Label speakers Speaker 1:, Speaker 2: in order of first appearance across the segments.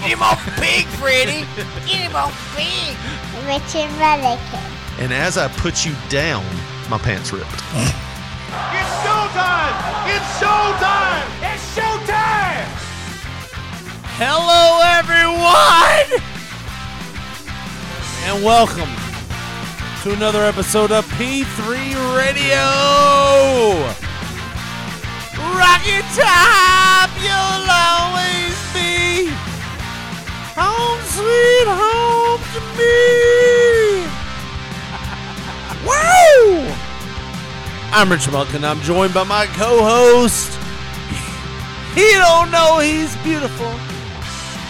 Speaker 1: Get him off pig, Freddy. Get him off pig.
Speaker 2: Richard Mullican,
Speaker 3: And as I put you down, my pants ripped.
Speaker 1: Hello, everyone, and welcome to another episode of P3 Radio. Rocket top, you'll always be home, sweet home to me. Woo! I'm Rich Mulkin. I'm joined by my co-host. He don't know he's beautiful.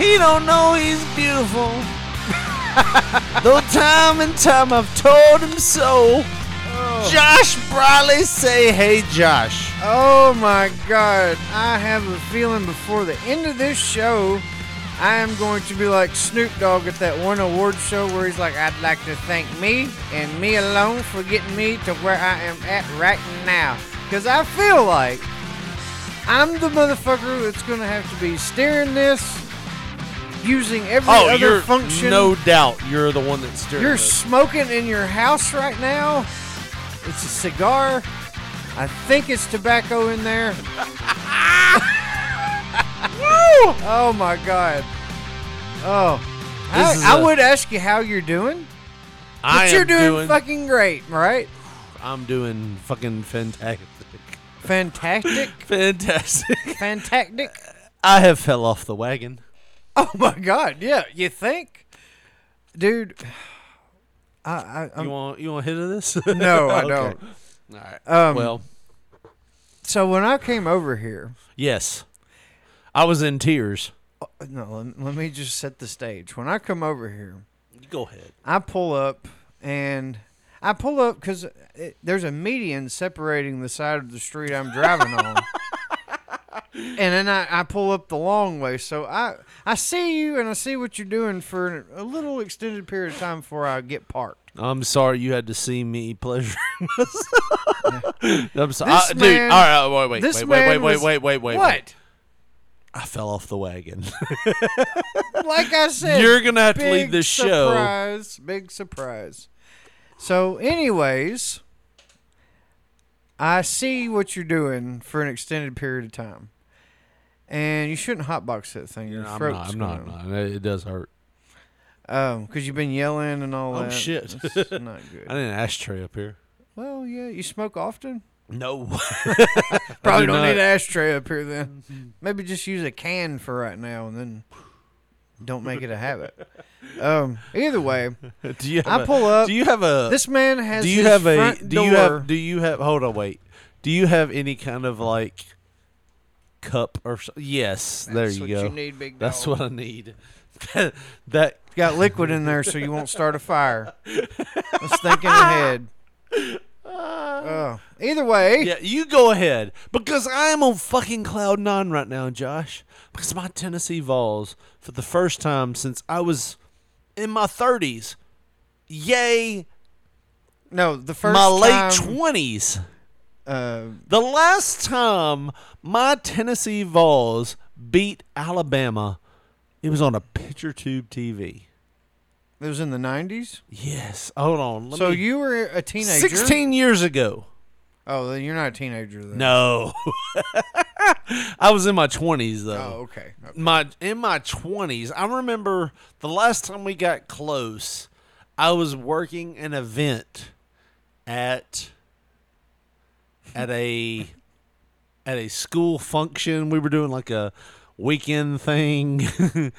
Speaker 1: He don't know he's beautiful. Though time and time I've told him so. Josh Briley say, "Hey, Josh."
Speaker 4: Oh my god, I have a feeling before the end of this show, I am going to be like Snoop Dogg at that one award show where he's like, I'd like to thank me and me alone for getting me to where I am at right now. Because I feel like I'm the motherfucker that's going to have to be steering this, using every
Speaker 1: Oh,
Speaker 4: other
Speaker 1: you're
Speaker 4: function.
Speaker 1: no doubt you're the one that's steering.
Speaker 4: You're
Speaker 1: this.
Speaker 4: smoking in your house right now. It's a cigar. I think it's tobacco in there. Woo! Oh my god. Oh.
Speaker 1: This
Speaker 4: I,
Speaker 1: is
Speaker 4: I
Speaker 1: a-
Speaker 4: would ask you how you're doing, but
Speaker 1: I am
Speaker 4: you're doing, fucking great, right?
Speaker 1: I'm doing fucking fantastic.
Speaker 4: Fantastic,
Speaker 1: Fantastic.
Speaker 4: fantastic.
Speaker 1: I have fell off the wagon.
Speaker 4: Oh my god, yeah. You think, dude? I, I
Speaker 1: You
Speaker 4: I'm,
Speaker 1: want you want a hit of this?
Speaker 4: no, I
Speaker 1: Okay.
Speaker 4: don't.
Speaker 1: All right.
Speaker 4: Um,
Speaker 1: well,
Speaker 4: So when I came over here,
Speaker 1: yes. I was in tears.
Speaker 4: no, let, let me just set the stage. When I come over here,
Speaker 1: Go ahead.
Speaker 4: I pull up and I pull up because there's a median separating the side of the street I'm driving on. And then I, I pull up the long way. So I, I see you and I see what you're doing for a little extended period of time before I get parked.
Speaker 1: I'm sorry you had to see me pleasuring myself. I'm sorry, I-
Speaker 4: This
Speaker 1: dude.
Speaker 4: man-
Speaker 1: all right, wait, wait,
Speaker 4: this
Speaker 1: wait, wait, wait,
Speaker 4: man
Speaker 1: wait,
Speaker 4: was-
Speaker 1: wait, wait, wait.
Speaker 4: What?
Speaker 1: I fell off the wagon.
Speaker 4: Like I said,
Speaker 1: You're gonna have to leave
Speaker 4: big
Speaker 1: this show.
Speaker 4: Surprise! Big surprise. So, anyways, I see what you're doing for an extended period of time, and you shouldn't hotbox that thing. Your
Speaker 1: I'm not.
Speaker 4: throat's
Speaker 1: I'm not,
Speaker 4: gonna-
Speaker 1: I'm not. It does hurt.
Speaker 4: Um, because you've been yelling and all
Speaker 1: Oh,
Speaker 4: that.
Speaker 1: shit.
Speaker 4: It's not
Speaker 1: I need
Speaker 4: good.
Speaker 1: an ashtray up here.
Speaker 4: Well, yeah, you smoke often.
Speaker 1: No.
Speaker 4: Probably
Speaker 1: do
Speaker 4: not
Speaker 1: not.
Speaker 4: need an ashtray up here then. Maybe just use a can for right now and then don't make it a habit. Um, either way,
Speaker 1: do you? Have
Speaker 4: I
Speaker 1: a-
Speaker 4: pull up.
Speaker 1: Do you have a?
Speaker 4: Uh, This man has.
Speaker 1: do you
Speaker 4: his
Speaker 1: have a?
Speaker 4: front
Speaker 1: Do
Speaker 4: door.
Speaker 1: you have? Do you have? Hold on, wait. Do you have any kind of like cup or? So, yes, there
Speaker 4: That's
Speaker 1: you
Speaker 4: what
Speaker 1: go.
Speaker 4: you need, big
Speaker 1: That's
Speaker 4: dog.
Speaker 1: what I need. that
Speaker 4: got liquid in there, so you won't start a fire. Let's think in the head. Oh, either way,
Speaker 1: Yeah, you go ahead because I am on fucking cloud nine right now, Josh. Because my Tennessee Vols, for the first time since I was in my thirties, yay,
Speaker 4: no, the first
Speaker 1: my late
Speaker 4: time,
Speaker 1: twenties.
Speaker 4: uh,
Speaker 1: The last time my Tennessee Vols beat Alabama, it was on a picture tube TV.
Speaker 4: it was in the nineties.
Speaker 1: Yes, hold on. Let
Speaker 4: So
Speaker 1: me-
Speaker 4: you were a teenager.
Speaker 1: sixteen years ago.
Speaker 4: Oh, then you're not a teenager then.
Speaker 1: No, I was in my twenties though.
Speaker 4: Oh, okay. okay.
Speaker 1: my in my twenties, I remember the last time we got close, I was working an event at at a at a school function. We were doing like a weekend thing.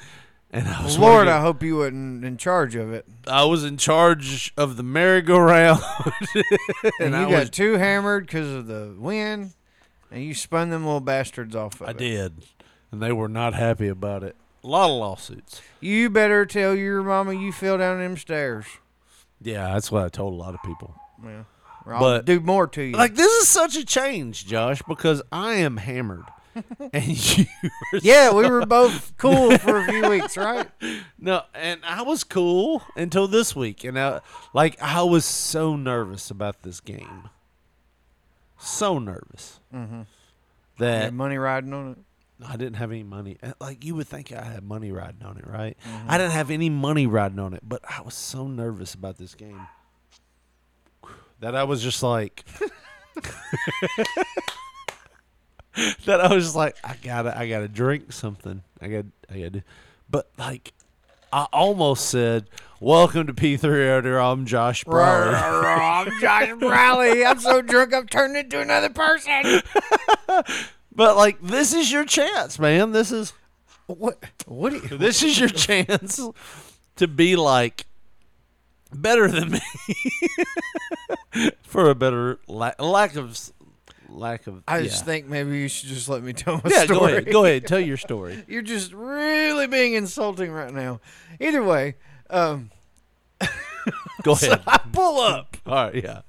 Speaker 1: and I was
Speaker 4: Lord,
Speaker 1: working-
Speaker 4: I hope you wasn't in charge of it.
Speaker 1: I was in charge of the merry-go-round.
Speaker 4: And,
Speaker 1: I
Speaker 4: you got
Speaker 1: was-
Speaker 4: too hammered because of the wind, and you spun them little bastards off of
Speaker 1: I
Speaker 4: it.
Speaker 1: did. And they were not happy about it. A lot of lawsuits.
Speaker 4: You better tell your mama you fell down them stairs.
Speaker 1: Yeah, that's what I told a lot of people.
Speaker 4: Yeah. Or I'll
Speaker 1: But-
Speaker 4: do more to you.
Speaker 1: Like this is such a change, Josh, because I am hammered, and you. Were
Speaker 4: yeah, we were both cool for a few weeks, right?
Speaker 1: No, and I was cool until this week, and I, like I was so nervous about this game, so nervous that
Speaker 4: Had money riding on it.
Speaker 1: I didn't have any money. Uh, Like you would think I had money riding on it, right? I didn't have any money riding on it, but I was so nervous about this game that I was just like that I was just like I gotta I gotta drink something. I got I gotta but like I almost said, Welcome to P three Order, I'm Josh Brower.
Speaker 4: I'm Josh Brawley. I'm so drunk I've turned into another person.
Speaker 1: But like this is your chance, man. This is
Speaker 4: What? What? do you-
Speaker 1: this is your chance to be like better than me for a better la- lack of s- lack of
Speaker 4: I
Speaker 1: yeah.
Speaker 4: just think maybe you should just let me tell my
Speaker 1: yeah
Speaker 4: story.
Speaker 1: go ahead go ahead tell your story
Speaker 4: You're just really being insulting right now. Either way, um,
Speaker 1: go ahead all
Speaker 4: pull up.
Speaker 1: right yeah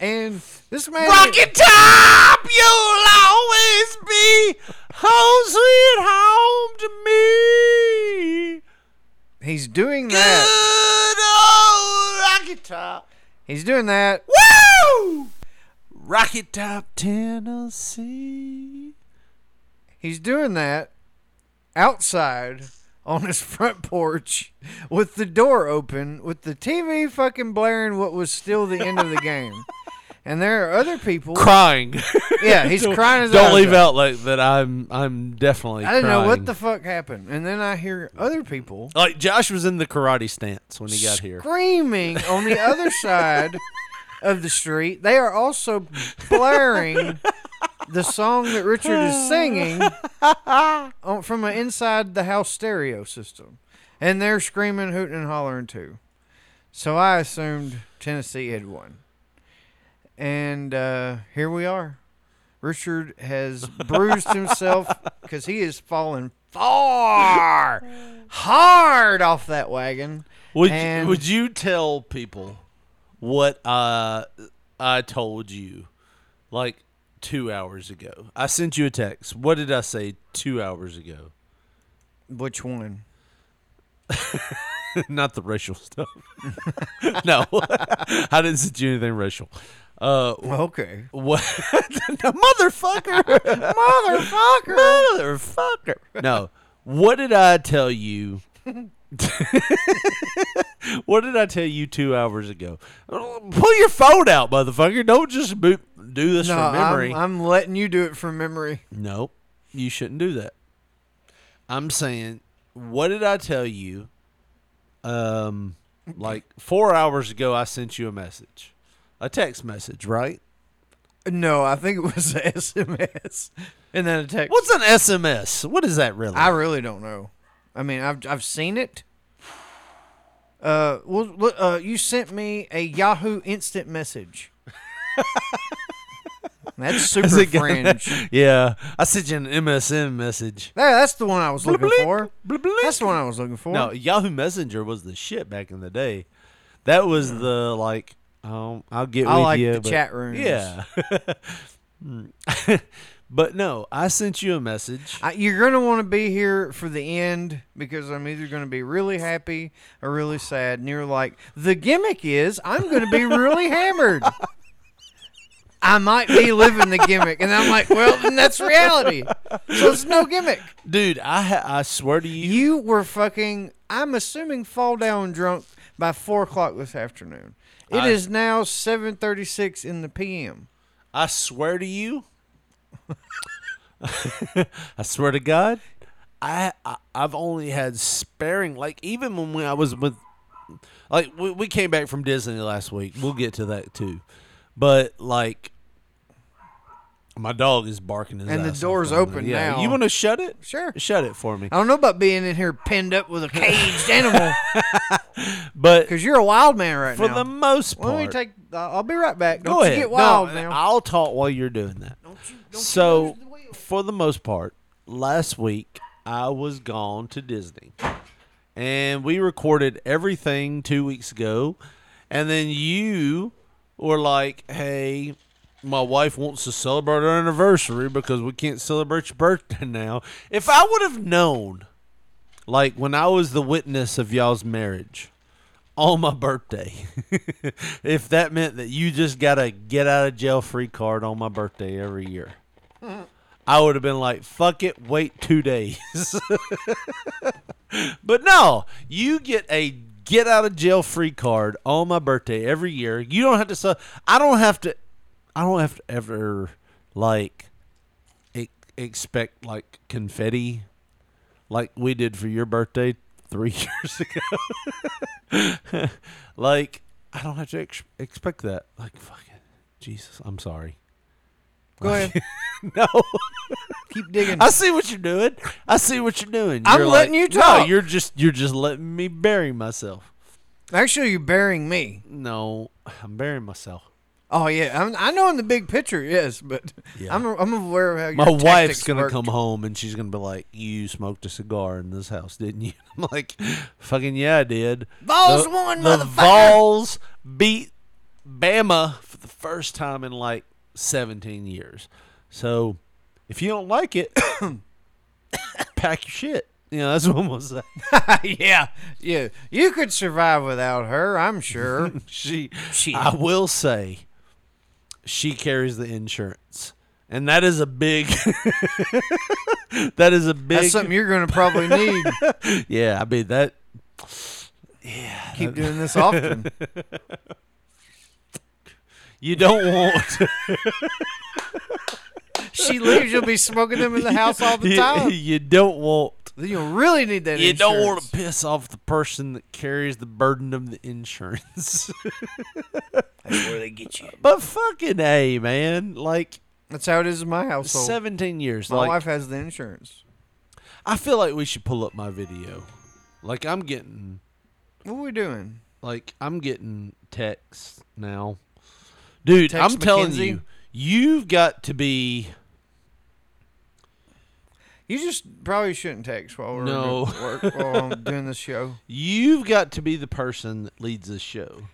Speaker 4: And this man.
Speaker 1: top you'll always be home sweet home to me
Speaker 4: He's doing that.
Speaker 1: old rocket top
Speaker 4: He's doing that.
Speaker 1: Woo! Rocket Top, Tennessee.
Speaker 4: He's doing that outside on his front porch with the door open, with the TV fucking blaring what was still the end of the game. And there are other people.
Speaker 1: Crying.
Speaker 4: Yeah, he's crying his
Speaker 1: Don't
Speaker 4: eyes
Speaker 1: leave out like that. I'm I'm definitely.
Speaker 4: I didn't know what
Speaker 1: crying.
Speaker 4: the fuck happened. And then I hear other people
Speaker 1: Like Josh was in the karate stance when he got here.
Speaker 4: screaming on the other side of the street. They are also blaring the song that Richard is singing on, from an inside the house stereo system. And they're screaming, hooting, and hollering too. So I assumed Tennessee had won. And uh, here we are. Richard has bruised himself because he has fallen far, hard off that wagon.
Speaker 1: Would you,
Speaker 4: And-
Speaker 1: would you tell people what uh, I told you like two hours ago? I sent you a text. What did I say two hours ago?
Speaker 4: Which one?
Speaker 1: not the racial stuff. no, I didn't send you anything racial. Uh,
Speaker 4: Okay.
Speaker 1: what? motherfucker! motherfucker! Motherfucker! No, what did I tell you? what did I tell you two hours ago? Pull your phone out, motherfucker! Don't just boot, do this
Speaker 4: No,
Speaker 1: from memory.
Speaker 4: I'm, I'm letting you do it from memory.
Speaker 1: Nope, you shouldn't do that. I'm saying, what did I tell you? Um, like four hours ago, I sent you a message, a text message, right?
Speaker 4: No, I think it was a SMS and then a text.
Speaker 1: What's an SMS? What is that really?
Speaker 4: I really don't know. I mean, I've I've seen it. Uh, well, look, uh, you sent me a Yahoo instant message. That's super
Speaker 1: Is it gonna-
Speaker 4: fringe.
Speaker 1: yeah, I sent you an MSN message.
Speaker 4: There, that's the one I was looking
Speaker 1: Bleep,
Speaker 4: for.
Speaker 1: bleep, bleep.
Speaker 4: That's the one I was looking for.
Speaker 1: No, Yahoo Messenger was the shit back in the day. That was the like, um, I'll get
Speaker 4: I
Speaker 1: with
Speaker 4: like
Speaker 1: you.
Speaker 4: the
Speaker 1: but-
Speaker 4: chat rooms.
Speaker 1: Yeah. Mm. but no, I sent you a message.
Speaker 4: I, you're gonna want to be here for the end because I'm either gonna be really happy or really sad, and you're like, the gimmick is I'm gonna be really hammered. I might be living the gimmick, and I'm like, well, then that's reality. So it's no gimmick.
Speaker 1: Dude, I ha- I swear to you,
Speaker 4: You were fucking. I'm assuming fall down drunk by four o'clock this afternoon. It is
Speaker 1: I-
Speaker 4: now 7:36 in the p.m.
Speaker 1: I swear to you, I swear to God, I, I I've only had sparing. Like even when we, I was with, like we, we came back from Disney last week. We'll get to that too, but like. My dog is barking his
Speaker 4: And the
Speaker 1: ass off
Speaker 4: door's
Speaker 1: right
Speaker 4: open
Speaker 1: Yeah,
Speaker 4: now.
Speaker 1: You want to shut it?
Speaker 4: Sure.
Speaker 1: Shut it for me.
Speaker 4: I don't know about being in here pinned up with a caged animal
Speaker 1: But
Speaker 4: because you're a wild man right
Speaker 1: for
Speaker 4: now.
Speaker 1: the most part,
Speaker 4: Well, Let me take. I'll I'll be right back. Don't
Speaker 1: Go
Speaker 4: you
Speaker 1: ahead.
Speaker 4: get wild
Speaker 1: no,
Speaker 4: now.
Speaker 1: I'll talk while you're doing that. so, for the most part, last week I was gone to Disney. And we recorded everything two weeks ago. And then you were like, hey, my wife wants to celebrate our anniversary because we can't celebrate your birthday now. If I would have known, like when I was the witness of y'all's marriage on my birthday, if that meant that you just got a get out of jail free card on my birthday every year. I would have been like, fuck it, wait two days. but no, you get a get out of jail free card on my birthday every year. You don't have to sell. I don't have to. I don't have to ever like e- expect like confetti like we did for your birthday three years ago. like I don't have to ex- expect that. Like fucking Jesus, I'm sorry.
Speaker 4: Go ahead.
Speaker 1: No.
Speaker 4: Keep digging.
Speaker 1: I see what you're doing. I see what you're doing.
Speaker 4: I'm
Speaker 1: You're
Speaker 4: letting
Speaker 1: like,
Speaker 4: you
Speaker 1: "No,
Speaker 4: talk."
Speaker 1: you're just you're just letting me bury myself.
Speaker 4: Actually, you're burying me.
Speaker 1: No, I'm burying myself.
Speaker 4: Oh yeah, I'm, I know in the big picture, yes, but
Speaker 1: Yeah.
Speaker 4: I'm I'm aware of how
Speaker 1: My
Speaker 4: your
Speaker 1: wife's
Speaker 4: tactics
Speaker 1: gonna
Speaker 4: work.
Speaker 1: come home and she's gonna be like, "You smoked a cigar in this house, didn't you?" I'm like, "Fucking yeah, I did."
Speaker 4: Vols
Speaker 1: the,
Speaker 4: won,
Speaker 1: The
Speaker 4: motherfucker.
Speaker 1: Vols beat Bama for the first time in like 17 years. So if you don't like it, pack your shit. You know, that's what I'm gonna say.
Speaker 4: yeah, yeah. You could survive without her, I'm sure.
Speaker 1: she,
Speaker 4: Shit.
Speaker 1: I will say, she carries the insurance, and that is a big. that is a big.
Speaker 4: That's something you're going to probably need.
Speaker 1: yeah, I mean that.
Speaker 4: Keep doing this often.
Speaker 1: You don't want
Speaker 4: She leaves, you'll be smoking them in the house all the
Speaker 1: you,
Speaker 4: time.
Speaker 1: you don't want
Speaker 4: Then you'll really need that.
Speaker 1: you don't want to
Speaker 4: insurance.
Speaker 1: piss off the person that carries the burden of the insurance.
Speaker 4: That's where they get you.
Speaker 1: but fucking a man, like
Speaker 4: That's how it is in my household.
Speaker 1: seventeen years.
Speaker 4: my
Speaker 1: like,
Speaker 4: wife has the insurance.
Speaker 1: I feel like we should pull up my video. Like I'm getting
Speaker 4: What are we doing?
Speaker 1: like I'm getting texts now. Dude,
Speaker 4: Text
Speaker 1: I'm telling
Speaker 4: McKenzie?
Speaker 1: you, you've got to be
Speaker 4: You just probably shouldn't text while we're
Speaker 1: No.
Speaker 4: doing work, while I'm doing this show.
Speaker 1: you've got to be the person that leads this show.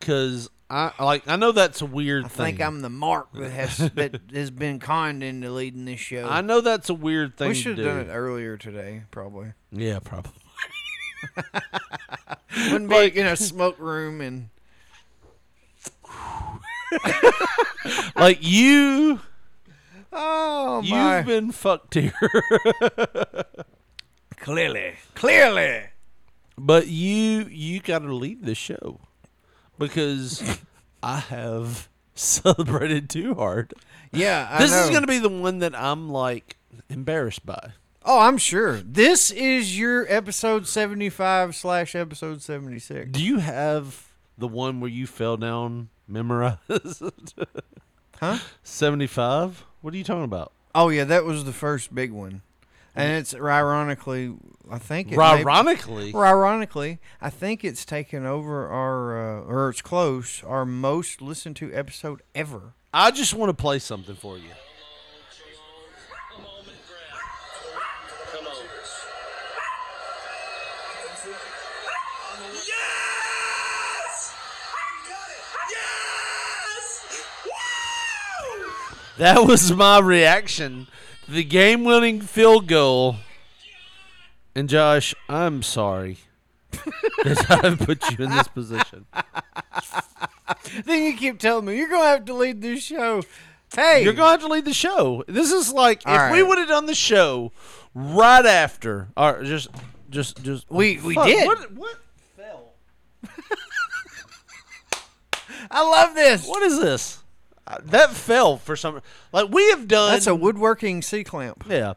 Speaker 1: Cause I like I know that's a weird
Speaker 4: I
Speaker 1: thing.
Speaker 4: think I'm the mark that has that has been conned into leading this show.
Speaker 1: I know that's a weird thing
Speaker 4: we
Speaker 1: to
Speaker 4: should
Speaker 1: do.
Speaker 4: have done it earlier today, probably.
Speaker 1: Yeah, probably.
Speaker 4: Wouldn't be in a smoke room and
Speaker 1: like you
Speaker 4: oh
Speaker 1: you've
Speaker 4: my,
Speaker 1: been fucked here.
Speaker 4: clearly, clearly.
Speaker 1: But you you got to lead the show because I have celebrated too hard.
Speaker 4: Yeah, I
Speaker 1: This is
Speaker 4: know.
Speaker 1: going to be the one that I'm like embarrassed by.
Speaker 4: Oh, I'm sure. This is your episode 75 slash episode 76.
Speaker 1: Do you have the one where you fell down memorized?
Speaker 4: Huh?
Speaker 1: 75? What are you talking about?
Speaker 4: Oh yeah, that was the first big one, and it's ironically, I think it may-
Speaker 1: Ironically,
Speaker 4: Ironically, I think it's taken over our, uh, or it's close, our most listened to episode ever.
Speaker 1: I just want to play something for you. That was my reaction to the game winning field goal. And Josh, I'm sorry that I put you in this position.
Speaker 4: Then you keep telling me you're gonna have to lead this show. Hey,
Speaker 1: You're going to have to lead the show. This is like
Speaker 4: All
Speaker 1: if we
Speaker 4: right.
Speaker 1: would have done the show right after, or just, just, just.
Speaker 4: We- we
Speaker 1: Fuck,
Speaker 4: did.
Speaker 1: What, what? Fell.
Speaker 4: I love this.
Speaker 1: What is this? Uh, That fell for some. Like we have done.
Speaker 4: That's a woodworking C clamp.
Speaker 1: Yeah.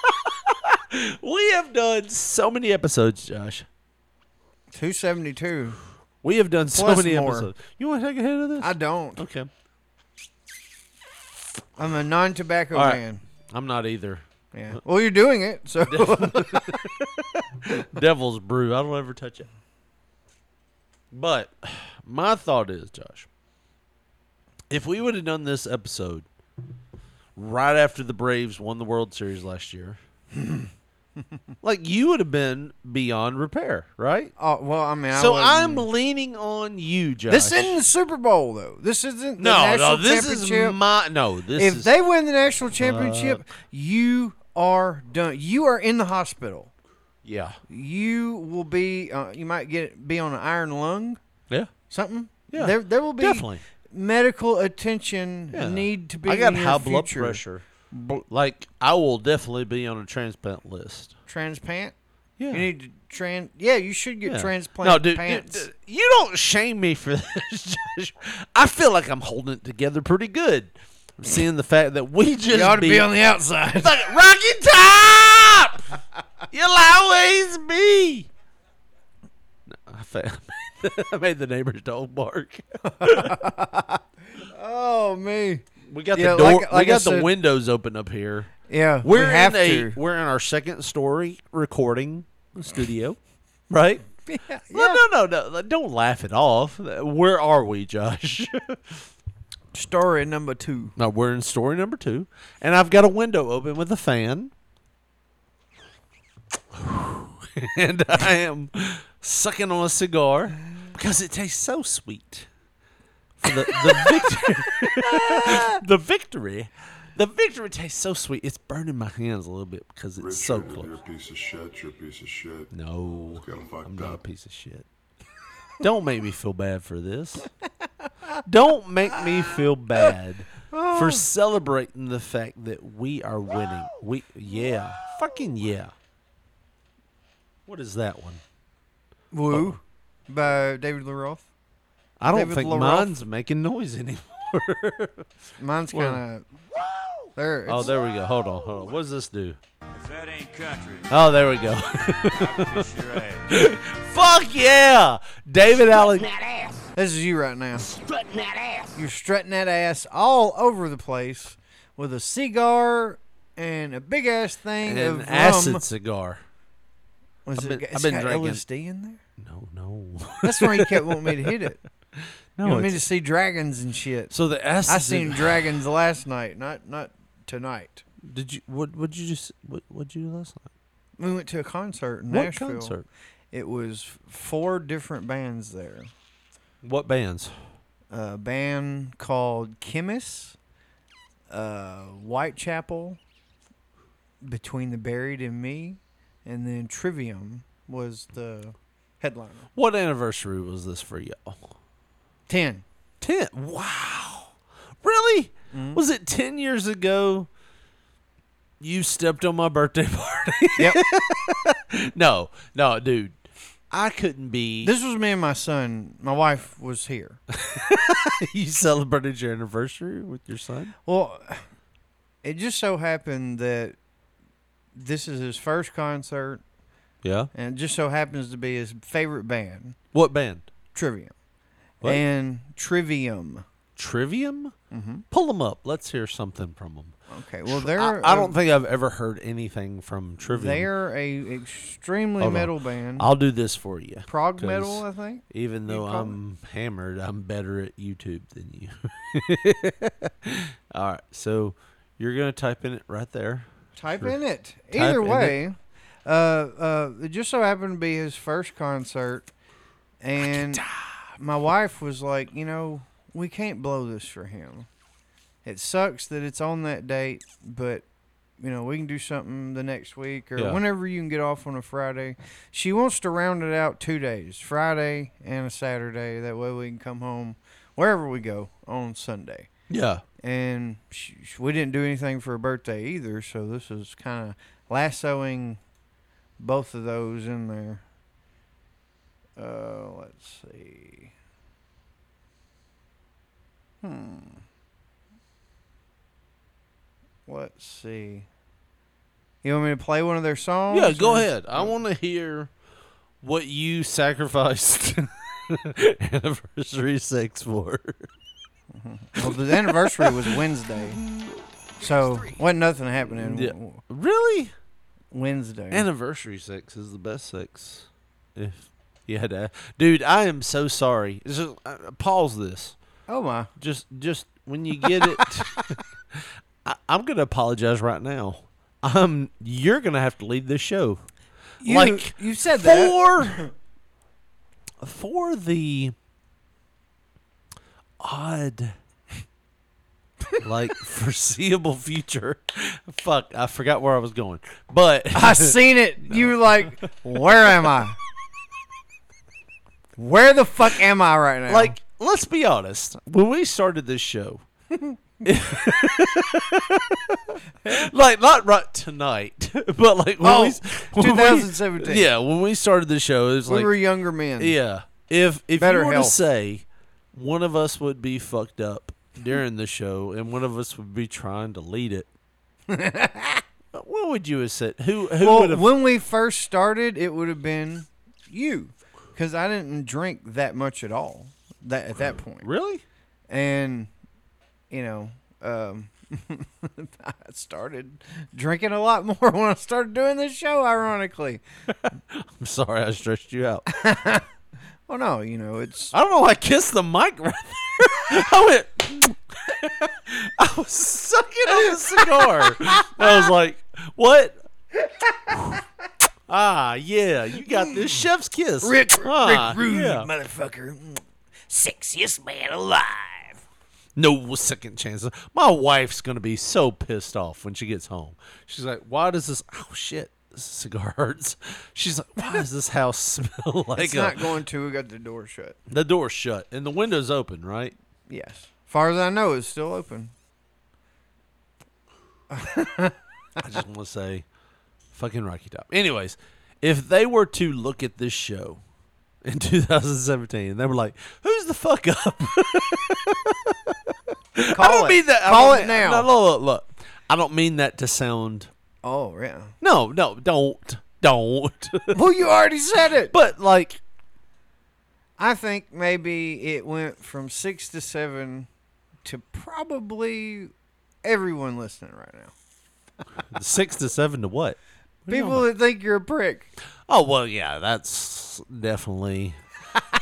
Speaker 1: we have done so many episodes, Josh.
Speaker 4: Two seventy two.
Speaker 1: We have done so
Speaker 4: Plus
Speaker 1: many
Speaker 4: more.
Speaker 1: episodes. You want to take a hit of this?
Speaker 4: I don't.
Speaker 1: okay.
Speaker 4: I'm a non tobacco
Speaker 1: All right.
Speaker 4: man.
Speaker 1: I'm not either.
Speaker 4: Yeah. Well, you're doing it, so
Speaker 1: Devil's brew. I don't ever touch it. But my thought is, Josh, if we would have done this episode right after the Braves won the World Series last year, like you would have been beyond repair, right?
Speaker 4: Oh well, I mean, I
Speaker 1: so
Speaker 4: wasn't-
Speaker 1: I'm leaning on you, Josh.
Speaker 4: This isn't the Super Bowl though. This isn't the
Speaker 1: no, no.
Speaker 4: national
Speaker 1: This is
Speaker 4: championship.
Speaker 1: my no. This
Speaker 4: if
Speaker 1: is
Speaker 4: they win the national championship, you are done. You are in the hospital.
Speaker 1: yeah,
Speaker 4: You will be. Uh, you might get be on an iron lung,
Speaker 1: yeah,
Speaker 4: something.
Speaker 1: Yeah,
Speaker 4: There, there will be
Speaker 1: definitely.
Speaker 4: medical attention
Speaker 1: yeah.
Speaker 4: need to be.
Speaker 1: I got
Speaker 4: in your
Speaker 1: high blood
Speaker 4: future.
Speaker 1: pressure. Like I will definitely be on a transplant list.
Speaker 4: Transplant.
Speaker 1: Yeah.
Speaker 4: You need to trans. Yeah, you should get
Speaker 1: Yeah.
Speaker 4: transplant
Speaker 1: No, dude,
Speaker 4: pants.
Speaker 1: dude, you don't shame me for this. Josh. I feel like I'm holding it together pretty good. Seeing the fact that we just
Speaker 4: you ought to
Speaker 1: beat
Speaker 4: be on the outside.
Speaker 1: Fuck it, Rocky Top. You'll always be. No, I, fa- I made the neighbor's dog bark.
Speaker 4: oh me.
Speaker 1: We got
Speaker 4: Yeah,
Speaker 1: the door.
Speaker 4: like-
Speaker 1: we
Speaker 4: like I
Speaker 1: got the
Speaker 4: said-
Speaker 1: windows open up here.
Speaker 4: Yeah, we
Speaker 1: We're in
Speaker 4: have
Speaker 1: a,
Speaker 4: to.
Speaker 1: we're in our second story recording studio, right?
Speaker 4: Yeah,
Speaker 1: No, no, no, no! Don't laugh it off. Where are we, Josh?
Speaker 4: Story number two.
Speaker 1: no, we're in story number two, and I've got a window open with a fan, and I am sucking on a cigar because it tastes so sweet. For the the victory, the victory, the victory tastes so sweet. It's burning my hands a little bit because it's so close.
Speaker 5: You're a piece of shit. You're a piece of shit.
Speaker 1: No,
Speaker 5: Got 'em fucked
Speaker 1: I'm not a
Speaker 5: up.
Speaker 1: piece of shit. Don't make me feel bad for this. Don't make me feel bad for celebrating the fact that we are winning. We yeah, fucking yeah. What is that one?
Speaker 4: Woo by David Lee Roth.
Speaker 1: I don't
Speaker 4: David
Speaker 1: think
Speaker 4: LaRoche?
Speaker 1: mine's making noise anymore.
Speaker 4: Mine's kind of there.
Speaker 1: Oh,
Speaker 4: It's,
Speaker 1: there we go. Hold on, hold on. What does this do?
Speaker 6: That ain't country.
Speaker 1: Oh, there we go.
Speaker 6: You're right.
Speaker 1: Fuck yeah, David Allen.
Speaker 4: this is you right now. Strutting that ass. You're strutting that ass all over the place with a cigar and a big ass thing
Speaker 1: And
Speaker 4: of
Speaker 1: an
Speaker 4: rum.
Speaker 1: acid cigar.
Speaker 4: Was
Speaker 1: I've
Speaker 4: it,
Speaker 1: been-
Speaker 4: it's
Speaker 1: I've been
Speaker 4: got
Speaker 1: drinking-
Speaker 4: LSD in there.
Speaker 1: No, no,
Speaker 4: That's why you kept wanting me to hit it. you
Speaker 1: no.
Speaker 4: want me to
Speaker 1: it's-
Speaker 4: see dragons and shit.
Speaker 1: So the acid.
Speaker 4: I seen dragons last night, not not tonight.
Speaker 1: Did you what? What you just what? What you do last night?
Speaker 4: We went to a concert in
Speaker 1: What
Speaker 4: Nashville.
Speaker 1: concert?
Speaker 4: It was four different bands there.
Speaker 1: What bands?
Speaker 4: a band called Chemist, uh, Whitechapel, Between the Buried and Me, and then Trivium was the headliner.
Speaker 1: What anniversary was this for y'all?
Speaker 4: Ten.
Speaker 1: Ten. Wow. Really? Was it ten years ago? You stepped on my birthday party.
Speaker 4: Yep.
Speaker 1: no, no, dude. I couldn't be.
Speaker 4: this was me and my son. My wife was here.
Speaker 1: you celebrated your anniversary with your son.
Speaker 4: Well, it just so happened that this is his first concert,
Speaker 1: Yeah.
Speaker 4: and it just so happens to be his favorite band,
Speaker 1: What band?
Speaker 4: Trivium.
Speaker 1: What?
Speaker 4: And Trivium.
Speaker 1: Trivium. Mm-hmm. Pull them up. Let's hear something from them.
Speaker 4: Okay, well, they're.
Speaker 1: I, I don't think I've ever heard anything from Trivium.
Speaker 4: They're a extremely
Speaker 1: Hold on.
Speaker 4: metal band.
Speaker 1: I'll do this for you.
Speaker 4: prog
Speaker 1: 'cause
Speaker 4: metal, I think.
Speaker 1: Even though
Speaker 4: call it.
Speaker 1: I'm hammered, I'm better at YouTube than you. All right, so you're gonna type in it right there.
Speaker 4: Type
Speaker 1: Sure.
Speaker 4: in it.
Speaker 1: Type
Speaker 4: Either
Speaker 1: in
Speaker 4: way, Uh, uh, it just so happened to be his first concert, and my wife was like, you know, we can't blow this for him. It sucks that it's on that date, but you know we can do something the next week or
Speaker 1: Yeah.
Speaker 4: whenever you can get off on a Friday. She wants to round it out two days, Friday and a Saturday. That way we can come home wherever we go on Sunday.
Speaker 1: Yeah,
Speaker 4: and sh sh we didn't do anything for her birthday either. So this is kind of lassoing both of those in there. Uh, let's see. Hmm. Let's see. You want me to play one of their songs?
Speaker 1: yeah. Go
Speaker 4: or-
Speaker 1: ahead. I want to hear what you sacrificed anniversary sex for.
Speaker 4: Well, the anniversary was Wednesday, so wasn't nothing happening
Speaker 1: Yeah.
Speaker 4: w-
Speaker 1: Really?
Speaker 4: Wednesday.
Speaker 1: Anniversary sex is the best sex. If you had to, dude, I am so sorry. Just, uh, pause this.
Speaker 4: oh my!
Speaker 1: just just when you get it I, i'm gonna apologize right now um, you're gonna have to lead this show.
Speaker 4: You,
Speaker 1: like
Speaker 4: you said that.
Speaker 1: for for the odd like foreseeable future fuck i forgot where i was going but
Speaker 4: I seen it. You were like, where am I? Where the fuck am I right now?
Speaker 1: like let's be honest when we started this show like not right tonight but like when
Speaker 4: Oh,
Speaker 1: we, when we-
Speaker 4: 2017.
Speaker 1: yeah when we started the show it was
Speaker 4: we
Speaker 1: like
Speaker 4: were younger men.
Speaker 1: Yeah. If if
Speaker 4: Better
Speaker 1: you were to
Speaker 4: health.
Speaker 1: say one of us would be fucked up during the show and one of us would be trying to lead it, what would you have said? Who who would
Speaker 4: Well,
Speaker 1: have?
Speaker 4: when we first started, it would have been you, because I didn't drink that much at all. That at that point,
Speaker 1: really?
Speaker 4: and you know, um, I started drinking a lot more when I started doing this show. Ironically,
Speaker 1: I'm sorry, I stressed you out.
Speaker 4: well, no, you know, it's
Speaker 1: I don't know. why I kissed the mic right there. I went. I was sucking on the cigar. I was like, "What? ah, yeah, you got this chef's kiss,
Speaker 4: Rick,
Speaker 1: Ah,
Speaker 4: Rick Rude,
Speaker 1: yeah.
Speaker 4: motherfucker.
Speaker 1: no second chances. My wife's gonna be so pissed off when she gets home. She's like, "Why does this? Oh shit, this cigar hurts." She's like, "Why does this house smell like
Speaker 4: It's
Speaker 1: a,
Speaker 4: not going to. We got the door shut.
Speaker 1: the door's shut and the window's open, right?"
Speaker 4: Yes, far as I know, it's still open.
Speaker 1: I just want to say, fucking Rocky Top. Anyways, if they were to look at this show in 2017, and they were like, "Who's the fuck up?" I
Speaker 4: Call
Speaker 1: don't
Speaker 4: it.
Speaker 1: mean that. I
Speaker 4: Call
Speaker 1: don't
Speaker 4: it
Speaker 1: mean-
Speaker 4: now.
Speaker 1: No, look, look, look. I don't mean that to sound.
Speaker 4: Oh yeah.
Speaker 1: No, no, don't, don't.
Speaker 4: well, you already said it.
Speaker 1: but like,
Speaker 4: I think maybe it went from six to seven to probably everyone listening right now.
Speaker 1: six to seven to what?
Speaker 4: People that think you're a prick.
Speaker 1: Oh well, yeah, that's definitely.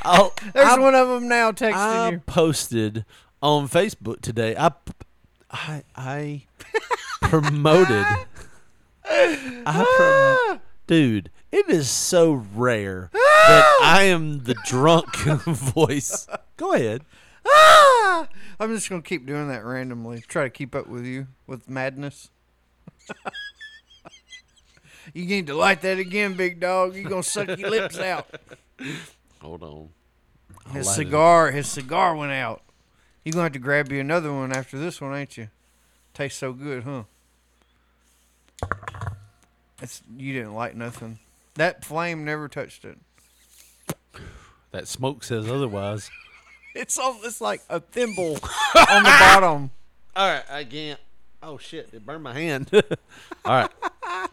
Speaker 1: Oh,
Speaker 4: There's one of them now texting
Speaker 1: I
Speaker 4: you.
Speaker 1: posted on Facebook today. I p- I, I promoted. I prom- dude, it is so rare that I am the drunk voice. Go ahead.
Speaker 4: Ah! I'm just gonna keep doing that randomly. Try to keep up with you with madness. you need to light that again, big dog. You gonna suck your lips out.
Speaker 1: Hold on.
Speaker 4: His
Speaker 1: light it.
Speaker 4: cigar, his cigar went out. You gonna have to grab you another one after this one, ain't you? Tastes so good, huh? It's you didn't like nothing. That flame never touched it.
Speaker 1: That smoke says otherwise.
Speaker 4: It's all it's like a thimble on the bottom.
Speaker 1: All right, I can't. Oh shit! It burned my hand. All right.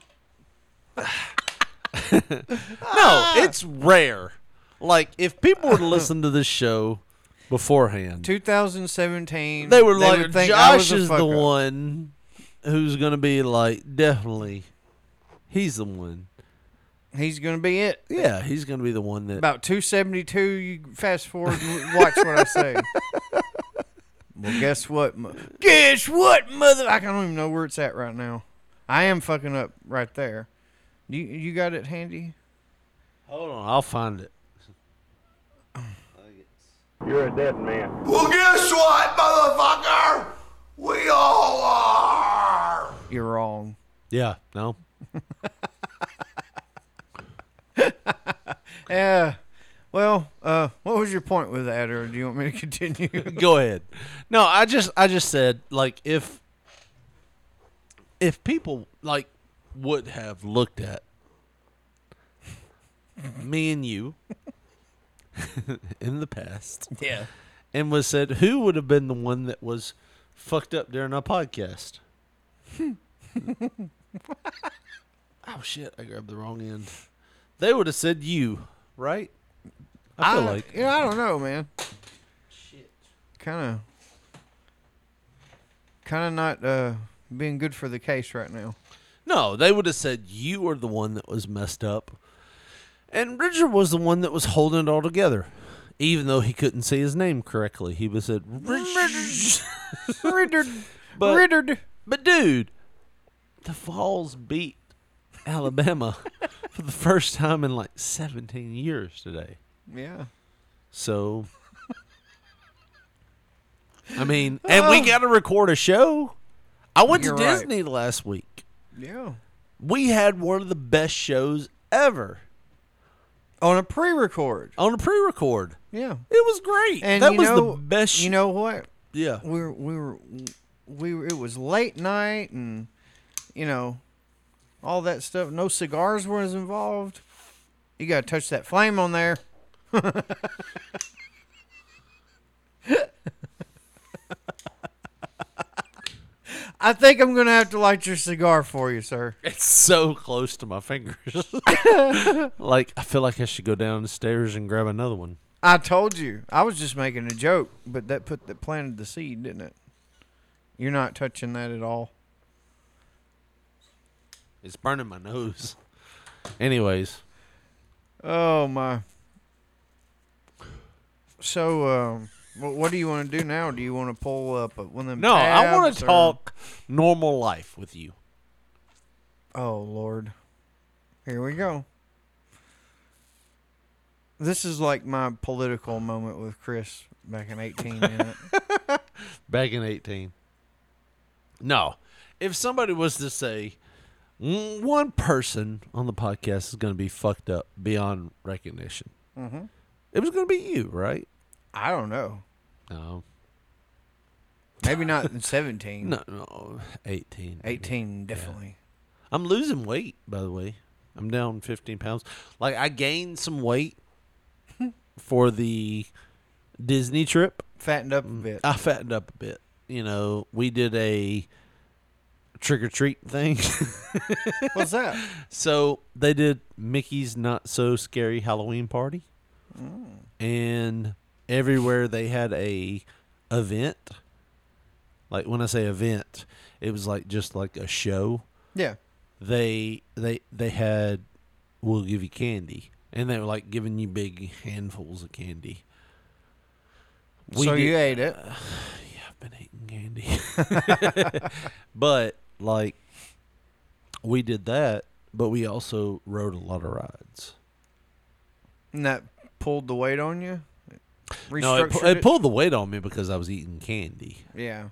Speaker 1: no, it's rare. Like if people were to listen to this show beforehand,
Speaker 4: 2017.
Speaker 1: they were like,
Speaker 4: would think I was
Speaker 1: "Josh
Speaker 4: a
Speaker 1: is the
Speaker 4: fuck-up."
Speaker 1: one who's gonna be like, definitely, he's the one.
Speaker 4: He's gonna be it.
Speaker 1: Yeah, he's gonna be the one that."
Speaker 4: About 272. You fast forward and watch what I say. well, guess what? mo- Guess what, mother? I don't even know where it's at right now. I am fucking up right there. You you got it handy?
Speaker 1: Hold on, I'll find it.
Speaker 7: You're a dead man.
Speaker 5: Well, guess what, motherfucker? We all are.
Speaker 4: You're wrong.
Speaker 1: Yeah, no,
Speaker 4: Yeah. Well, uh, what was your point with that, or do you want me to continue?
Speaker 1: go ahead no i just i just said like if if people like would have looked at me and you in the past
Speaker 4: yeah.
Speaker 1: and was said who would have been the one that was fucked up during our podcast oh shit i grabbed the wrong end they would have said you right i feel like
Speaker 4: you know, I don't know, man. Shit. Kind of. Kind of not uh, being good for the case right now.
Speaker 1: No, they would have said you were the one that was messed up, and Richard was the one that was holding it all together, even though he couldn't say his name correctly. He was said Richard,
Speaker 4: Rittered.
Speaker 1: but
Speaker 4: Rittered.
Speaker 1: but dude, the Falls beat Alabama for the first time in like 17 years today.
Speaker 4: Yeah.
Speaker 1: So, I mean, and we got to record a show. I went
Speaker 4: Oh. You're
Speaker 1: to
Speaker 4: right.
Speaker 1: Disney last week.
Speaker 4: Yeah.
Speaker 1: We had one of the best shows ever
Speaker 4: On a pre-record.
Speaker 1: on a pre-record.
Speaker 4: Yeah.
Speaker 1: It was great.
Speaker 4: And
Speaker 1: that
Speaker 4: you
Speaker 1: was
Speaker 4: know,
Speaker 1: the best.
Speaker 4: You know what?
Speaker 1: yeah,
Speaker 4: We were, we were we were it was late night and you know all that stuff. No cigars was involved. You gotta touch that flame on there. I think I'm gonna have to light your cigar for you, sir.
Speaker 1: it's so close to my fingers. like I feel like I should go downstairs and grab another one.
Speaker 4: I told you. I was just making a joke, but that put that planted the seed, didn't it? You're not touching that at all.
Speaker 1: It's burning my nose. Anyways,
Speaker 4: Oh my. So, um, what, what do you want to do now? Do you want to pull up a- one of them?
Speaker 1: no, I want
Speaker 4: tabs,
Speaker 1: to
Speaker 4: or-
Speaker 1: talk normal life with you.
Speaker 4: Oh Lord, here we go. This is like my political moment with Chris back in eighteen. isn't it?
Speaker 1: back in 18. No. If somebody was to say "Mm, one person on the podcast is going to be fucked up beyond recognition, it was going to be you, right?
Speaker 4: I don't know.
Speaker 1: No.
Speaker 4: Maybe not in seventeen.
Speaker 1: No, no. 18.
Speaker 4: eighteen definitely.
Speaker 1: I'm losing weight, by the way. I'm down 15 pounds. Like, I gained some weight for the Disney trip.
Speaker 4: Fattened up a bit.
Speaker 1: I fattened up a bit. You know, we did a trick or treat thing.
Speaker 4: What's that?
Speaker 1: So they did Mickey's Not So Scary Halloween Party, and everywhere they had a event. Like when I say event, it was like just like a show.
Speaker 4: Yeah.
Speaker 1: They they they had we'll give you candy, and they were like giving you big handfuls of candy. We
Speaker 4: so
Speaker 1: did-
Speaker 4: you ate it.
Speaker 1: I've been eating candy. but like we did that, but we also rode a lot of rides.
Speaker 4: And that pulled the weight on you?
Speaker 1: No, it, pu-
Speaker 4: Restructured
Speaker 1: it pulled the weight on me because I was eating candy.
Speaker 4: Yeah.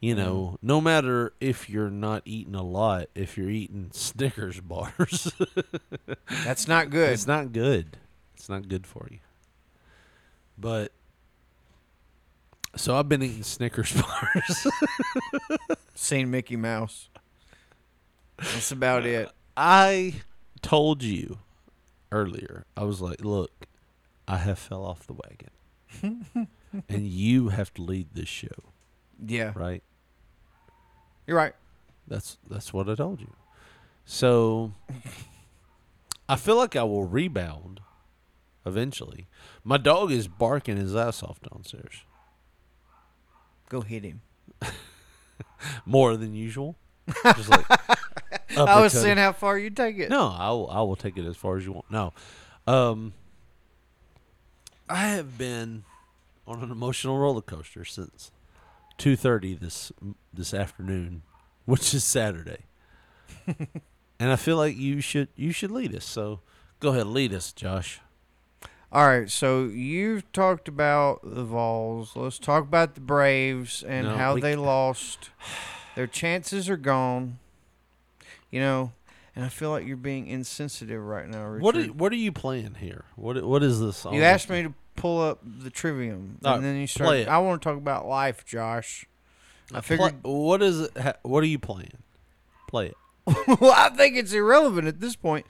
Speaker 1: You know, no matter if you're not eating a lot, if you're eating Snickers bars,
Speaker 4: That's not good.
Speaker 1: it's not good. It's not good for you. But so I've been eating Snickers bars.
Speaker 4: Seen Mickey Mouse. That's about it.
Speaker 1: I told you earlier. I was like, look, I have fell off the wagon. and you have to lead this show,
Speaker 4: Yeah.
Speaker 1: right?
Speaker 4: You're right.
Speaker 1: That's that's what I told you. So I feel like I will rebound eventually. My dog is barking his ass off downstairs.
Speaker 4: Go hit him.
Speaker 1: More than usual. Just like
Speaker 4: I was
Speaker 1: uppercutting.
Speaker 4: seeing how far you take it.
Speaker 1: No, I will, I will take it as far as you want. No. Um, I have been on an emotional roller coaster since 2:30 this this afternoon, which is Saturday. and I feel like you should you should lead us. So go ahead, lead us, Josh.
Speaker 4: All right. So you've talked about the Vols. Let's talk about the Braves and
Speaker 1: No,
Speaker 4: how
Speaker 1: we-
Speaker 4: they lost. Their chances are gone. You know, and I feel like you're being insensitive right now, Richard.
Speaker 1: What are, what are you playing here? What what is this? all
Speaker 4: You
Speaker 1: about?
Speaker 4: asked me to pull up the trivium,
Speaker 1: All right,
Speaker 4: and then you
Speaker 1: play
Speaker 4: started.
Speaker 1: it.
Speaker 4: I want to talk about life, Josh. I
Speaker 1: Play-
Speaker 4: figured.
Speaker 1: what is it, ha- what are you playing? Play it.
Speaker 4: well, I think it's irrelevant at this point.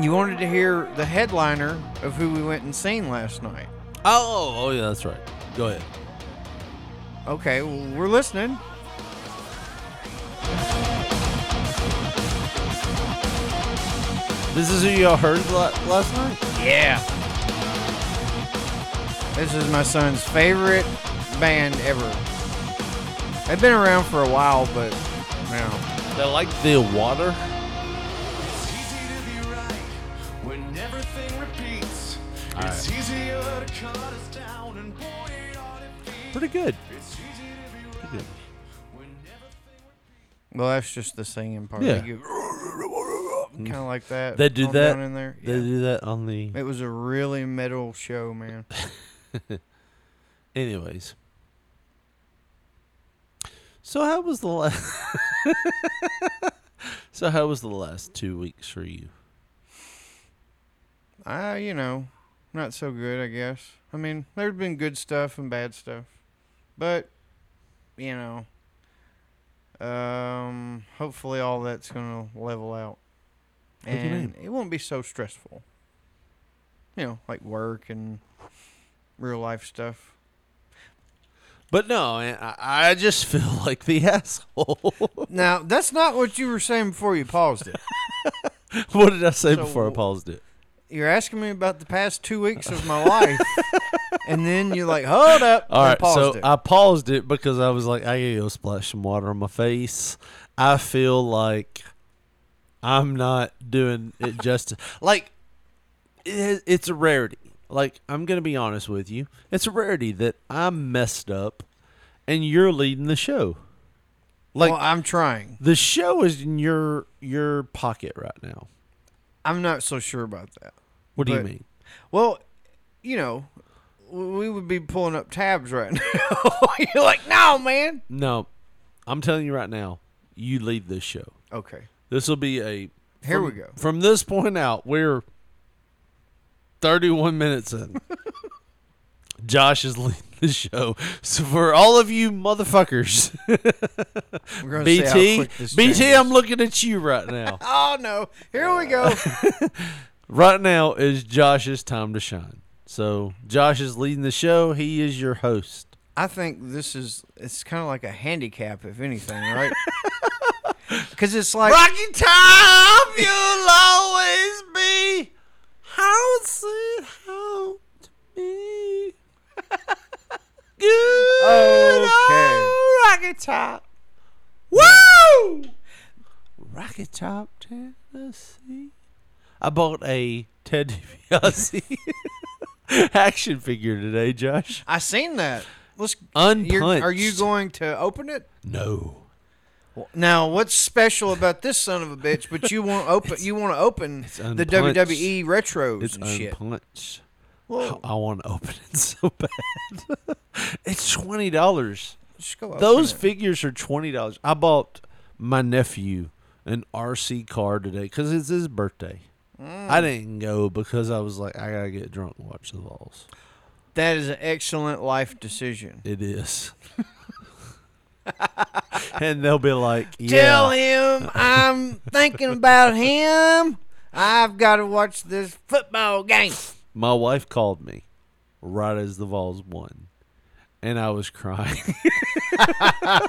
Speaker 4: You wanted to hear the headliner of who we went and seen last night.
Speaker 1: Oh, oh yeah, that's right. Go ahead.
Speaker 4: Okay, well, we're listening.
Speaker 1: This is who y'all heard la- last night.
Speaker 4: This is my son's favorite band ever. They've been around for a while, but now
Speaker 1: They like the water.
Speaker 5: It's easy to be right when everything repeats. It's easier to cut us down and point on it.
Speaker 1: Pretty good.
Speaker 5: It's easy to be
Speaker 1: Pretty good.
Speaker 5: when everything repeats.
Speaker 4: Well, that's just the singing part.
Speaker 1: Yeah.
Speaker 4: kind of like that.
Speaker 1: They do
Speaker 4: all
Speaker 1: that.
Speaker 4: down in there.
Speaker 1: They
Speaker 4: Yeah.
Speaker 1: do that on the.
Speaker 4: It was a really metal show, man.
Speaker 1: Anyways. So how was the last? so how was the last two weeks for you?
Speaker 4: I, you know, not so good, I guess. I mean, there's been good stuff and bad stuff, but you know, um, hopefully all that's gonna level out,
Speaker 1: What do you
Speaker 4: and it won't be so stressful. You know, like work and real life stuff.
Speaker 1: But no, I, I just feel like the asshole.
Speaker 4: Now, that's not what you were saying before you paused it.
Speaker 1: what did I say
Speaker 4: So
Speaker 1: before I
Speaker 4: wh-
Speaker 1: paused it?
Speaker 4: You're asking me about the past two weeks of my life, and then you're like, "Hold up!"
Speaker 1: All
Speaker 4: and
Speaker 1: right,
Speaker 4: paused
Speaker 1: so
Speaker 4: it.
Speaker 1: I paused it because I was like, I gotta go splash some water on my face. I feel like I'm not doing it justice. like, it, it's a rarity. Like, I'm gonna be honest with you, it's a rarity that I'm messed up, and you're leading the show. Like
Speaker 4: well, I'm trying.
Speaker 1: the show is in your your pocket right now.
Speaker 4: I'm not so sure about that.
Speaker 1: What do you
Speaker 4: But-
Speaker 1: mean?
Speaker 4: Well, you know, we would be pulling up tabs right now. You're like, no, man.
Speaker 1: No, I'm telling you right now, you lead this show.
Speaker 4: Okay,
Speaker 1: This will be a
Speaker 4: here we go.
Speaker 1: from this point out, we're 31 minutes in. Josh is leading the show. So for all of you motherfuckers,
Speaker 4: We're gonna see how
Speaker 1: BT,
Speaker 4: quick this
Speaker 1: BT,
Speaker 4: changes.
Speaker 1: I'm looking at you right now.
Speaker 4: Oh no, here we go.
Speaker 1: right now is Josh's time to shine. So Josh is leading the show. He is your host.
Speaker 4: I think this is it's kind of like a handicap, if anything, right? Because it's like
Speaker 1: Rocky Top, you'll always be. How's it home to me? Good
Speaker 4: Okay.
Speaker 1: old Rocky Top. Woo! Rocky Top, Tennessee. I bought a Ted DiBiase action figure today, Josh.
Speaker 4: I seen that. Let's. you're-
Speaker 1: Unpunched.
Speaker 4: Are you going to open it?
Speaker 1: No.
Speaker 4: Now, what's special about this son of a bitch? But you want open? You want to open the
Speaker 1: unpunched.
Speaker 4: WWE retros
Speaker 1: It's
Speaker 4: and shit?
Speaker 1: unpunched.
Speaker 4: Well,
Speaker 1: I want to open it so bad. it's twenty dollars.
Speaker 4: just go open
Speaker 1: Those
Speaker 4: it.
Speaker 1: figures are twenty dollars. I bought my nephew an RC car today because it's his birthday.
Speaker 4: Mm.
Speaker 1: I didn't go because I was like, I gotta get drunk and watch the balls.
Speaker 4: That is an excellent life decision.
Speaker 1: It is. and they'll be like, yeah.
Speaker 4: Tell him I'm thinking about him. I've got to watch this football game.
Speaker 1: My wife called me right as the Vols won, and I was crying.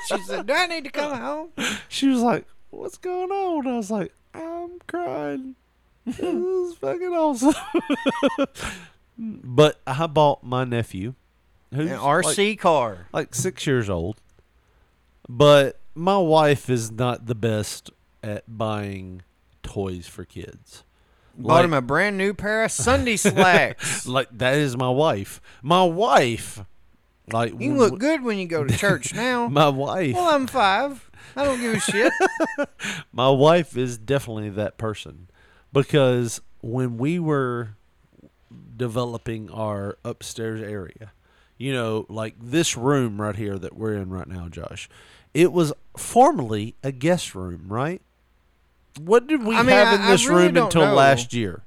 Speaker 4: She said, "Do I need to come home?"
Speaker 1: she was like, "What's going on?" I was like, "I'm crying. This is fucking awesome." but I bought my nephew, who's
Speaker 4: An
Speaker 1: like,
Speaker 4: RC car.
Speaker 1: like six years old, but my wife is not the best at buying toys for kids.
Speaker 4: Bought him a brand new pair of Sunday slacks.
Speaker 1: Like that is my wife. My wife, like
Speaker 4: you
Speaker 1: w-
Speaker 4: look good when you go to church now.
Speaker 1: My wife.
Speaker 4: Well, I'm five. I don't give a shit.
Speaker 1: my wife is definitely that person because when we were developing our upstairs area you know like this room right here that we're in right now josh it was formerly a guest room right what did we
Speaker 4: I mean,
Speaker 1: have
Speaker 4: I-
Speaker 1: in
Speaker 4: I
Speaker 1: this
Speaker 4: really
Speaker 1: room
Speaker 4: don't
Speaker 1: until
Speaker 4: know.
Speaker 1: last year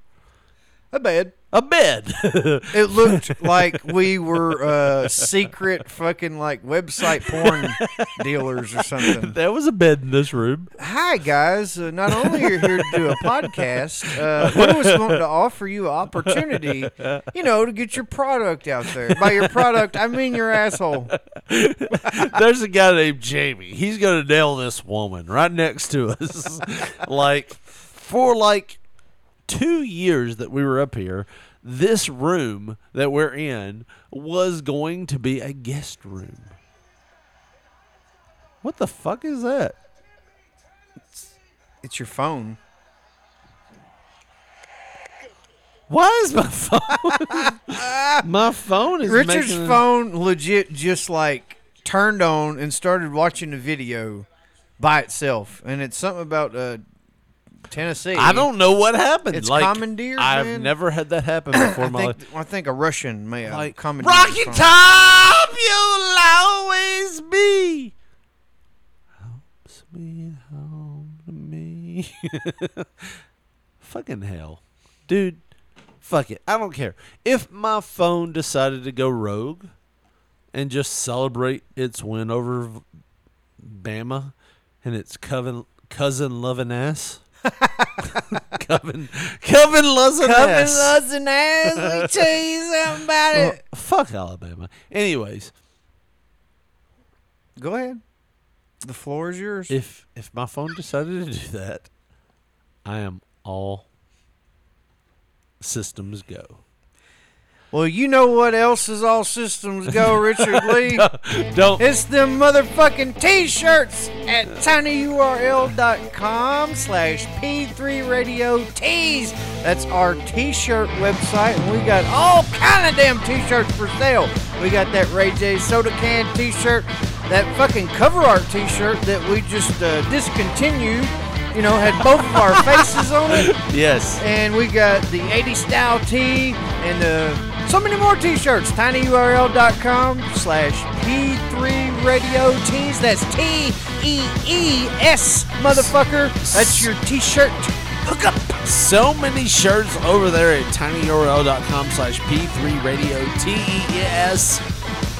Speaker 4: A bed.
Speaker 1: a bed
Speaker 4: It looked like we were uh, secret fucking like website porn dealers or something.
Speaker 1: there was a bed in this room
Speaker 4: Hi guys! Uh, not only are you here to do a podcast, uh, we was going to offer you an opportunity, you know, to get your product out there. By your product, I mean your asshole.
Speaker 1: There's a guy named Jamie. He's gonna nail this woman right next to us. like for like two years that we were up here, this room that we're in was going to be a guest room. What the fuck is that?
Speaker 4: It's your phone.
Speaker 1: Why is my phone? my phone is
Speaker 4: Richard's
Speaker 1: making-
Speaker 4: phone legit just like turned on and started watching a video by itself, and it's something about uh, Tennessee.
Speaker 1: I don't know what happened.
Speaker 4: It's
Speaker 1: like,
Speaker 4: commandeered,
Speaker 1: I've
Speaker 4: man.
Speaker 1: never had that happen before
Speaker 4: I
Speaker 1: in my
Speaker 4: think,
Speaker 1: life.
Speaker 4: I think a Russian may have
Speaker 1: Like,
Speaker 4: commandeered
Speaker 1: Rocky
Speaker 4: the song.
Speaker 1: Top, you'll always be. Home sweet home to me. Fucking hell. Dude, fuck it. I don't care. If my phone decided to go rogue and just celebrate its win over V- Bama and its coven, cousin loving ass. coven, coven loving
Speaker 4: Coming
Speaker 1: ass.
Speaker 4: us an ass, we tell you something about
Speaker 1: Well,
Speaker 4: it.
Speaker 1: fuck Alabama. Anyways,
Speaker 4: Go ahead. The floor is yours.
Speaker 1: if if my phone decided to do that, I am all systems go.
Speaker 4: well, you know what else is all systems go, Richard Lee?
Speaker 1: Don't
Speaker 4: It's them motherfucking t-shirts at tinyurl.com slash p3radio tees. That's our t-shirt website, and we got all kind of damn t-shirts for sale. We got that Ray J soda can t-shirt, that fucking cover art t-shirt that we just uh, discontinued. You know, had both of our faces on it
Speaker 1: yes.
Speaker 4: and we got the 80 style tee and uh, so many more t-shirts tinyurl.com slash p3 radio tees that's t-e-e-s motherfucker that's your t-shirt
Speaker 1: Hook up so many shirts over there at tinyurl.com slash p3 radio E T-E-S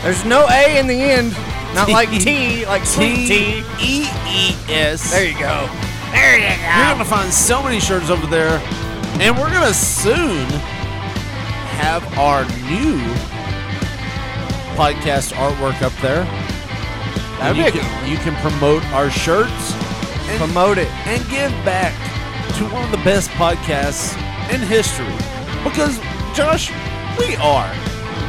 Speaker 4: there's no a in the end not like
Speaker 1: E
Speaker 4: t like sweet tea.
Speaker 1: T-E-E-S.
Speaker 4: there you go
Speaker 1: You're gonna find so many shirts over there, and we're gonna soon have our new podcast artwork up there. And
Speaker 4: That'd
Speaker 1: you
Speaker 4: be a
Speaker 1: can, you can promote our shirts
Speaker 4: promote it
Speaker 1: and give back to one of the best podcasts in history. Because, Josh, we are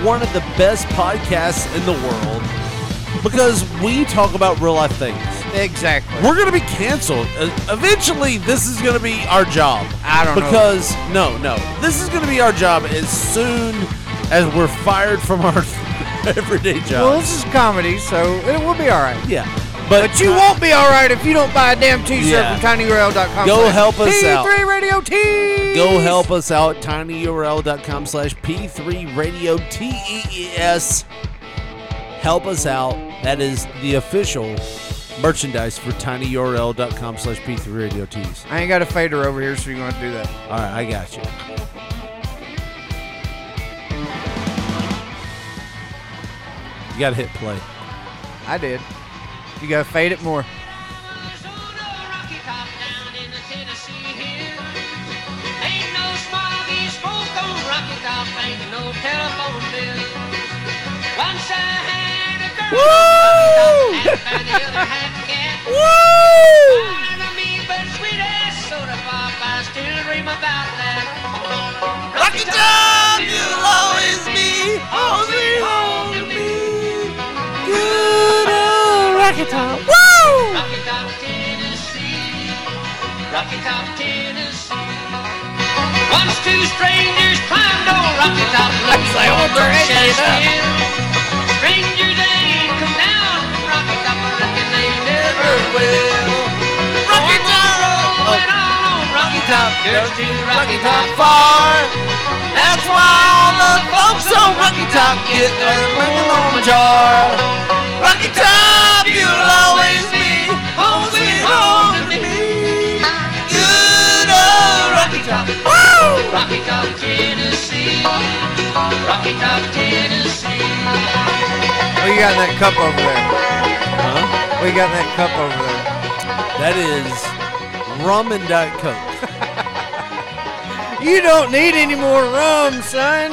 Speaker 1: one of the best podcasts in the world because we talk about real life things.
Speaker 4: exactly
Speaker 1: We're gonna be canceled. Uh, eventually, this is gonna be our job.
Speaker 4: I don't know.
Speaker 1: because, know because no, no, this is gonna be our job as soon as we're fired from our everyday
Speaker 4: well
Speaker 1: jobs.
Speaker 4: this is comedy so it will be all right
Speaker 1: yeah, but,
Speaker 4: but you won't be all right if you don't buy a damn t-shirt
Speaker 1: Yeah.
Speaker 4: from tinyurl.com
Speaker 1: Go
Speaker 4: slash
Speaker 1: help us out.
Speaker 4: p3 radio tees
Speaker 1: Go help us out. tinyurl.com slash p3 radio tees. Help us out. That is the official merchandise for tinyurl.com slash p3 radio tees.
Speaker 4: I ain't got a fader over here, so you're gonna have to do that.
Speaker 1: All right, I got you. You gotta hit play.
Speaker 4: I did. You gotta fade it more.
Speaker 1: Rocky Top, you'll always be home sweet home to me. Good old Rocky Top. Woo!
Speaker 8: Rocky Top, Tennessee. Rocky Top, Tennessee. Once two strangers climbed on Rocky Top looking for precious hill. Strangers that ain't come down from Rocky Top, I reckon they never will. Rocky Top, rolling on on Rocky Top, girls to Rocky Top far. That's why all the folks on Rocky Top get their money on the jar. Rocky Top, you'll always be home sweet home to me. Good old Rocky Top, woo! Rocky Top, Tennessee. Rocky Top, Tennessee.
Speaker 4: What you got in that cup over there? What you got in that cup over there?
Speaker 1: That is rum and Diet Coke.
Speaker 4: You don't need any more rum, son.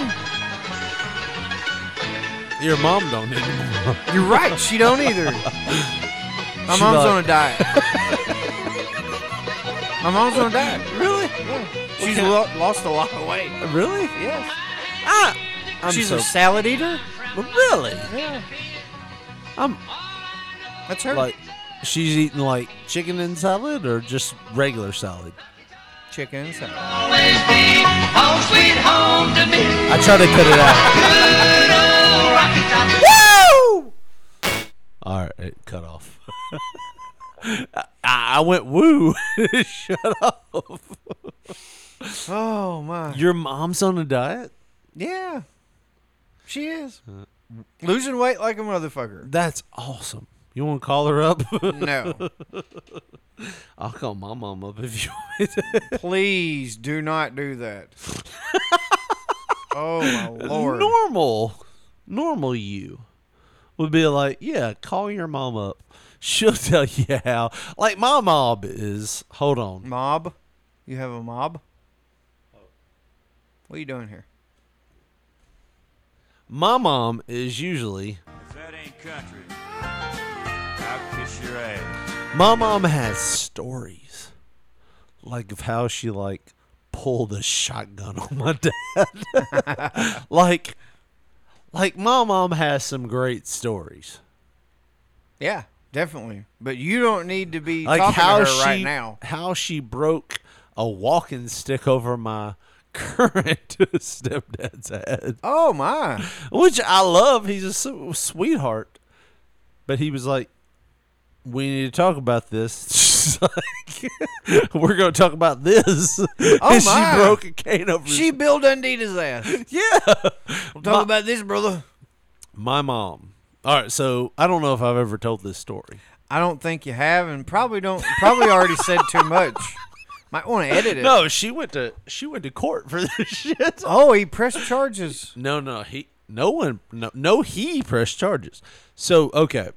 Speaker 1: Your mom don't need it.
Speaker 4: You're right. She don't either. My
Speaker 1: She
Speaker 4: mom's
Speaker 1: like-
Speaker 4: on a diet. My mom's on a diet.
Speaker 1: Really?
Speaker 4: She's lo- lost a lot of weight.
Speaker 1: Really?
Speaker 4: Yes.
Speaker 1: Ah, I'm
Speaker 4: She's
Speaker 1: so,
Speaker 4: a salad eater.
Speaker 1: really.
Speaker 4: Yeah.
Speaker 1: I'm
Speaker 4: That's her.
Speaker 1: like, she's eating like chicken and salad or just regular salad.
Speaker 4: chicken salad.
Speaker 8: Always be home sweet home to me.
Speaker 1: I try to cut it out.
Speaker 8: Good old Rocky Top.
Speaker 1: All right, it cut off. I, I went woo. Shut up.
Speaker 4: Oh my.
Speaker 1: Your mom's on a diet?
Speaker 4: yeah. She is. Losing weight like a motherfucker.
Speaker 1: That's awesome. You want to call her up?
Speaker 4: No.
Speaker 1: I'll call my mom up if you want.
Speaker 4: Please do not do that. oh my lord.
Speaker 1: normal normal you would be like yeah call your mom up she'll tell you how like my mom is hold on
Speaker 4: mob? You have a mob? What are you doing here?
Speaker 1: my mom is usually
Speaker 5: That ain't country. I'll kiss your ass.
Speaker 1: my mom has stories like of how she like pulled a shotgun on my dad like like my mom has some great stories
Speaker 4: Yeah, definitely. But you don't need to be
Speaker 1: like
Speaker 4: talking
Speaker 1: how
Speaker 4: to her
Speaker 1: she
Speaker 4: right now.
Speaker 1: how she broke a walking stick over my current stepdad's head,
Speaker 4: Oh my.
Speaker 1: which I love. He's a su- sweetheart, but he was like, "We need to talk about this." She's like, "We're going to talk about this."
Speaker 4: Oh,
Speaker 1: and
Speaker 4: my.
Speaker 1: She broke a cane over. his-
Speaker 4: She Bill Dundee's ass.
Speaker 1: yeah.
Speaker 4: We'll talk about this, brother.
Speaker 1: My mom. All right, so I don't know if I've ever told this story.
Speaker 4: I don't think you have, and probably don't. Probably already said too much. Might want to edit it.
Speaker 1: No, she went to she went to court for this shit.
Speaker 4: Oh, he pressed charges.
Speaker 1: No, no, he, no one, no, no, he pressed charges. So okay,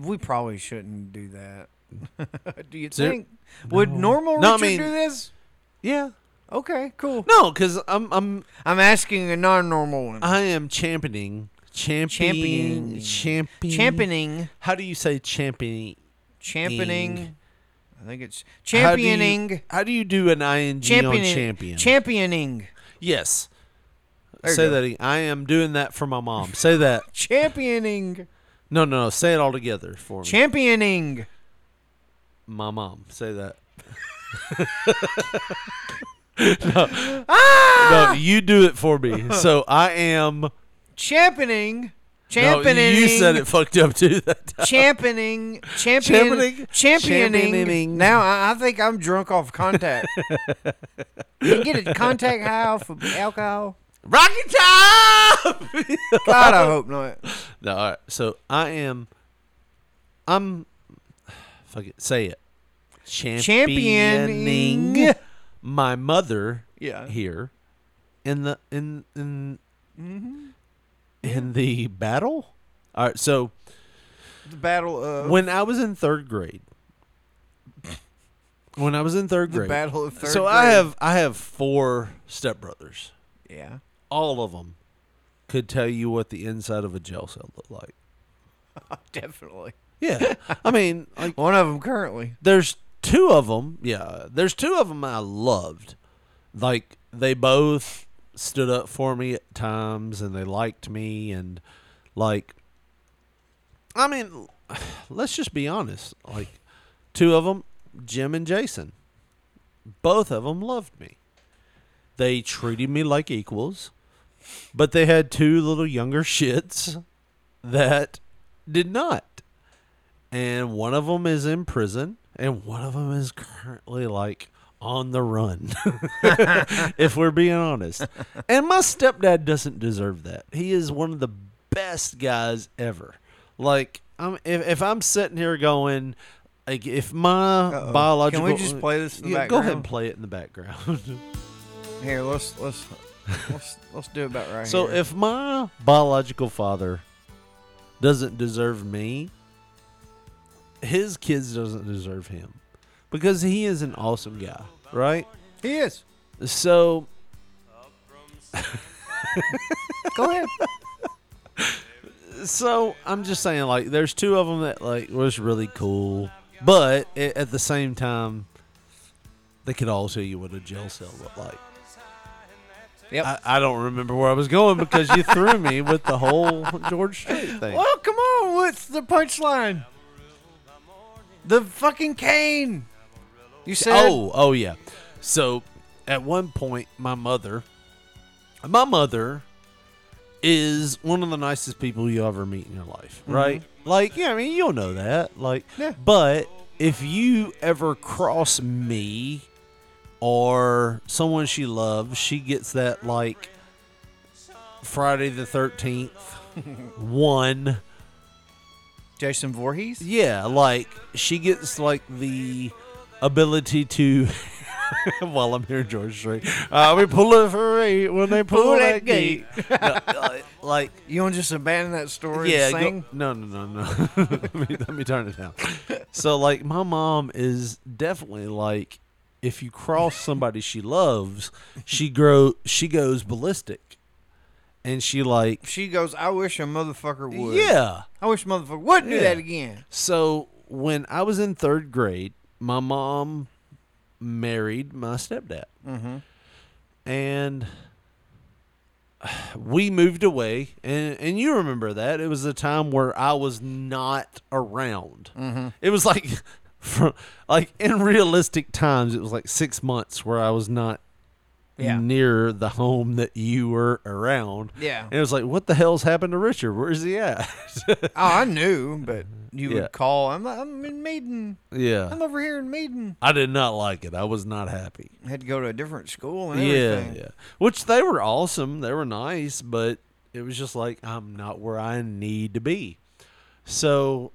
Speaker 4: We probably shouldn't do that. do you
Speaker 1: there-
Speaker 4: think? Would normal
Speaker 1: No, I
Speaker 4: Richard
Speaker 1: mean-
Speaker 4: do this?
Speaker 1: yeah,
Speaker 4: Okay, cool.
Speaker 1: no, because I'm, I'm,
Speaker 4: I'm asking a non-normal one.
Speaker 1: I am championing, championing,
Speaker 4: Championing.
Speaker 1: champion,
Speaker 4: championing,
Speaker 1: How do you say championing?
Speaker 4: championing. I think it's
Speaker 1: How do you-
Speaker 4: championing.
Speaker 1: How do you do an ing on
Speaker 4: Championing.
Speaker 1: champion?
Speaker 4: Championing.
Speaker 1: yes.
Speaker 4: There you
Speaker 1: say
Speaker 4: go.
Speaker 1: that. again. I am doing that for my mom. Say that.
Speaker 4: Championing.
Speaker 1: No, no, no. Say it all together for me.
Speaker 4: Championing.
Speaker 1: my mom. Say that.
Speaker 4: Ah!
Speaker 1: no. no, you do it for me. So I am.
Speaker 4: Championing.
Speaker 1: No,
Speaker 4: Championing.
Speaker 1: you said it fucked up too that time.
Speaker 4: championing,
Speaker 1: Championing?
Speaker 4: championing, championing.
Speaker 1: Championing.
Speaker 4: Now I, I think I'm drunk off contact. you get a contact high off of alcohol?
Speaker 1: Rocket time!
Speaker 4: God, I hope not.
Speaker 1: no, all right. So I am. I'm. Fuck it. Say it.
Speaker 4: Championing.
Speaker 1: Championing my mother
Speaker 4: Yeah.
Speaker 1: here in the in in
Speaker 4: Mm-hmm.
Speaker 1: in the battle. All right. So
Speaker 4: The battle of
Speaker 1: when I was in third grade. When I was in third
Speaker 4: the
Speaker 1: grade,
Speaker 4: battle of third.
Speaker 1: so I
Speaker 4: grade.
Speaker 1: have I have four stepbrothers.
Speaker 4: yeah.
Speaker 1: All of them could tell you what the inside of a jail cell looked like.
Speaker 4: Definitely.
Speaker 1: Yeah, I mean, like
Speaker 4: One of them currently.
Speaker 1: there's two of them. Yeah, there's two of them I loved. Like they both stood up for me at times, and they liked me, and like, I mean, let's just be honest. Like, two of them, Jim and Jason, both of them loved me. They treated me like equals, but they had two little younger
Speaker 4: Uh-huh.
Speaker 1: shits that did not and one of them is in prison, and one of them is currently like on the run. if we're being honest, and my stepdad doesn't deserve that. He is one of the best guys ever. Like, I'm if, if I'm sitting here going, like, if my biological,
Speaker 4: just play this in the
Speaker 1: Yeah, Go ahead and
Speaker 4: background?
Speaker 1: play it in the background.
Speaker 4: Here, let's let's let's let's do about right.
Speaker 1: So
Speaker 4: here.
Speaker 1: if my biological father doesn't deserve me, his kids doesn't deserve him because he is an awesome guy, right?
Speaker 4: he is,
Speaker 1: So
Speaker 4: go ahead.
Speaker 1: so I'm just saying like there's two of them that like was really cool, but a- at the same time they could all tell you what a jail cell looked like.
Speaker 4: Yep.
Speaker 1: I, I don't remember where I was going because you threw me with the whole George Strait thing.
Speaker 4: well, come on. What's the punchline? The fucking cane. You said.
Speaker 1: Oh, oh yeah. So at one point, my mother, my mother is one of the nicest people you ever meet in your life, right? Like, yeah, I mean, you'll know that. Like,
Speaker 4: Mm-hmm. Yeah.
Speaker 1: but if you ever cross me or someone she loves, she gets that like Friday the 13th one.
Speaker 4: Jason Voorhees?
Speaker 1: Yeah, like she gets like the ability to. while I'm here, George Strait, uh, we pull it for eight when they pull,
Speaker 4: Pull
Speaker 1: that
Speaker 4: that
Speaker 1: gate. No, like- like,
Speaker 4: You want to just abandon that story
Speaker 1: yeah,
Speaker 4: and
Speaker 1: go-
Speaker 4: sing?
Speaker 1: no, no, no, no. let, me, let me turn it down. So, like, my mom is definitely like, if you cross somebody she loves, she grow, she goes ballistic, and she like,
Speaker 4: She goes, I wish a motherfucker would.
Speaker 1: yeah.
Speaker 4: I wish motherfucker wouldn't
Speaker 1: Yeah.
Speaker 4: do that again.
Speaker 1: So when I was in third grade, my mom married my stepdad,
Speaker 4: Mm-hmm.
Speaker 1: and we moved away. And and you remember that it was a time where I was not around.
Speaker 4: Mm-hmm.
Speaker 1: It was like, from, like in realistic times, it was like six months where I was not.
Speaker 4: Yeah.
Speaker 1: Near the home that you were around.
Speaker 4: Yeah.
Speaker 1: And it was like, what the hell's happened to Richard? Where's he at?
Speaker 4: Oh, I knew, but you
Speaker 1: Yeah.
Speaker 4: would call. I'm, I'm in Maiden.
Speaker 1: yeah.
Speaker 4: I'm over here in Maiden.
Speaker 1: I did not like it. I was not happy.
Speaker 4: Had to go to a different school and
Speaker 1: Yeah,
Speaker 4: everything.
Speaker 1: yeah. Which they were awesome. They were nice, but it was just like I'm not where I need to be. So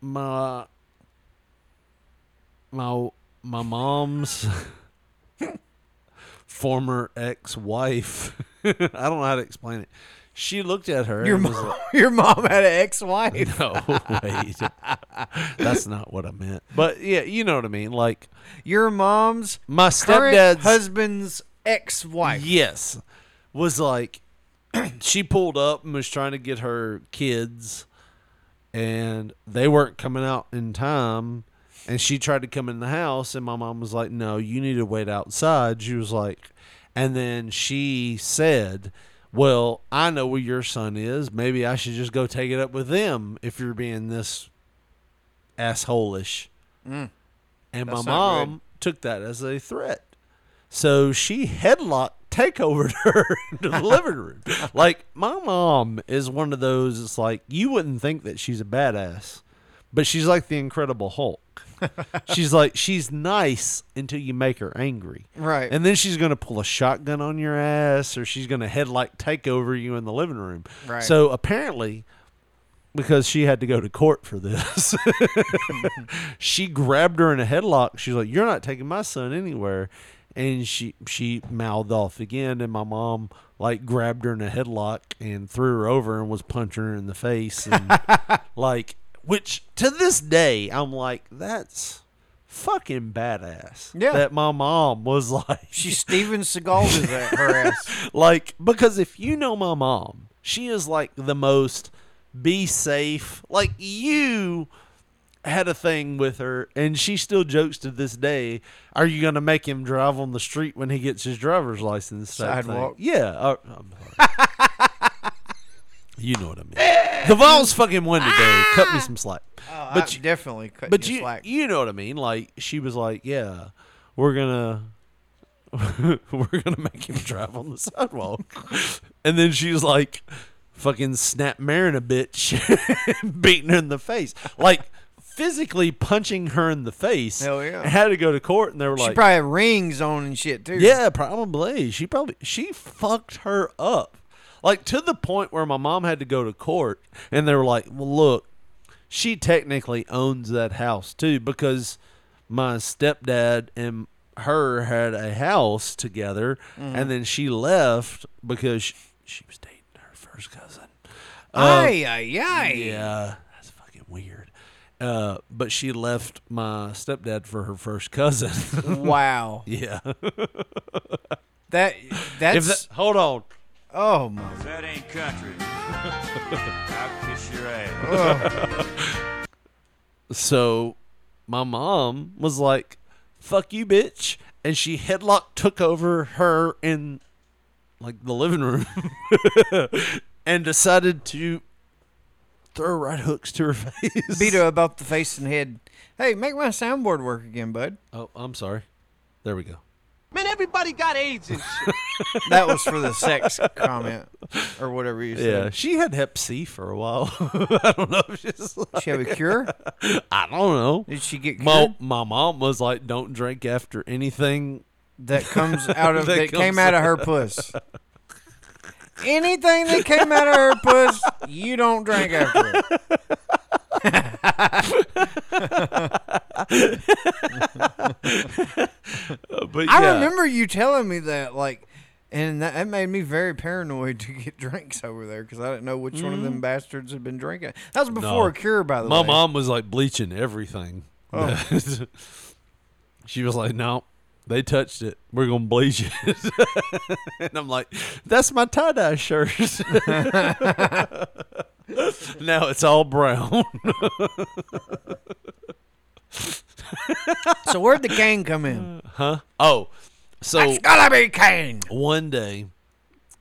Speaker 1: my my my mom's former ex-wife. I don't know how to explain it. She looked at her.
Speaker 4: Your
Speaker 1: and was
Speaker 4: mom,
Speaker 1: like-
Speaker 4: your mom had an ex-wife.
Speaker 1: no, wait. That's not what I meant. But yeah, you know what I mean. Like
Speaker 4: Your mom's
Speaker 1: my
Speaker 4: current
Speaker 1: stepdad's
Speaker 4: husband's ex-wife.
Speaker 1: Yes. Was like she pulled up and was trying to get her kids and they weren't coming out in time and she tried to come in the house and my mom was like, "No, you need to wait outside." She was like and then she said, "Well, I know where your son is. Maybe I should just go take it up with them if you're being this assholish." And my
Speaker 4: Mm. That's not
Speaker 1: mom took that as a threat. So she headlocked takeovered her into the living room. Like my mom is one of those. It's like you wouldn't think that she's a badass, but she's like the Incredible Hulk. she's like she's nice until you make her angry,
Speaker 4: Right.
Speaker 1: And then she's gonna pull a shotgun on your ass, or she's gonna headlock take over you in the living room.
Speaker 4: Right.
Speaker 1: So apparently, because she had to go to court for this. she grabbed her in a headlock. She's like, "You're not taking my son anywhere," and she she mouthed off again. And my mom like grabbed her in a headlock and threw her over and was punching her in the face. And like, which to this day, I'm like, that's fucking badass.
Speaker 4: Yeah.
Speaker 1: that my mom was like,
Speaker 4: She Steven Seagal is at her ass.
Speaker 1: like because if you know my mom she is like the most be safe like you had a thing with her and she still jokes to this day are you going to make him drive on the street when he gets his driver's license type thing?
Speaker 4: Sidewalk.
Speaker 1: yeah uh, I'm sorry. you know what i mean the vols fucking won today cut me some slack
Speaker 4: But you Oh, definitely cut
Speaker 1: but
Speaker 4: you
Speaker 1: you
Speaker 4: slack.
Speaker 1: you know what I mean. Like she was like, "Yeah, we're gonna we're gonna make him drive on the sidewalk," and then she was like, "Fucking snap marrying a bitch, beating her in the face, like physically punching her in the face."
Speaker 4: Hell yeah.
Speaker 1: And had to go to court, and they were
Speaker 4: she
Speaker 1: like,
Speaker 4: probably had rings on and shit too.
Speaker 1: yeah, probably. She probably she fucked her up. Like to the point where my mom had to go to court and they were like, "Well, look, she technically owns that house too because my stepdad and her had a house together and then she left because she, she was dating her first cousin."
Speaker 4: Ay, ay, ay.
Speaker 1: Yeah, that's fucking weird. Uh, but she left my stepdad for her first cousin.
Speaker 4: Wow.
Speaker 1: yeah.
Speaker 4: That
Speaker 1: If
Speaker 4: that's
Speaker 1: that, hold on.
Speaker 4: oh my.
Speaker 5: That ain't country. I'll kiss your ass.
Speaker 1: So my mom was like, fuck you, bitch. And she headlock took over her in like the living room and decided to throw right hooks to her face.
Speaker 4: Beat her about the face and head. Hey, make my soundboard work again, bud.
Speaker 1: Oh, I'm sorry. There we go.
Speaker 9: Man, everybody got AIDS and shit.
Speaker 4: That was for the sex comment or whatever you said.
Speaker 1: Yeah, she had Hep C for a while. I don't know if she's. Like,
Speaker 4: She have a cure?
Speaker 1: I don't know.
Speaker 4: Did she get
Speaker 1: My,
Speaker 4: cured?
Speaker 1: my mom was like, "Don't drink after anything
Speaker 4: that comes out of- that came
Speaker 1: comes
Speaker 4: out of her puss." Anything that came out of her puss, you don't drink after it.
Speaker 1: but
Speaker 4: I
Speaker 1: yeah.
Speaker 4: remember you telling me that, like, and that, that made me very paranoid to get drinks over there because I didn't know which one of them bastards had been drinking. That was before
Speaker 1: Mm-hmm. No.
Speaker 4: a cure, by the
Speaker 1: my
Speaker 4: way.
Speaker 1: mom was like bleaching everything.
Speaker 4: Oh.
Speaker 1: she was like, "No, they touched it. We're gonna bleach it." and I'm like, "That's my tie dye shirt." now it's all brown.
Speaker 4: so where'd the cane come in?
Speaker 1: huh? Oh, so
Speaker 4: It's gotta be cane.
Speaker 1: One day,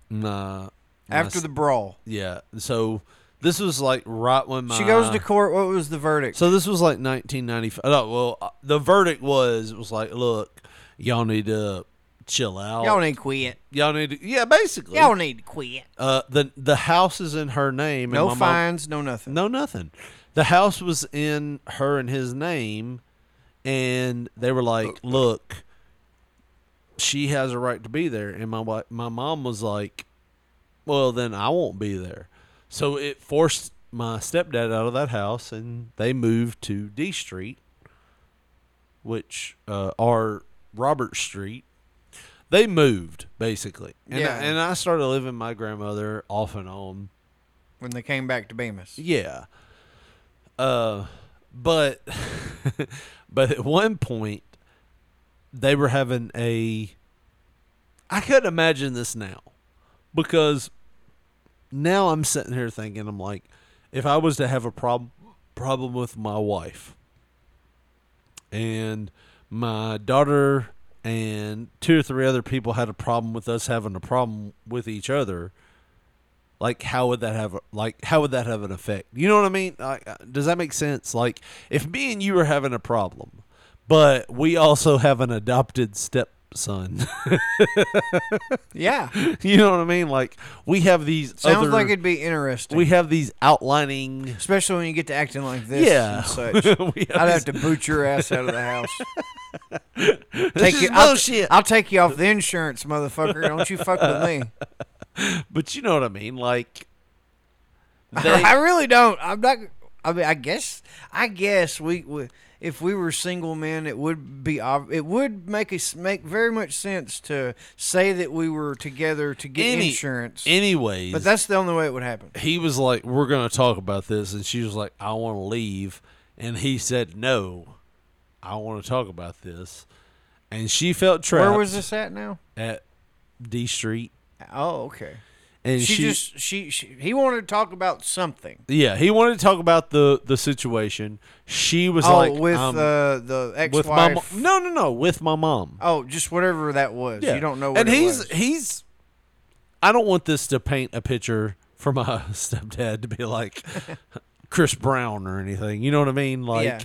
Speaker 1: nah.
Speaker 4: After the brawl.
Speaker 1: Yeah. So this was like right when my
Speaker 4: She goes to court. What was the verdict?
Speaker 1: So this was like 1995. No, well, uh, the verdict was it was like, look, y'all need to chill out.
Speaker 4: Y'all need to quit.
Speaker 1: Y'all need to, yeah, basically.
Speaker 4: Y'all need to quit.
Speaker 1: Uh, the the house is in her name.
Speaker 4: No
Speaker 1: and my mom-
Speaker 4: fines, no nothing.
Speaker 1: No nothing. The house was in her and his name, and they were like, "Look, she has a right to be there." And my wa- my mom was like, "Well, then I won't be there." So it forced my stepdad out of that house, and they moved to D Street, which uh, are Robert Street. They moved basically, and
Speaker 4: Yeah.
Speaker 1: I, and I started living with my grandmother off and on.
Speaker 4: When they came back to Bemis.
Speaker 1: Yeah. Uh, but but at one point they were having a. I couldn't imagine this now, because now I'm sitting here thinking I'm like, if I was to have a problem problem with my wife and my daughter and two or three other people had a problem with us having a problem with each other like how would that have a, like how would that have an effect you know what i mean like, uh, does that make sense like if me and you are having a problem but we also have an adopted stepson
Speaker 4: Yeah.
Speaker 1: you know what i mean like we have these
Speaker 4: Sounds
Speaker 1: other,
Speaker 4: like it'd be interesting.
Speaker 1: we have these outlining
Speaker 4: Especially when you get to acting like this
Speaker 1: Yeah.
Speaker 4: and such.
Speaker 1: We
Speaker 4: I'd have
Speaker 1: always-
Speaker 4: to boot your ass out of the house. take
Speaker 1: This
Speaker 4: you,
Speaker 1: is
Speaker 4: I'll,
Speaker 1: bullshit.
Speaker 4: I'll take you off the insurance, motherfucker. Don't you fuck with me.
Speaker 1: but you know what i mean like
Speaker 4: I really don't. I'm not. I mean, I guess. I guess we, we if we were single men, it would be. ob- It would make us make very much sense to say that we were together to get
Speaker 1: Any-
Speaker 4: insurance.
Speaker 1: anyways
Speaker 4: But that's the only way it would happen.
Speaker 1: he was like, "We're gonna talk about this," and she was like, "I want to leave," and he said, "No, I want to talk about this," and she felt trapped.
Speaker 4: Where was this at now?
Speaker 1: At D Street,
Speaker 4: Oh, okay.
Speaker 1: and
Speaker 4: she,
Speaker 1: she,
Speaker 4: just she, she he wanted to talk about something.
Speaker 1: yeah, he wanted to talk about the the situation. She was
Speaker 4: oh,
Speaker 1: like,
Speaker 4: with
Speaker 1: um,
Speaker 4: uh, the
Speaker 1: with my mo-
Speaker 4: ex-wife.
Speaker 1: no, no, no, with my mom.
Speaker 4: oh, just whatever that was.
Speaker 1: Yeah.
Speaker 4: You don't know. What
Speaker 1: And
Speaker 4: it
Speaker 1: he's
Speaker 4: was.
Speaker 1: he's. I don't want this to paint a picture for my stepdad to be like Chris Brown or anything. You know what I mean? Like,
Speaker 4: Yeah.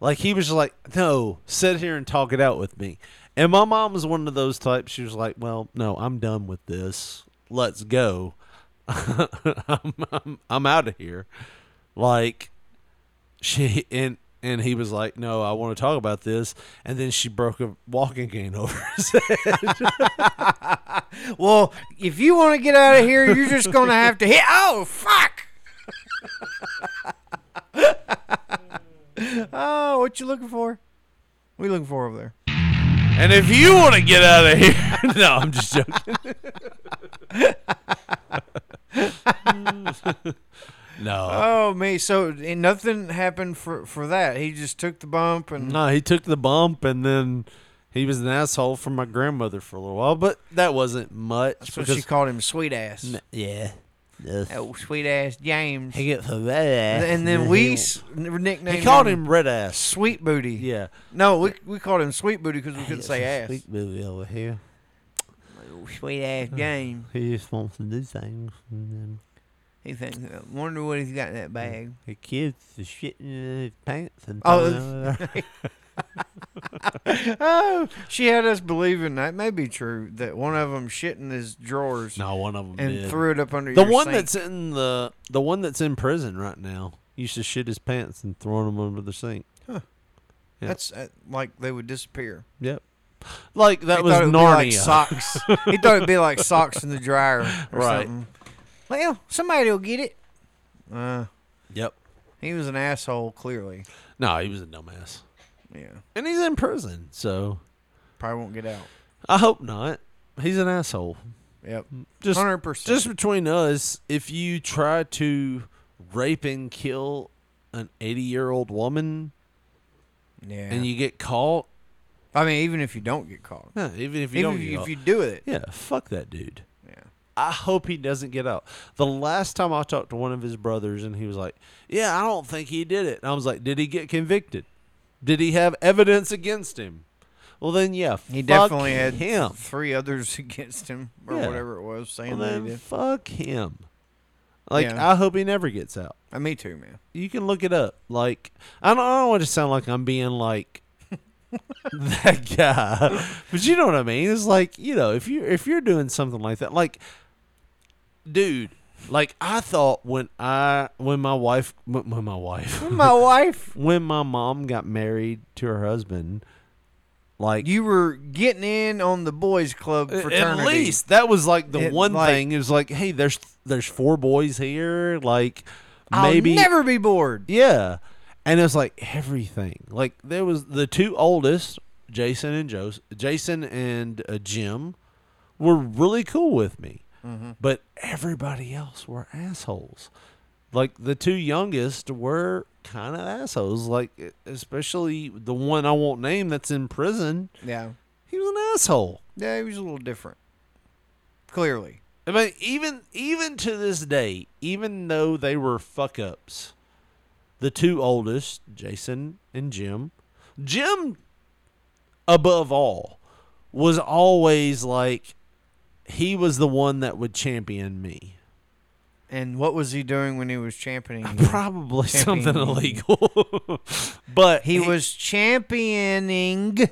Speaker 1: like he was like, no, sit here and talk it out with me. And my mom was one of those types. She was like, well, no, I'm done with this. Let's go. I'm, I'm, I'm out of here. Like, she and and he was like, "No, I want to talk about this." And then she broke a walking cane over his head.
Speaker 4: well, if you want to get out of here, you're just gonna have to hit. Oh fuck! oh, what you looking for? What you looking for over there?
Speaker 1: And if you want to get out of here, no, I'm just joking. no,
Speaker 4: Oh me, so and nothing happened for for that. He just took the bump and
Speaker 1: no, he took the bump, and then he was an asshole for my grandmother for a little while, but that wasn't much.
Speaker 4: that's what she called him, sweet ass.
Speaker 1: N- yeah. Yes.
Speaker 4: Oh, sweet ass James.
Speaker 1: He got the red ass.
Speaker 4: and then
Speaker 1: he-
Speaker 4: we s- nicknamed
Speaker 1: He called him red ass.
Speaker 4: Sweet Booty.
Speaker 1: Yeah.
Speaker 4: No, we we called him Sweet Booty because we couldn't say ass.
Speaker 1: Sweet movie over here.
Speaker 4: Oh, sweet ass James.
Speaker 1: He just wants to do things. And then
Speaker 4: He thinks, uh, wonder Hmm. what he's got in that bag.
Speaker 1: the kids are shitting in his pants and
Speaker 4: Oh,
Speaker 1: throwing it over there.
Speaker 4: oh, she had us believing that may be true that one of them shit in his drawers.
Speaker 1: No, one of them
Speaker 4: and
Speaker 1: did.
Speaker 4: threw it up under
Speaker 1: the
Speaker 4: your
Speaker 1: one
Speaker 4: sink.
Speaker 1: that's in the the one that's in prison right now. Used to shit his pants and throw them under the sink.
Speaker 4: Huh.
Speaker 1: Yeah.
Speaker 4: That's uh, like they would disappear.
Speaker 1: Yep. Like that
Speaker 4: He
Speaker 1: was
Speaker 4: thought it would be
Speaker 1: Narnia.
Speaker 4: like socks. he thought it'd be like socks in the dryer. Or
Speaker 1: Right.
Speaker 4: Something. Well, somebody'll get it. Uh,
Speaker 1: Yep.
Speaker 4: He was an asshole, clearly.
Speaker 1: No, he was a dumbass.
Speaker 4: Yeah.
Speaker 1: And he's in prison, so
Speaker 4: Probably won't get out.
Speaker 1: I hope not. He's an asshole.
Speaker 4: Yep.
Speaker 1: Just
Speaker 4: 100%.
Speaker 1: Just between us, if you try to rape and kill an 80-year-old woman
Speaker 4: Yeah.
Speaker 1: and you get caught,
Speaker 4: I mean, even if you don't get caught.
Speaker 1: no, even if you
Speaker 4: Even
Speaker 1: don't
Speaker 4: if
Speaker 1: get
Speaker 4: you- if
Speaker 1: caught-
Speaker 4: you do it.
Speaker 1: Yeah, fuck that dude.
Speaker 4: Yeah.
Speaker 1: I hope he doesn't get out. The last time I talked to one of his brothers and he was like, "Yeah, I don't think he did it." And I was like, "Did he get convicted? Did he have evidence against him?" Well, then yeah,
Speaker 4: He
Speaker 1: fuck
Speaker 4: definitely had
Speaker 1: him.
Speaker 4: three others against him or
Speaker 1: Yeah.
Speaker 4: whatever it was saying
Speaker 1: Well,
Speaker 4: that
Speaker 1: then
Speaker 4: he did.
Speaker 1: fuck him. Like
Speaker 4: Yeah.
Speaker 1: I hope he never gets out.
Speaker 4: Uh, me too, man.
Speaker 1: You can look it up. Like I don't, I don't want to sound like I'm being like that guy, but you know what I mean. It's like you know if you if you're doing something like that, like dude, like I thought when I when my wife when when my wife
Speaker 4: My wife,
Speaker 1: when my mom got married to her husband, like
Speaker 4: you were getting in on the boys club fraternity.
Speaker 1: at least that was like the
Speaker 4: It-
Speaker 1: one
Speaker 4: like-
Speaker 1: thing. It was like, hey, there's there's four boys here. Like
Speaker 4: I'll
Speaker 1: maybe
Speaker 4: never be bored.
Speaker 1: yeah. And it was like everything. Like there was the two oldest, Jason and Joseph, Jason and uh, Jim, were really cool with me, but everybody else were assholes. Like the two youngest were kind of assholes. Like e, especially the one I won't name that's in prison.
Speaker 4: Yeah.
Speaker 1: He was an asshole.
Speaker 4: Yeah, he was a little different. Clearly.
Speaker 1: I mean, even even to this day, even though they were fuck ups, the two oldest, Jason and Jim, Jim, above all, was always like he was the one that would champion me.
Speaker 4: And what was he doing when he was championing? you?
Speaker 1: Probably
Speaker 4: Champion
Speaker 1: something
Speaker 4: me.
Speaker 1: illegal, but
Speaker 4: He was championing.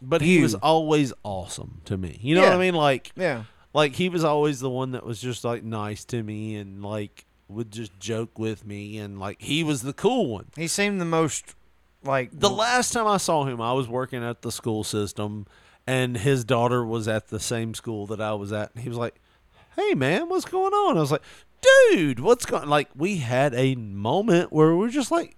Speaker 1: but he was
Speaker 4: you.
Speaker 1: always awesome to me. You know what
Speaker 4: Yeah.
Speaker 1: I mean? Like
Speaker 4: Yeah.
Speaker 1: like he was always the one that was just like nice to me and like would just joke with me and like he was the cool one.
Speaker 4: He seemed the most like
Speaker 1: The last time I saw him, I was working at the school system and his daughter was at the same school that I was at and he was like, "Hey man, what's going on?" I was like, "Dude, what's going like we had a moment where we are just like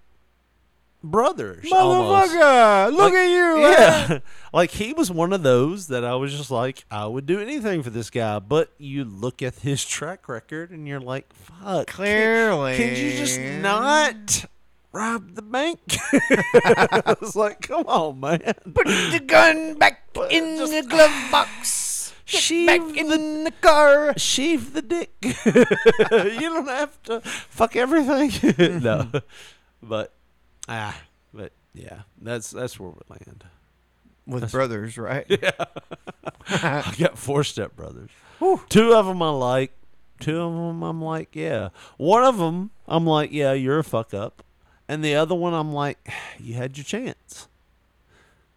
Speaker 1: brothers almost.
Speaker 4: motherfucker. Look
Speaker 1: Like,
Speaker 4: at you. man."
Speaker 1: Yeah. like he was one of those that I was just like, I would do anything for this guy. But you look at his track record and you're like, fuck. can-
Speaker 4: Clearly.
Speaker 1: Can, you just not rob the bank? I was like, come on, man.
Speaker 4: put the gun back in the glove box? Get
Speaker 1: She-
Speaker 4: back in the car.
Speaker 1: Sheave the dick. you don't have to fuck everything. no. But ah but yeah, that's that's where we land.
Speaker 4: With brothers, right?
Speaker 1: I got four stepbrothers. Two of them I like. Two of them I'm like, yeah. One of them I'm like, yeah, you're a fuck up, and the other one I'm like, you had your chance.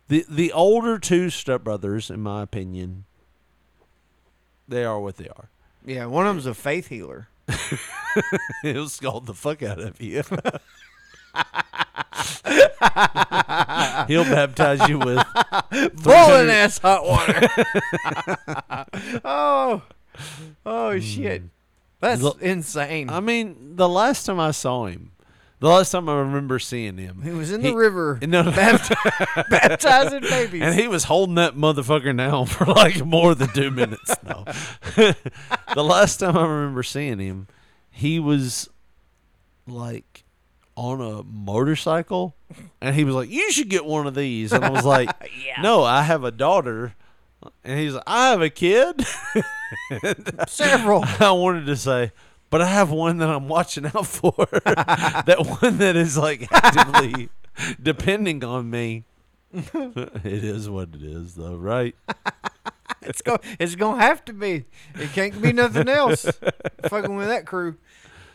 Speaker 1: The the older two stepbrothers, in my opinion, they are what they are.
Speaker 4: Yeah, one of them's a faith healer.
Speaker 1: it was called the fuck out of you. He'll baptize you with
Speaker 4: Boiling ass hot water. oh, oh shit, that's
Speaker 1: Look,
Speaker 4: insane.
Speaker 1: I mean, the last time I saw him, the last time I remember seeing him,
Speaker 4: he was in the river
Speaker 1: No, no,
Speaker 4: bapt- baptizing babies.
Speaker 1: and he was holding that motherfucker down for like more than two minutes. No, the last time I remember seeing him, he was like on a motorcycle, and he was like, "You should get one of these," and I was like, "No, I have a daughter." And he's like, I have a kid.
Speaker 4: Several.
Speaker 1: I wanted to say, but I have one that I'm watching out for. that one that is like actively depending on me. it is what it is, though, right?
Speaker 4: It's going. It's gonna have to be. It can't be nothing else. Fucking with that crew.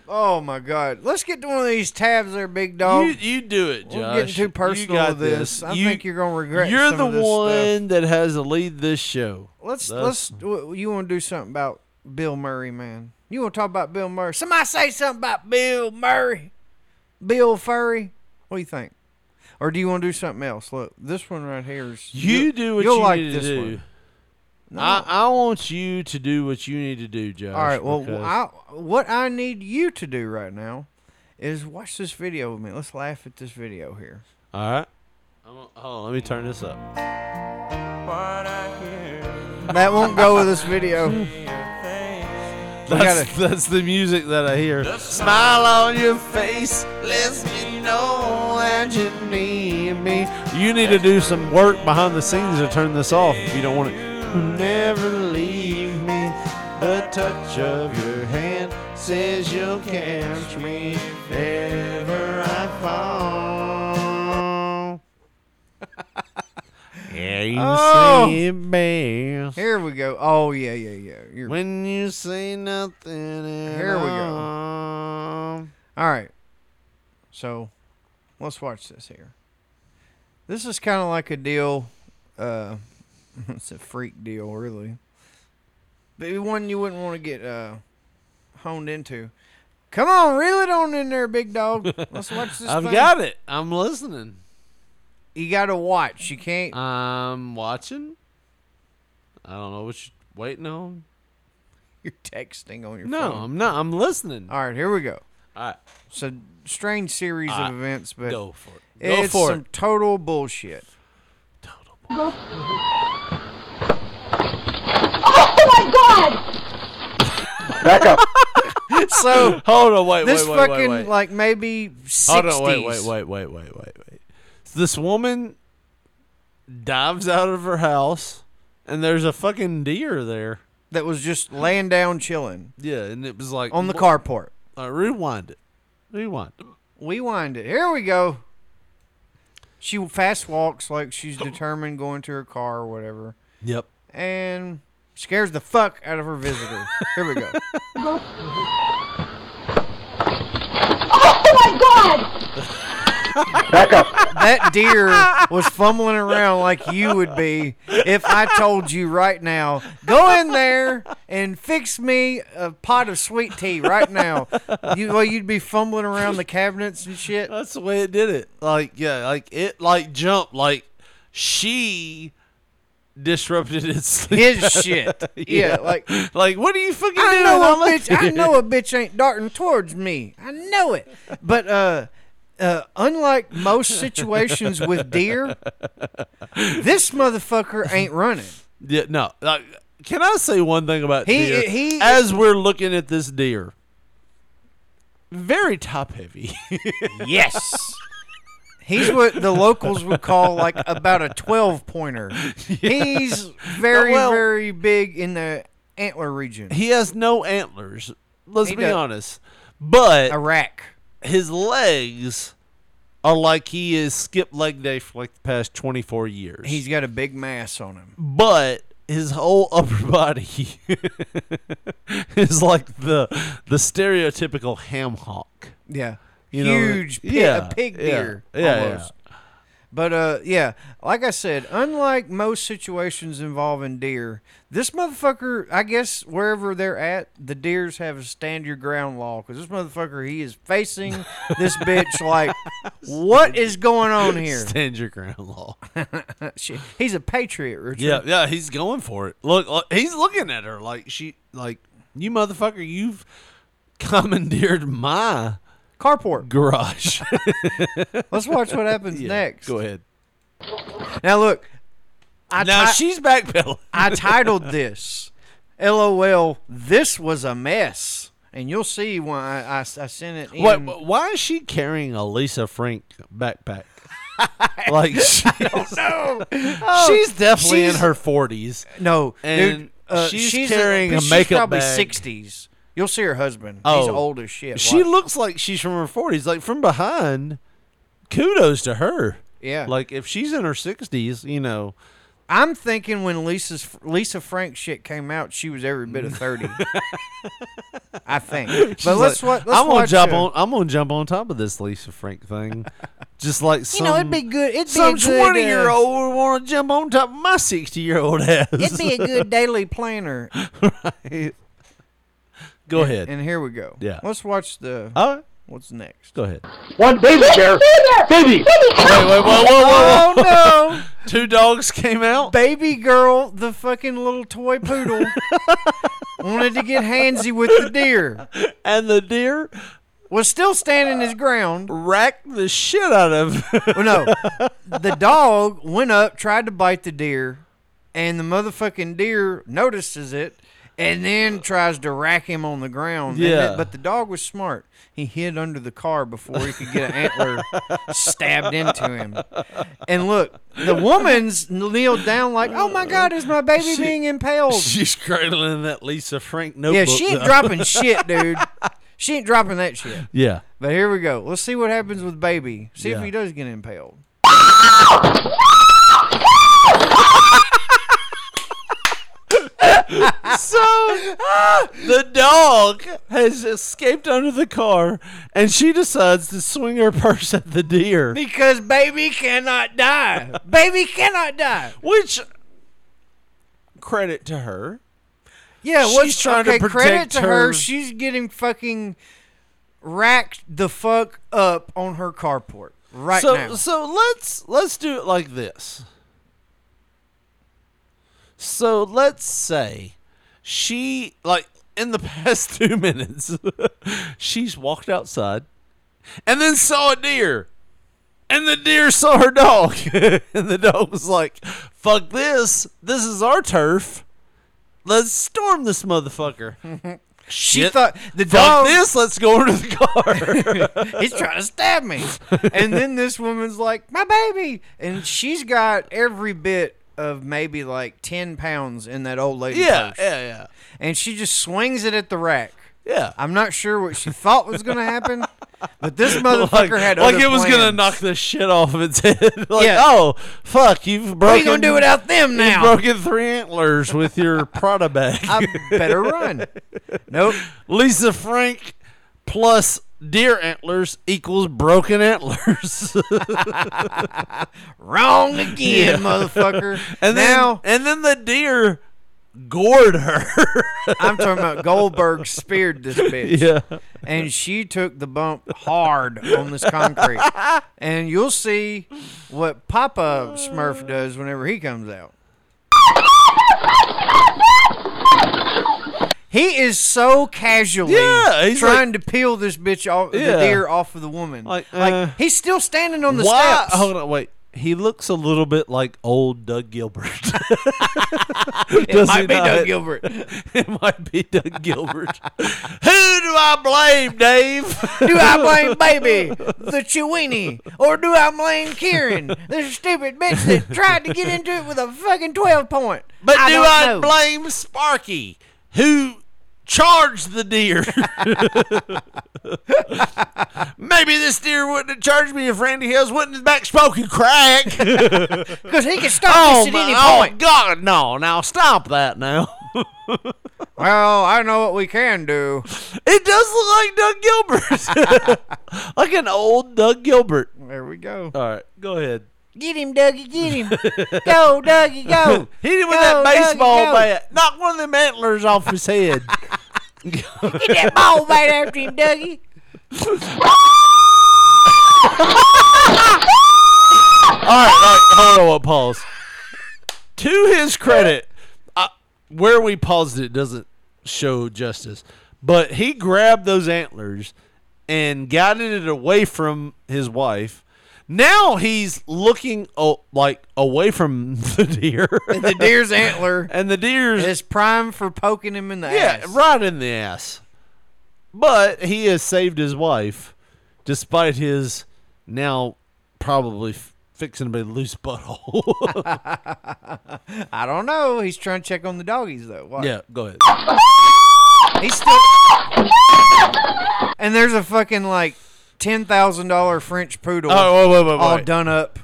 Speaker 4: Oh my God! Let's get to one of these tabs, there, big dog.
Speaker 1: You, you do it, Josh.
Speaker 4: We're Um, getting too
Speaker 1: You
Speaker 4: personal
Speaker 1: got
Speaker 4: with this. I think you're gonna regret
Speaker 1: You're
Speaker 4: some
Speaker 1: the
Speaker 4: of this
Speaker 1: one
Speaker 4: stuff.
Speaker 1: that has to lead this show.
Speaker 4: Let's
Speaker 1: That's-
Speaker 4: let's. w- You want to do something about Bill Murray, man? You want to talk about Bill Murray? Somebody say something about Bill Murray, Bill Furry. What do you think? Or do you want to do something else? Look, this one right here is.
Speaker 1: You do what
Speaker 4: you'll
Speaker 1: you
Speaker 4: like
Speaker 1: need
Speaker 4: this
Speaker 1: to do.
Speaker 4: One.
Speaker 1: I, I want you to do what you need to do, Josh.
Speaker 4: All right. Well,
Speaker 1: because-
Speaker 4: I, what I need you to do right now is watch this video with me. Let's laugh at this video here.
Speaker 1: all right. I'm, gonna- hold on, let me turn this up.
Speaker 4: That won't go with this video.
Speaker 1: That's,
Speaker 4: gotta-
Speaker 1: that's the music that I hear.
Speaker 8: Smile on your face, let me know that you need me.
Speaker 1: You need to do some work behind the scenes to turn this off if you don't want it.
Speaker 8: Never leave me. The touch of your hand says you'll catch me if ever I fall.
Speaker 1: Yeah, you
Speaker 4: Oh.
Speaker 1: see it best
Speaker 4: Here we go. Oh yeah, yeah, yeah. You're,
Speaker 1: when you say nothing. at
Speaker 4: here we go.
Speaker 1: all.
Speaker 4: All right. So, let's watch this here. This is kind of like a deal. Uh, it's a freak deal, really. But one you wouldn't want to get uh, honed into. Come on, reel it on in there, big dog. Let's watch this.
Speaker 1: I've
Speaker 4: thing.
Speaker 1: got it. I'm listening.
Speaker 4: You got to watch. You can't.
Speaker 1: Uh, I'm watching. I don't know what you're waiting on.
Speaker 4: You're texting on your
Speaker 1: No,
Speaker 4: phone.
Speaker 1: I'm not. I'm listening.
Speaker 4: All right, here we go.
Speaker 1: All right.
Speaker 4: It's a strange series
Speaker 1: All right.
Speaker 4: of events, but
Speaker 1: Go for it. Go
Speaker 4: it's
Speaker 1: for
Speaker 4: some total bullshit.
Speaker 7: Back up.
Speaker 4: So
Speaker 1: Hold on. Wait.
Speaker 4: this
Speaker 1: wait, wait,
Speaker 4: fucking
Speaker 1: wait, wait.
Speaker 4: like maybe sixties.
Speaker 1: Hold on. Wait. Wait. Wait. Wait. Wait. Wait. Wait. So this woman dives out of her house, and there's a fucking deer there.
Speaker 4: That was just laying down chilling
Speaker 1: Yeah, and it was like
Speaker 4: on the
Speaker 1: wha-
Speaker 4: carport.
Speaker 1: Uh, rewind it. Rewind.
Speaker 4: We wind it. Here we go. She fast walks like she's determined going to her car or whatever,
Speaker 1: Yep.
Speaker 4: and scares the fuck out of her visitor. Here we go.
Speaker 7: Back up.
Speaker 4: that deer was fumbling around like you would be if I told you right now, go in there and fix me a pot of sweet tea right now. You, well, you'd be fumbling around the cabinets and shit.
Speaker 1: That's the way it did it. Like yeah, like it like jumped like she disrupted its sleep.
Speaker 4: His shit. Yeah, like
Speaker 1: like what are you fucking
Speaker 4: I
Speaker 1: doing?
Speaker 4: know a
Speaker 1: Ollie?
Speaker 4: bitch. I know a bitch ain't darting towards me. I know it. But uh, uh, unlike most situations with deer, this motherfucker ain't running.
Speaker 1: Yeah, no. Like, can I say one thing about
Speaker 4: He-
Speaker 1: deer?
Speaker 4: he-
Speaker 1: As we're looking at this deer, very top heavy.
Speaker 4: Yes. He's what the locals would call like about a 12 pointer. He's very,
Speaker 1: Well-
Speaker 4: very big in the antler region.
Speaker 1: he has no antlers. Let's
Speaker 4: He
Speaker 1: be
Speaker 4: does-
Speaker 1: honest. But
Speaker 4: Iraq.
Speaker 1: his legs are like he is skip leg day for like the past 24 years.
Speaker 4: He's got a big mass on him.
Speaker 1: but his whole upper body is like the the stereotypical ham hock.
Speaker 4: Yeah.
Speaker 1: You know,
Speaker 4: Huge pi-
Speaker 1: yeah,
Speaker 4: a pig
Speaker 1: yeah,
Speaker 4: deer.
Speaker 1: yeah,
Speaker 4: almost. But uh yeah, like I said, unlike most situations involving deer, this motherfucker, I guess wherever they're at, the deers have a stand your ground law cuz this motherfucker he is facing this bitch like what is going on here?
Speaker 1: Stand your ground law.
Speaker 4: Shit. He's a patriot, Richard.
Speaker 1: yeah, yeah, he's going for it. Look, look, he's looking at her like she like you motherfucker, you've commandeered my
Speaker 4: Carport.
Speaker 1: garage.
Speaker 4: Let's watch what happens
Speaker 1: Yeah,
Speaker 4: next.
Speaker 1: Go ahead.
Speaker 4: Now look, I
Speaker 1: now
Speaker 4: ti-
Speaker 1: she's backpedaling.
Speaker 4: I titled this "LOL." This was a mess, and you'll see when I, I, I sent it. In.
Speaker 1: Wait, wh- why is she carrying a Lisa Frank backpack? like she's, she's definitely
Speaker 4: Oh, She's-
Speaker 1: in her forties.
Speaker 4: No, dude,
Speaker 1: And
Speaker 4: uh,
Speaker 1: she's
Speaker 4: she's
Speaker 1: carrying a
Speaker 4: she's
Speaker 1: makeup
Speaker 4: probably
Speaker 1: bag.
Speaker 4: sixties. You'll see her husband. He's
Speaker 1: Oh.
Speaker 4: old as shit.
Speaker 1: She
Speaker 4: Watch.
Speaker 1: looks like she's from her forties. Like from behind, kudos to her.
Speaker 4: Yeah.
Speaker 1: Like if she's in her sixties, you know,
Speaker 4: I'm thinking when Lisa's Lisa Frank shit came out, she was every bit of thirty. I think. But
Speaker 1: She's
Speaker 4: let's
Speaker 1: like,
Speaker 4: watch. Let's
Speaker 1: I'm gonna
Speaker 4: watch
Speaker 1: jump
Speaker 4: uh,
Speaker 1: on. I'm gonna jump on top of this Lisa Frank thing, just like some.
Speaker 4: You know, it'd be good. It'd
Speaker 1: some
Speaker 4: be a good, uh,
Speaker 1: year old would want to jump on top of my sixty year old ass.
Speaker 4: It'd be a good daily planner.
Speaker 1: right. Go
Speaker 4: And-
Speaker 1: ahead.
Speaker 4: And here we go.
Speaker 1: Yeah. Uh.
Speaker 4: Let's watch the.
Speaker 1: All right.
Speaker 4: What's next?
Speaker 1: Go ahead.
Speaker 7: One baby there. Baby.
Speaker 1: Wait, wait, whoa, whoa, whoa, whoa.
Speaker 4: Oh
Speaker 1: Two dogs came
Speaker 4: no!
Speaker 1: out.
Speaker 4: Baby girl, the fucking little toy poodle, wanted to get handsy with the deer.
Speaker 1: and the deer
Speaker 4: Was still standing his ground.
Speaker 1: racked the shit out of.
Speaker 4: Well, Oh, no, the dog went up, tried to bite the deer, and the motherfucking deer notices it, and then tries to rack him on the ground. And it-
Speaker 1: Yeah.
Speaker 4: but the dog was smart. He hid under the car before he could get an antler stabbed into him. And look, the woman's kneeled down like, "Oh my God, is my baby
Speaker 1: She-
Speaker 4: being impaled?"
Speaker 1: She's cradling that Lisa Frank
Speaker 4: Oh. yeah,
Speaker 1: notebook. Uh,
Speaker 4: she ain't
Speaker 1: though.
Speaker 4: dropping shit, dude. She ain't dropping that shit.
Speaker 1: Yeah.
Speaker 4: But here we go. Let's see what happens with baby. See if
Speaker 1: Yeah.
Speaker 4: he does get impaled.
Speaker 1: So the dog has escaped under the car, and she decides to swing her purse at the deer,
Speaker 4: Because baby cannot die. baby cannot die.
Speaker 1: which credit to her.
Speaker 4: Yeah,
Speaker 1: She's
Speaker 4: what's
Speaker 1: trying to
Speaker 4: okay, credit
Speaker 1: protect
Speaker 4: to her.
Speaker 1: her.
Speaker 4: She's getting fucking racked the fuck up on her carport right
Speaker 1: so
Speaker 4: now.
Speaker 1: so let's let's do it like this. So let's say she like in the past 2 minutes she's walked outside and then saw a deer. And the deer saw her dog. and the dog was like, "Fuck this. This is our turf. Let's storm this motherfucker."
Speaker 4: she
Speaker 1: Shit.
Speaker 4: thought the
Speaker 1: Fuck
Speaker 4: dog
Speaker 1: this. Let's go into the car.
Speaker 4: he's trying to stab me. and then this woman's like, My baby and she's got every bit of maybe like ten pounds in that old lady.
Speaker 1: yeah, yeah,
Speaker 4: purse.
Speaker 1: yeah.
Speaker 4: And she just swings it at the rack.
Speaker 1: Yeah.
Speaker 4: I'm not sure what she thought was gonna happen. But this motherfucker had
Speaker 1: like
Speaker 4: other
Speaker 1: it was gonna
Speaker 4: plans.
Speaker 1: knock the shit off of its head. like,
Speaker 4: Yeah.
Speaker 1: oh fuck, you've broken.
Speaker 4: What are you gonna do without them
Speaker 1: You've
Speaker 4: now?
Speaker 1: broken three antlers with your Prada bag.
Speaker 4: I better run. Nope.
Speaker 1: Lisa Frank plus deer antlers equals broken antlers.
Speaker 4: Wrong again, motherfucker.
Speaker 1: and
Speaker 4: now
Speaker 1: then, and then the deer gored her.
Speaker 4: I'm talking about Goldberg speared this bitch.
Speaker 1: yeah.
Speaker 4: And she took the bump hard on this concrete. and you'll see what Papa Smurf does whenever he comes out. He is so casually
Speaker 1: Yeah, he's
Speaker 4: trying to peel this bitch off the
Speaker 1: Yeah.
Speaker 4: deer off of the woman.
Speaker 1: Like, uh,
Speaker 4: he's still standing on the
Speaker 1: Why?
Speaker 4: steps.
Speaker 1: Hold on, wait. He looks a little bit like old Doug Gilbert. it
Speaker 4: might be Doug Gilbert.
Speaker 1: it might be Doug Gilbert. Who do I blame, Dave?
Speaker 4: Do I blame Baby, the Chewini, or do I blame Kieran, the stupid bitch that tried to get into it with a fucking 12 point?
Speaker 1: But do
Speaker 4: don't
Speaker 1: I
Speaker 4: know.
Speaker 1: blame Sparky, who charged the deer? Maybe this deer wouldn't have charged me if Randy Hills wouldn't have back spoken crack.
Speaker 4: Because he can stop
Speaker 1: oh,
Speaker 4: this at
Speaker 1: my,
Speaker 4: any
Speaker 1: oh,
Speaker 4: point.
Speaker 1: God, no. Now stop that now.
Speaker 4: Well, I know what we can do.
Speaker 1: It does look like Doug Gilbert. like an old Doug Gilbert.
Speaker 4: There we go.
Speaker 1: All right, go ahead.
Speaker 4: Get him, Dougie, get him. go, Dougie, go.
Speaker 1: Oh, Hit him with
Speaker 4: Go,
Speaker 1: that baseball
Speaker 4: Dougie, go.
Speaker 1: bat. Knock one of them antlers off his head.
Speaker 4: Get that ball right after him, Dougie.
Speaker 1: All right, all right, hold on, pause. To his credit, I, where we paused it doesn't show justice, but he grabbed those antlers and guided it away from his wife. Now he's looking oh, like away from the deer,
Speaker 4: The deer's antler
Speaker 1: and the deer's
Speaker 4: is prime for poking him in the
Speaker 1: yeah,
Speaker 4: ass.
Speaker 1: right in the ass. But he has saved his wife, despite his now probably f- fixing to be loose butthole.
Speaker 4: I don't know. He's trying to check on the doggies, though. Watch.
Speaker 1: Yeah, go ahead.
Speaker 4: He's still. And there's a fucking like ten thousand dollar French poodle
Speaker 1: Oh, wait, wait, wait,
Speaker 4: all
Speaker 1: wait.
Speaker 4: done up.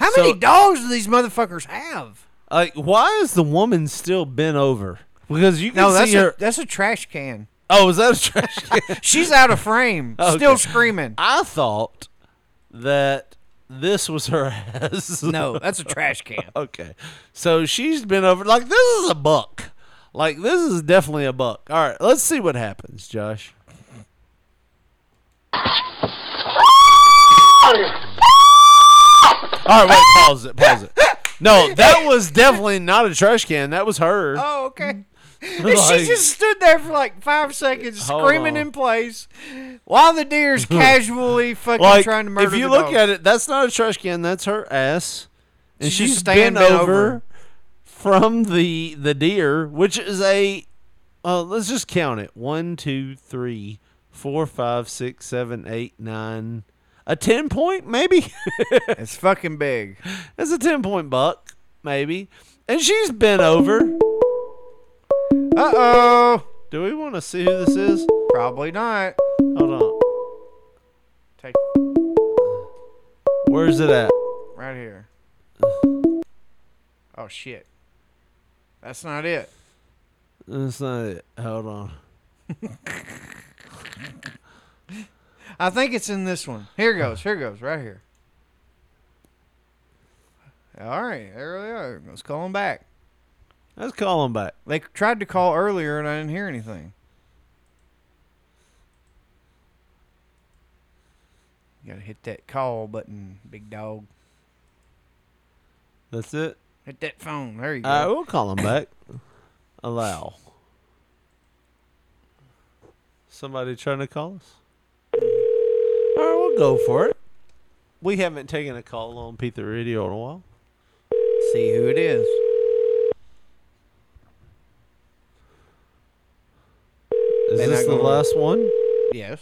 Speaker 4: How
Speaker 1: So-
Speaker 4: many dogs do these motherfuckers have?
Speaker 1: Like, why is the woman still bent over? Because you can
Speaker 4: No, that's
Speaker 1: see
Speaker 4: a,
Speaker 1: her.
Speaker 4: that's a trash can.
Speaker 1: Oh, is that a trash can?
Speaker 4: She's out of frame, still screaming.
Speaker 1: I thought that this was her ass.
Speaker 4: No, that's a trash can.
Speaker 1: okay. So she's been over like this is a buck. Like this is definitely a buck. All right, let's see what happens, Josh. All right, wait, pause it, pause it. No, that was definitely not a trash can. That was her.
Speaker 4: Oh, okay. And
Speaker 1: Like-
Speaker 4: she just stood there for like five seconds,
Speaker 1: Hold
Speaker 4: screaming
Speaker 1: on.
Speaker 4: in place, while the deer's casually fucking
Speaker 1: like
Speaker 4: trying to murder.
Speaker 1: if you
Speaker 4: the
Speaker 1: look
Speaker 4: dog.
Speaker 1: at it, that's not a trash can. That's her ass, and
Speaker 4: She's
Speaker 1: she's,
Speaker 4: just staying
Speaker 1: bent
Speaker 4: bent
Speaker 1: over,
Speaker 4: over.
Speaker 1: from the the deer, which is a. Uh, let's just count it: one, two, three, four, five, six, seven, eight, nine. A ten point, maybe.
Speaker 4: it's fucking big.
Speaker 1: That's a ten point buck, maybe. And she's bent over.
Speaker 4: Uh oh.
Speaker 1: Do we want to see who this is?
Speaker 4: Probably not.
Speaker 1: Hold on.
Speaker 4: Take
Speaker 1: Where's it at?
Speaker 4: right here. Oh shit. That's not it.
Speaker 1: That's not it. Hold on.
Speaker 4: I think it's in this one. Here goes. Here goes. Right here. All right. There they are. Let's call them back.
Speaker 1: Let's call him back.
Speaker 4: They tried to call earlier and I didn't hear anything. You gotta hit that call button, big dog.
Speaker 1: That's it.
Speaker 4: Hit that phone. There you go.
Speaker 1: Uh, we'll call him back. Allow. Somebody trying to call us? All right, we'll go for it. We haven't taken a call on Pizza Radio in a while.
Speaker 4: See who it is.
Speaker 1: Is
Speaker 4: They
Speaker 1: this
Speaker 4: not
Speaker 1: the
Speaker 4: gonna-
Speaker 1: last one?
Speaker 4: Yes.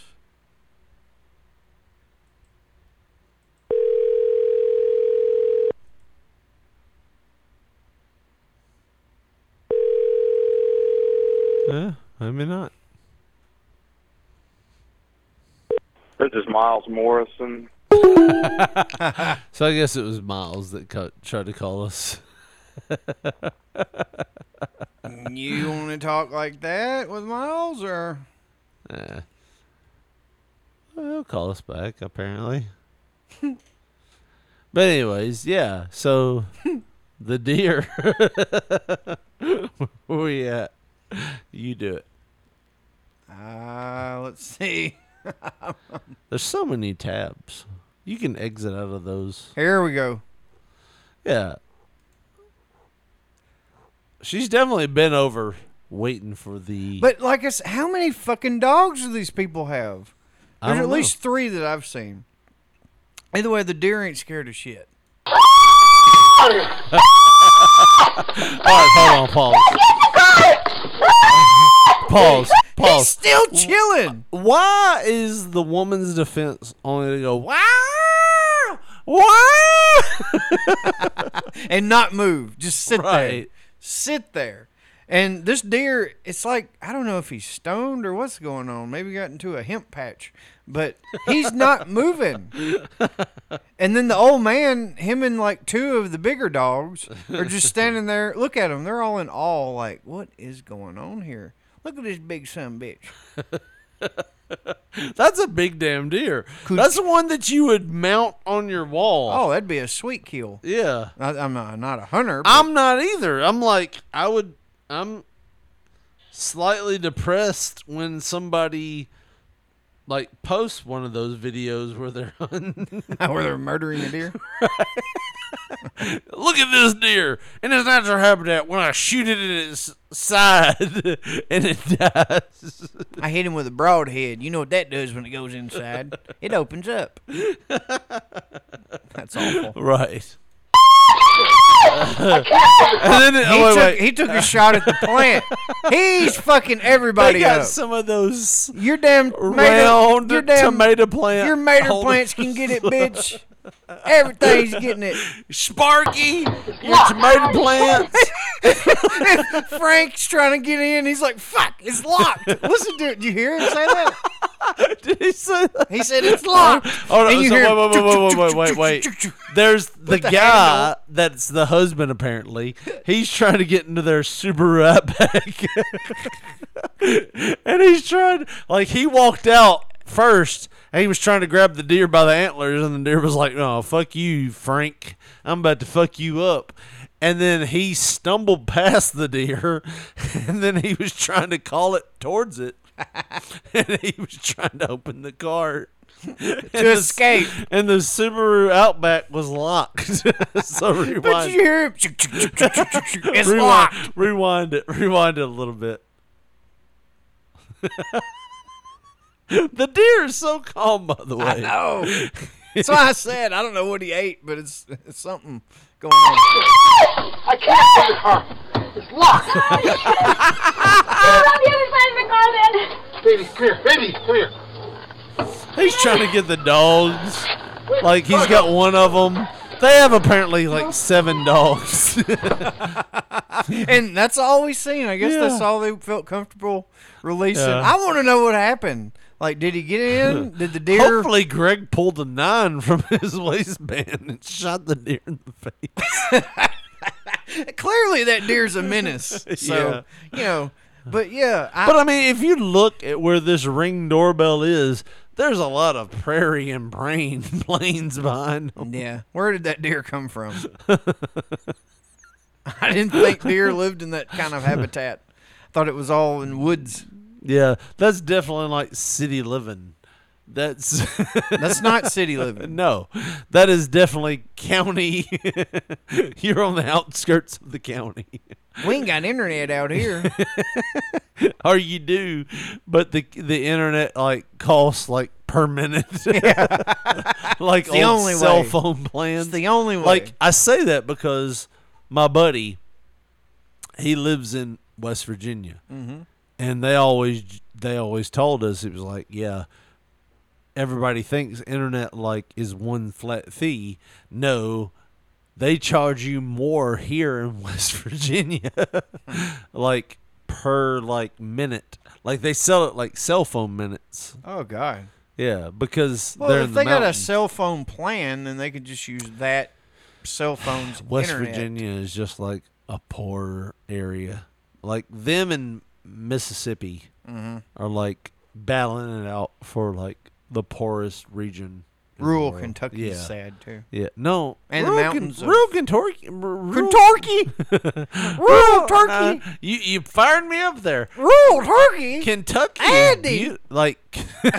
Speaker 1: Yeah, maybe not.
Speaker 10: This is Miles Morrison.
Speaker 1: So I guess it was Miles that co- tried to call us.
Speaker 4: You want to talk like that with Miles, or
Speaker 1: Eh. Well, he'll call us back, apparently. but anyways, yeah. So the deer. Where we at? You do it.
Speaker 4: uh, let's see.
Speaker 1: There's so many tabs. You can exit out of those.
Speaker 4: Here we go.
Speaker 1: Yeah. She's definitely been over waiting for the.
Speaker 4: But like I said, how many fucking dogs do these people have?
Speaker 1: I
Speaker 4: There's at
Speaker 1: don't know.
Speaker 4: least three that I've seen. Either way, the deer ain't scared of shit.
Speaker 1: All right, hold on, pause. pause. Pause.
Speaker 4: He's still chilling.
Speaker 1: why is the woman's defense only to go wow wow
Speaker 4: and not move. Just sit there.
Speaker 1: Right.
Speaker 4: Sit there. And this deer, it's like I don't know if he's stoned or what's going on. Maybe he got into a hemp patch, but he's not moving. And then the old man, him and like two of the bigger dogs, are just standing there. Look at them; they're all in awe. Like, what is going on here? Look at this big son of a bitch.
Speaker 1: that's a big damn deer that's the one that you would mount on your wall
Speaker 4: Oh, that'd be a sweet kill.
Speaker 1: yeah
Speaker 4: I, I'm not, not a hunter. but-
Speaker 1: i'm not either i'm like i would i'm slightly depressed when somebody like posts one of those videos where they're hunting
Speaker 4: where they're murdering a deer.
Speaker 1: look at this deer in its natural habitat when i shoot it in its side and it dies
Speaker 4: I hit him with a broadhead. You know what that does when it goes inside? It opens up. That's awful.
Speaker 1: Right. and then it,
Speaker 4: He,
Speaker 1: oh, wait,
Speaker 4: took,
Speaker 1: wait.
Speaker 4: he took a shot at the plant. He's fucking
Speaker 1: they
Speaker 4: everybody
Speaker 1: got
Speaker 4: up.
Speaker 1: some of those
Speaker 4: your damn
Speaker 1: round
Speaker 4: tomato, your damn,
Speaker 1: tomato plant.
Speaker 4: Your mater
Speaker 1: holders.
Speaker 4: plants can get it, bitch. Everything's getting it.
Speaker 1: Sparky, your tomato plants.
Speaker 4: Frank's trying to get in. He's like, "Fuck, it's locked." Listen to it. Do you hear him say that?
Speaker 1: Did he say that?
Speaker 4: He said it's locked.
Speaker 1: Oh no!
Speaker 4: And you
Speaker 1: So
Speaker 4: hear-
Speaker 1: wait, wait, wait, wait, wait, wait, wait. There's the,
Speaker 4: With the
Speaker 1: guy
Speaker 4: handle.
Speaker 1: that's the husband. Apparently, he's trying to get into their Subaru Outback, and he's trying. Like he walked out first, and he was trying to grab the deer by the antlers, and the deer was like, "No, fuck you, Frank. I'm about to fuck you up." And then he stumbled past the deer, and then he was trying to call it towards it, and he was trying to open the cart to
Speaker 4: escape.
Speaker 1: and the Subaru Outback was locked. so rewind.
Speaker 4: But you hear it's
Speaker 1: rewind,
Speaker 4: locked.
Speaker 1: Rewind it. Rewind it a little bit. the deer is so calm, by the way.
Speaker 4: I know. That's why I said I don't know what he ate, but it's, it's something going on.
Speaker 8: I can't get the car. It's locked. Get around the other side of the car then. Baby, come here. Baby, come here.
Speaker 1: He's trying to get the dogs. Like he's got one of them. They have apparently like seven dogs.
Speaker 4: and that's all we seen. I guess that's
Speaker 1: Yeah.
Speaker 4: all they felt comfortable releasing.
Speaker 1: Yeah.
Speaker 4: I want to know what happened. Like, did he get in? Did the deer?
Speaker 1: Hopefully, Greg pulled a nine from his waistband and shot the deer in the face.
Speaker 4: Clearly, that deer's a menace. So you know, but yeah, I,
Speaker 1: but uh, I mean, if you look at where this ring doorbell is, there's a lot of prairie and brain plains behind them.
Speaker 4: Yeah, where did that deer come from? I didn't think deer lived in that kind of habitat. I thought it was all in woods.
Speaker 1: Yeah, that's definitely like city living. That's
Speaker 4: That's not city living.
Speaker 1: No, that is definitely county. You're on the outskirts of the county.
Speaker 4: We ain't got internet out here.
Speaker 1: or you do, but the the internet like costs like per minute. like
Speaker 4: It's the
Speaker 1: old
Speaker 4: only
Speaker 1: cell
Speaker 4: way.
Speaker 1: phone plans.
Speaker 4: It's the only way.
Speaker 1: Like I say that because my buddy, he lives in West Virginia,
Speaker 4: Mm-hmm.
Speaker 8: Mhm.
Speaker 1: and they always they always told us it was like yeah. Everybody thinks internet like is one flat fee. No, they charge you more here in West Virginia, like per like minute. Like they sell it like cell phone minutes.
Speaker 4: Oh God.
Speaker 1: Yeah, because
Speaker 4: Well,
Speaker 1: they're
Speaker 4: if
Speaker 1: in
Speaker 4: they
Speaker 1: the
Speaker 4: got a
Speaker 1: mountains.
Speaker 4: cell phone plan, then they could just use that cell phone's
Speaker 1: West
Speaker 4: internet.
Speaker 1: Virginia is just like a poor area. Like them and Mississippi
Speaker 4: Mhm.
Speaker 1: are like battling it out for like the poorest region. in the
Speaker 4: Rural
Speaker 1: world.
Speaker 4: Kentucky is
Speaker 1: Yeah.
Speaker 4: sad, too.
Speaker 1: Yeah, no,
Speaker 4: And the
Speaker 1: rural
Speaker 4: mountains of-
Speaker 1: rural Kentucky, rural,
Speaker 4: Kentucky? Rural
Speaker 1: Nah,
Speaker 4: Turkey?
Speaker 1: uh, you you fired me up there.
Speaker 4: Rural Turkey?
Speaker 1: Kentucky,
Speaker 4: Andy.
Speaker 1: you- like
Speaker 4: Down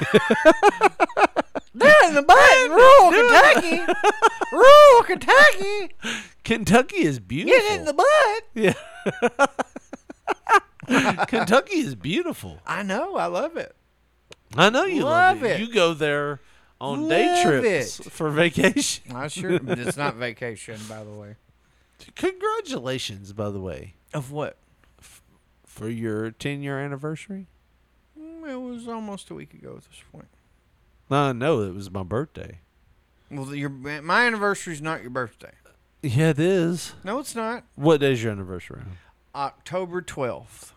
Speaker 4: in the button, rural Kentucky. rural Kentucky.
Speaker 1: Kentucky is beautiful.
Speaker 4: Get in the butt.
Speaker 1: Yeah. Kentucky is beautiful.
Speaker 4: I know. I love it.
Speaker 1: I know you love,
Speaker 4: Love
Speaker 1: it.
Speaker 4: it.
Speaker 1: You go there on day
Speaker 4: Love
Speaker 1: trips
Speaker 4: it.
Speaker 1: for vacation.
Speaker 4: I sure. but It's not vacation, by the way.
Speaker 1: Congratulations, by the way,
Speaker 4: Of what?
Speaker 1: for your 10 year anniversary.
Speaker 4: Mm, It was almost a week ago at this point.
Speaker 1: No, no, it was my birthday.
Speaker 4: Well, your my anniversary's not your birthday.
Speaker 1: Yeah, it is.
Speaker 4: No, it's not.
Speaker 1: What day's your anniversary?
Speaker 4: October twelfth.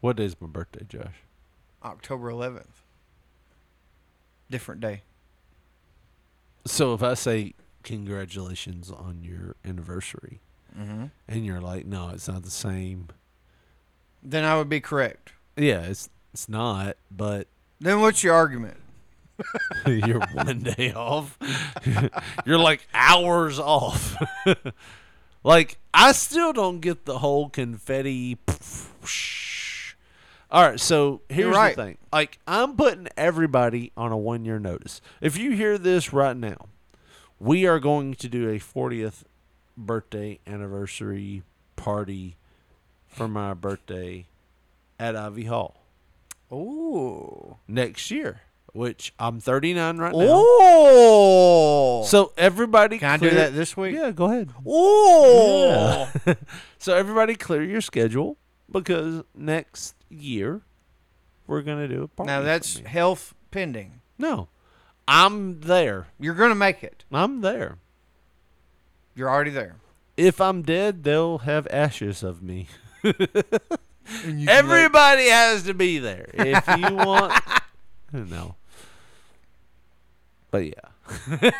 Speaker 1: What day's my birthday, Josh?
Speaker 4: October eleventh. Different day.
Speaker 1: So if I say congratulations on your anniversary,
Speaker 4: Mhm.
Speaker 1: and you're like, no, it's not the same.
Speaker 4: Then I would be correct.
Speaker 1: Yeah, it's it's not, but
Speaker 4: Then what's your argument?
Speaker 1: you're one day off. you're like hours off. like I still don't get the whole confetti. All right, so here's
Speaker 4: right.
Speaker 1: the thing. Like I'm putting everybody on a one year notice. If you hear this right now, we are going to do a 40th birthday anniversary party for my birthday at Ivy Hall
Speaker 4: Oh.
Speaker 1: next year, which I'm 39 right now.
Speaker 4: Oh.
Speaker 1: So everybody
Speaker 4: Can I do
Speaker 1: clear-
Speaker 4: that this week?
Speaker 1: Yeah, go ahead.
Speaker 4: Oh.
Speaker 1: Yeah. so everybody clear your schedule because next year we're gonna do a party.
Speaker 4: Now
Speaker 1: for
Speaker 4: that's
Speaker 1: me.
Speaker 4: health pending.
Speaker 1: no. I'm there.
Speaker 4: You're gonna make it.
Speaker 1: I'm there.
Speaker 4: You're already there.
Speaker 1: If I'm dead, they'll have ashes of me.
Speaker 4: you can, like-
Speaker 1: Everybody has to be there if you want. no. But yeah,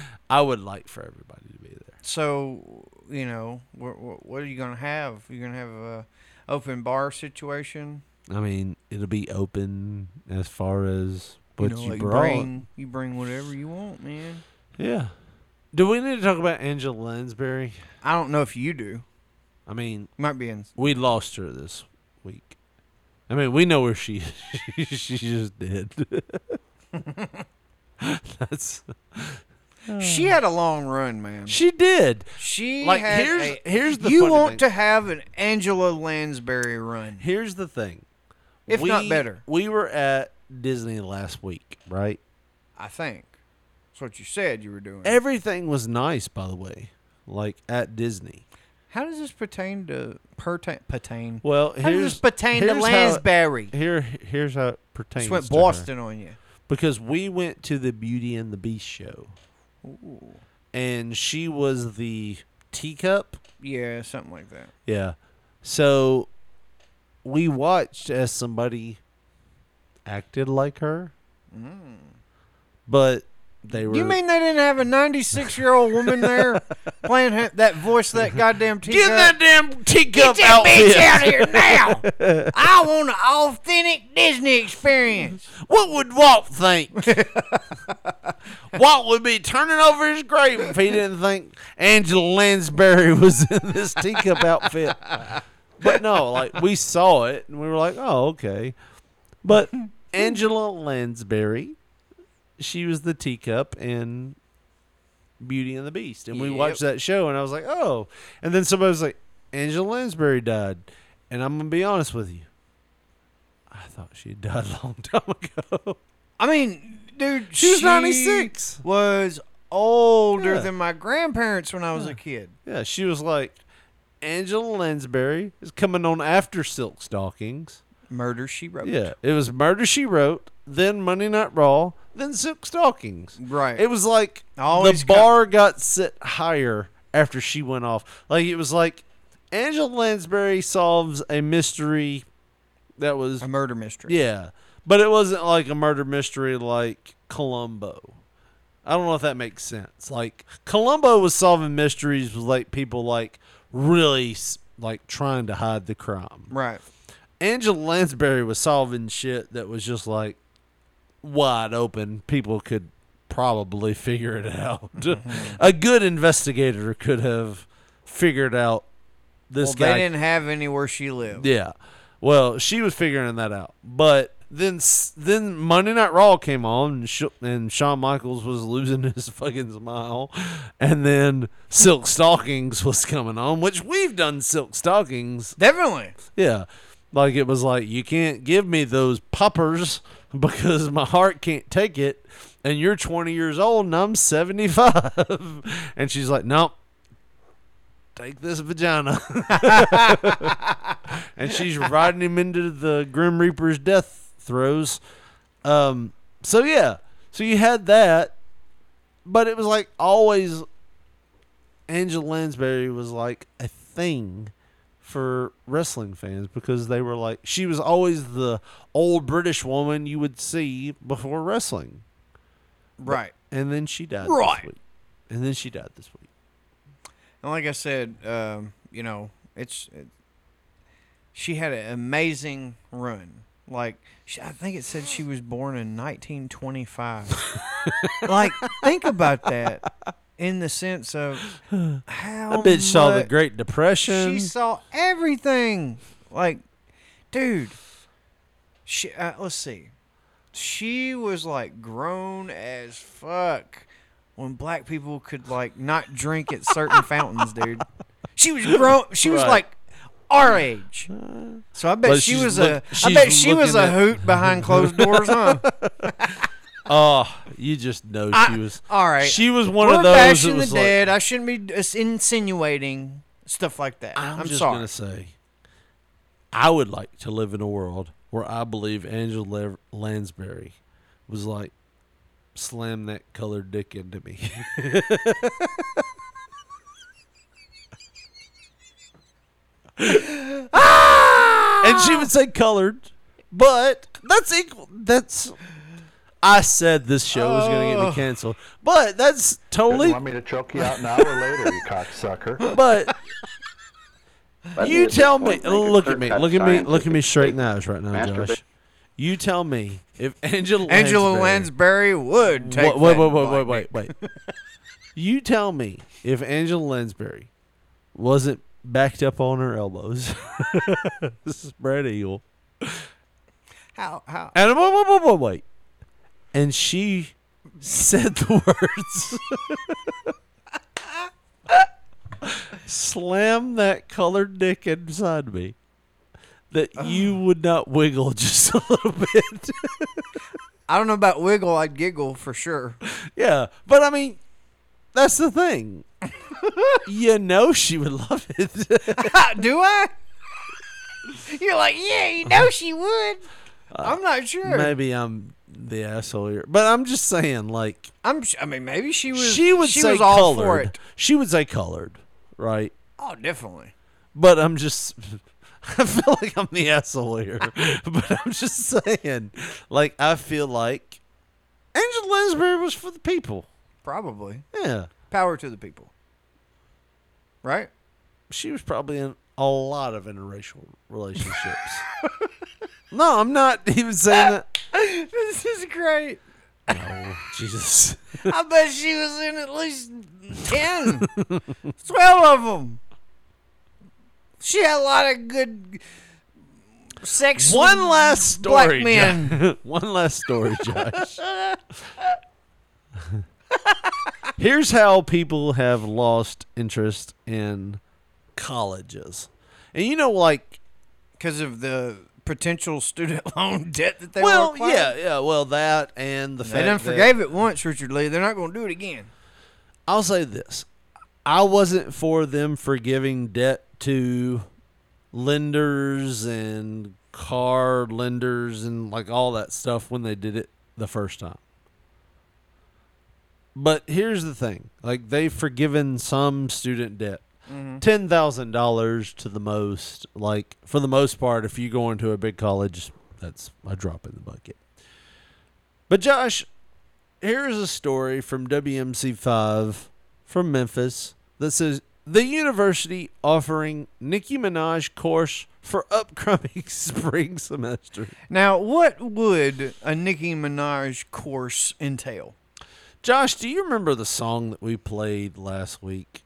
Speaker 1: I would like for everybody to be there.
Speaker 4: So you know, what, what, what are you gonna have? You're gonna have a open bar situation.
Speaker 1: I mean, it'll be open as far as what you,
Speaker 4: know, like,
Speaker 1: brought.
Speaker 4: bring you bring whatever you want, man.
Speaker 1: Yeah. Do we need to talk about Angela Lansbury?
Speaker 4: I don't know if you do.
Speaker 1: I mean,
Speaker 4: might be in.
Speaker 1: We lost her this week. I mean, we know where she she just did. That's
Speaker 4: She had a long run, man.
Speaker 1: Hmm. She did.
Speaker 4: She
Speaker 1: Like,
Speaker 4: had
Speaker 1: here's-
Speaker 4: a-
Speaker 1: here's the
Speaker 4: you
Speaker 1: funny
Speaker 4: want
Speaker 1: thing.
Speaker 4: to have an Angela Lansbury run.
Speaker 1: Here's the thing,
Speaker 4: if not
Speaker 1: We-
Speaker 4: better,
Speaker 1: We were at Disney last week, right?
Speaker 4: I think. That's what you said you were doing.
Speaker 1: Everything was nice, by the way. Like at Disney.
Speaker 4: How does this pertain to pertain pertain?
Speaker 1: Well,
Speaker 4: how does
Speaker 1: here's
Speaker 4: this pertain to
Speaker 1: here's how-
Speaker 4: Lansbury?
Speaker 1: here, here's how it pertains.
Speaker 4: Just went
Speaker 1: to her.
Speaker 4: Boston on you.
Speaker 1: because we went to the Beauty and the Beast show, and she was the teacup.
Speaker 4: Yeah, something like that.
Speaker 1: Yeah. So we watched as somebody acted like her, but they were.
Speaker 4: Mm. You mean they didn't have a 96 year old woman there playing her, that voice, that goddamn teacup?
Speaker 1: Get that damn teacup
Speaker 4: Get that bitch
Speaker 1: outfit.
Speaker 4: out of here now! I want an authentic Disney experience.
Speaker 1: What would Walt think? Walt would be turning over his grave if he didn't think Angela Lansbury was in this teacup outfit. But no, like we saw it and we were like, oh, okay. But Angela Lansbury, she was the teacup in Beauty and the Beast. And we
Speaker 3: Yep.
Speaker 1: watched that show and I was like, oh. And then somebody was like, Angela Lansbury died. And I'm going to be honest with you. I thought she died a long time ago.
Speaker 4: I mean, dude,
Speaker 1: She was 96.
Speaker 4: Was older
Speaker 1: Yeah.
Speaker 4: than my grandparents when I was a kid.
Speaker 1: Yeah, she was like, Angela Lansbury is coming on after Silk Stockings.
Speaker 4: Murder She Wrote.
Speaker 1: Yeah, it was Murder She Wrote, then Monday Night Raw, then Silk Stockings.
Speaker 4: Right.
Speaker 1: It was like
Speaker 4: Always
Speaker 1: the
Speaker 4: co-
Speaker 1: bar got set higher after she went off. Like it was like Angela Lansbury solves a mystery that was
Speaker 4: A murder mystery.
Speaker 1: yeah, but it wasn't like a murder mystery like Columbo. I don't know if that makes sense. Like Columbo was solving mysteries with like people like really s- like trying to hide the crime.
Speaker 4: Right.
Speaker 1: Angela Lansbury was solving shit that was just like wide open. People could probably figure it out.
Speaker 4: Mm-hmm.
Speaker 1: a good investigator could have figured out this
Speaker 4: Well,
Speaker 1: guy
Speaker 4: they didn't have anywhere she lived.
Speaker 1: yeah. Well, she was figuring that out, but then s- then Monday Night Raw came on, and, sh- and Shawn Michaels was losing his fucking smile, and then Silk Stockings was coming on, which we've done Silk Stockings.
Speaker 4: Definitely.
Speaker 1: Yeah, like it was like you can't give me those poppers because my heart can't take it, and you're 20 years old and I'm 75, and she's like, nope. Take this vagina. and she's riding him into the Grim Reaper's death throes. Um, so yeah, so you had that, but it was like always. Angela Lansbury was like a thing for wrestling fans because they were like she was always the old British woman you would see before wrestling,
Speaker 4: Right.
Speaker 1: and then she died.
Speaker 4: Right.
Speaker 1: This week. And then she died this week.
Speaker 4: And like I said, um, you know, it's it, she had an amazing run. Like she, I think it said she was born in 1925. like think about that in the sense of how
Speaker 1: That bitch saw the
Speaker 4: much-
Speaker 1: Great Depression.
Speaker 4: She saw everything. Like, dude, she. Uh, let's see. She was like grown as fuck when black people could like not drink at certain fountains, dude. She was grown. She was
Speaker 1: Right.
Speaker 4: like our age. So I bet
Speaker 1: But
Speaker 4: she
Speaker 1: she's
Speaker 4: was
Speaker 1: look-
Speaker 4: a. I
Speaker 1: she's
Speaker 4: bet she was a
Speaker 1: looking at-
Speaker 4: hoot behind closed doors, huh?
Speaker 1: Oh, you just know she
Speaker 4: I-
Speaker 1: was.
Speaker 4: all right.
Speaker 1: She was one
Speaker 4: We're
Speaker 1: of those.
Speaker 4: bashing
Speaker 1: That
Speaker 4: the
Speaker 1: was like,
Speaker 4: dead. I shouldn't be d- insinuating stuff like that.
Speaker 1: I'm,
Speaker 4: I'm,
Speaker 1: just
Speaker 4: sorry.
Speaker 1: gonna say, I would like to live in a world where I believe Angela Lev- Lansbury was like, slam that colored dick into me. and she would say colored, but that's equal. That's. I said this show was going to get me
Speaker 11: Oh.
Speaker 1: canceled, but that's
Speaker 11: Doesn't
Speaker 1: totally.
Speaker 11: want me to choke you out an hour later, you cocksucker.
Speaker 1: But
Speaker 11: But
Speaker 1: you
Speaker 11: at this
Speaker 1: tell me.
Speaker 11: point, they
Speaker 1: Look
Speaker 11: could
Speaker 1: at me.
Speaker 11: cut
Speaker 1: Look at me. Look at
Speaker 11: scientific
Speaker 1: me straight in the eyes right now,
Speaker 11: masturbate.
Speaker 1: Josh. You tell me if Angela
Speaker 4: Angela Lansbury would take.
Speaker 1: Wait, wait,
Speaker 4: that
Speaker 1: wait, wait,
Speaker 4: black
Speaker 1: wait, wait. you tell me if Angela Lansbury wasn't backed up on her elbows, spread eagle,
Speaker 4: How? How?
Speaker 1: and wait, wait, wait, wait, wait, and she said the words. Slam that colored dick inside me. That you would not wiggle just a little bit.
Speaker 4: I don't know about wiggle. I'd giggle for sure.
Speaker 1: Yeah, but I mean, that's the thing. you know she would love it.
Speaker 4: Do I? You're like, yeah, you know she would. I'm not sure.
Speaker 1: Uh, Maybe I'm the asshole here, but I'm just saying, like,
Speaker 4: I'm. sh- I mean, maybe she was.
Speaker 1: she would
Speaker 4: she
Speaker 1: say
Speaker 4: was
Speaker 1: colored.
Speaker 4: all for it.
Speaker 1: She would say colored, right?
Speaker 4: Oh, definitely.
Speaker 1: But I'm just, I feel like I'm the asshole here. but I'm just saying, like, I feel like Angela Lansbury was for the people.
Speaker 4: Probably.
Speaker 1: Yeah.
Speaker 4: Power to the people. Right?
Speaker 1: She was probably in a lot of interracial relationships. no, I'm not even saying that.
Speaker 4: this is great.
Speaker 1: No, Jesus.
Speaker 4: I bet she was in at least 10, 12 of them. She had a lot of good sex.
Speaker 1: One last story,
Speaker 4: Black men.
Speaker 1: Jo- One last story, Josh. Here's how people have lost interest in colleges, and you know, like
Speaker 4: because of the potential student loan debt that they
Speaker 1: well,
Speaker 4: were acquiring.
Speaker 1: yeah, yeah, well, that and the
Speaker 4: They
Speaker 1: fact
Speaker 4: done
Speaker 1: that-
Speaker 4: forgave it once, Richard Lee. They're not going to do it again.
Speaker 1: I'll say this. I wasn't for them forgiving debt to lenders and car lenders and like all that stuff when they did it the first time. But here's the thing. Like they've forgiven some student debt.
Speaker 8: Mhm.
Speaker 1: $10,000 to the most. Like for the most part if you go into a big college, that's a drop in the bucket. But Josh, here's a story from WMC5 from Memphis that says the university offering Nicki Minaj course for upcoming spring semester.
Speaker 4: Now, what would a Nicki Minaj course entail?
Speaker 1: Josh, do you remember the song that we played last week?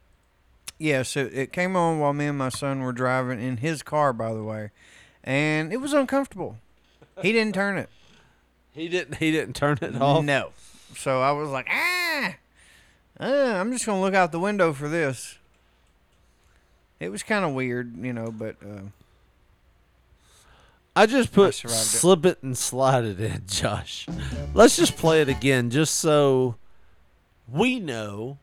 Speaker 4: Yeah, so it came on while me and my son were driving in his car, by the way, and it was uncomfortable. He didn't turn it.
Speaker 1: He didn't. He didn't turn it off?
Speaker 4: No. So I was like, ah, uh, I'm just gonna look out the window for this. It was kind of weird, you know, but uh,
Speaker 1: I just put
Speaker 4: survived it.
Speaker 1: slip it. and slide it in, Josh. Let's just play it again just so we know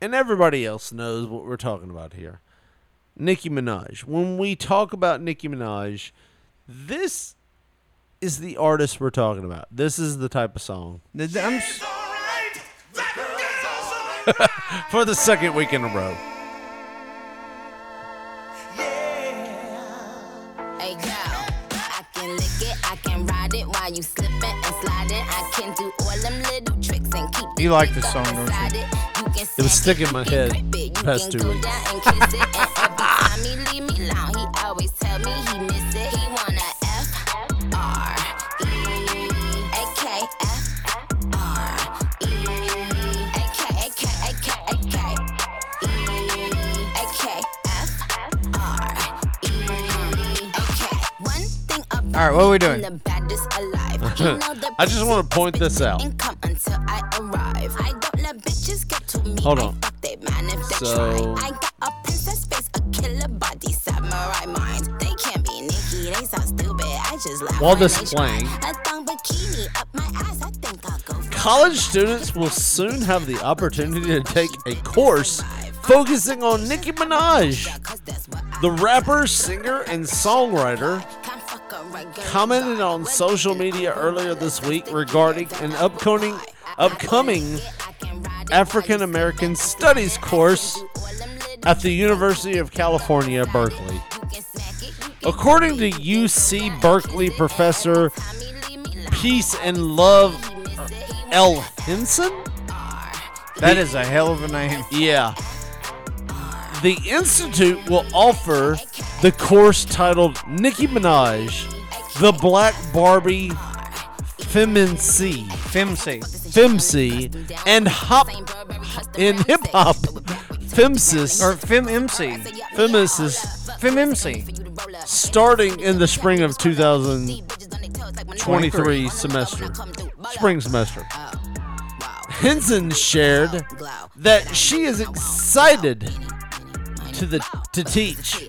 Speaker 1: and everybody else knows what we're talking about here. Nicki Minaj. When we talk about Nicki Minaj, this is the artist we're talking about. This is the type of song.
Speaker 4: th- I'm s-
Speaker 1: For the second week in a row.
Speaker 12: Hey girl, I can lick it, I can ride it while you slipping and sliding. I can do all them little tricks and keep
Speaker 4: you like this song, don't you?
Speaker 12: it. You can
Speaker 1: It was stuck in my head the past two weeks.
Speaker 12: down and kiss it. And every time he leave me alone, he always tell me he miss it. He wanna F R E A K F R E A K A K A K A K E A K F R E A K. One thing about
Speaker 1: All right, what are we
Speaker 12: me,
Speaker 1: doing?
Speaker 12: I'm the baddest alive. You know the
Speaker 1: I just want to point this out.
Speaker 12: income until I arrive. I don't let bitches get to me.
Speaker 1: Hold on.
Speaker 12: They man if they
Speaker 1: So-
Speaker 12: try. I got a princess face, a killer body, samurai mind. They can't be Nikki, they sound stupid. I just laugh.
Speaker 1: While
Speaker 12: when
Speaker 1: this
Speaker 12: they
Speaker 1: is
Speaker 12: try.
Speaker 1: playing,
Speaker 12: A thong bikini up my ass. I think I'll go.
Speaker 1: College students will soon have the opportunity to take a course focusing on Nicki Minaj. The rapper, singer, and songwriter commented on social media earlier this week regarding an upcoming upcoming African American Studies course at the University of California, Berkeley. According to UC Berkeley professor Peace and Love uh, L. Henson,
Speaker 4: That is a hell of a name.
Speaker 1: Yeah. The Institute will offer the course titled Nicki Minaj, the Black Barbie Femency.
Speaker 4: Femc.
Speaker 1: Femc and hop in hip hop. Femcis.
Speaker 4: Or FemMC.
Speaker 1: Femcis.
Speaker 4: FemMC.
Speaker 1: Starting in the spring of 2023 semester. Spring semester. Henson shared that she is excited to the to teach.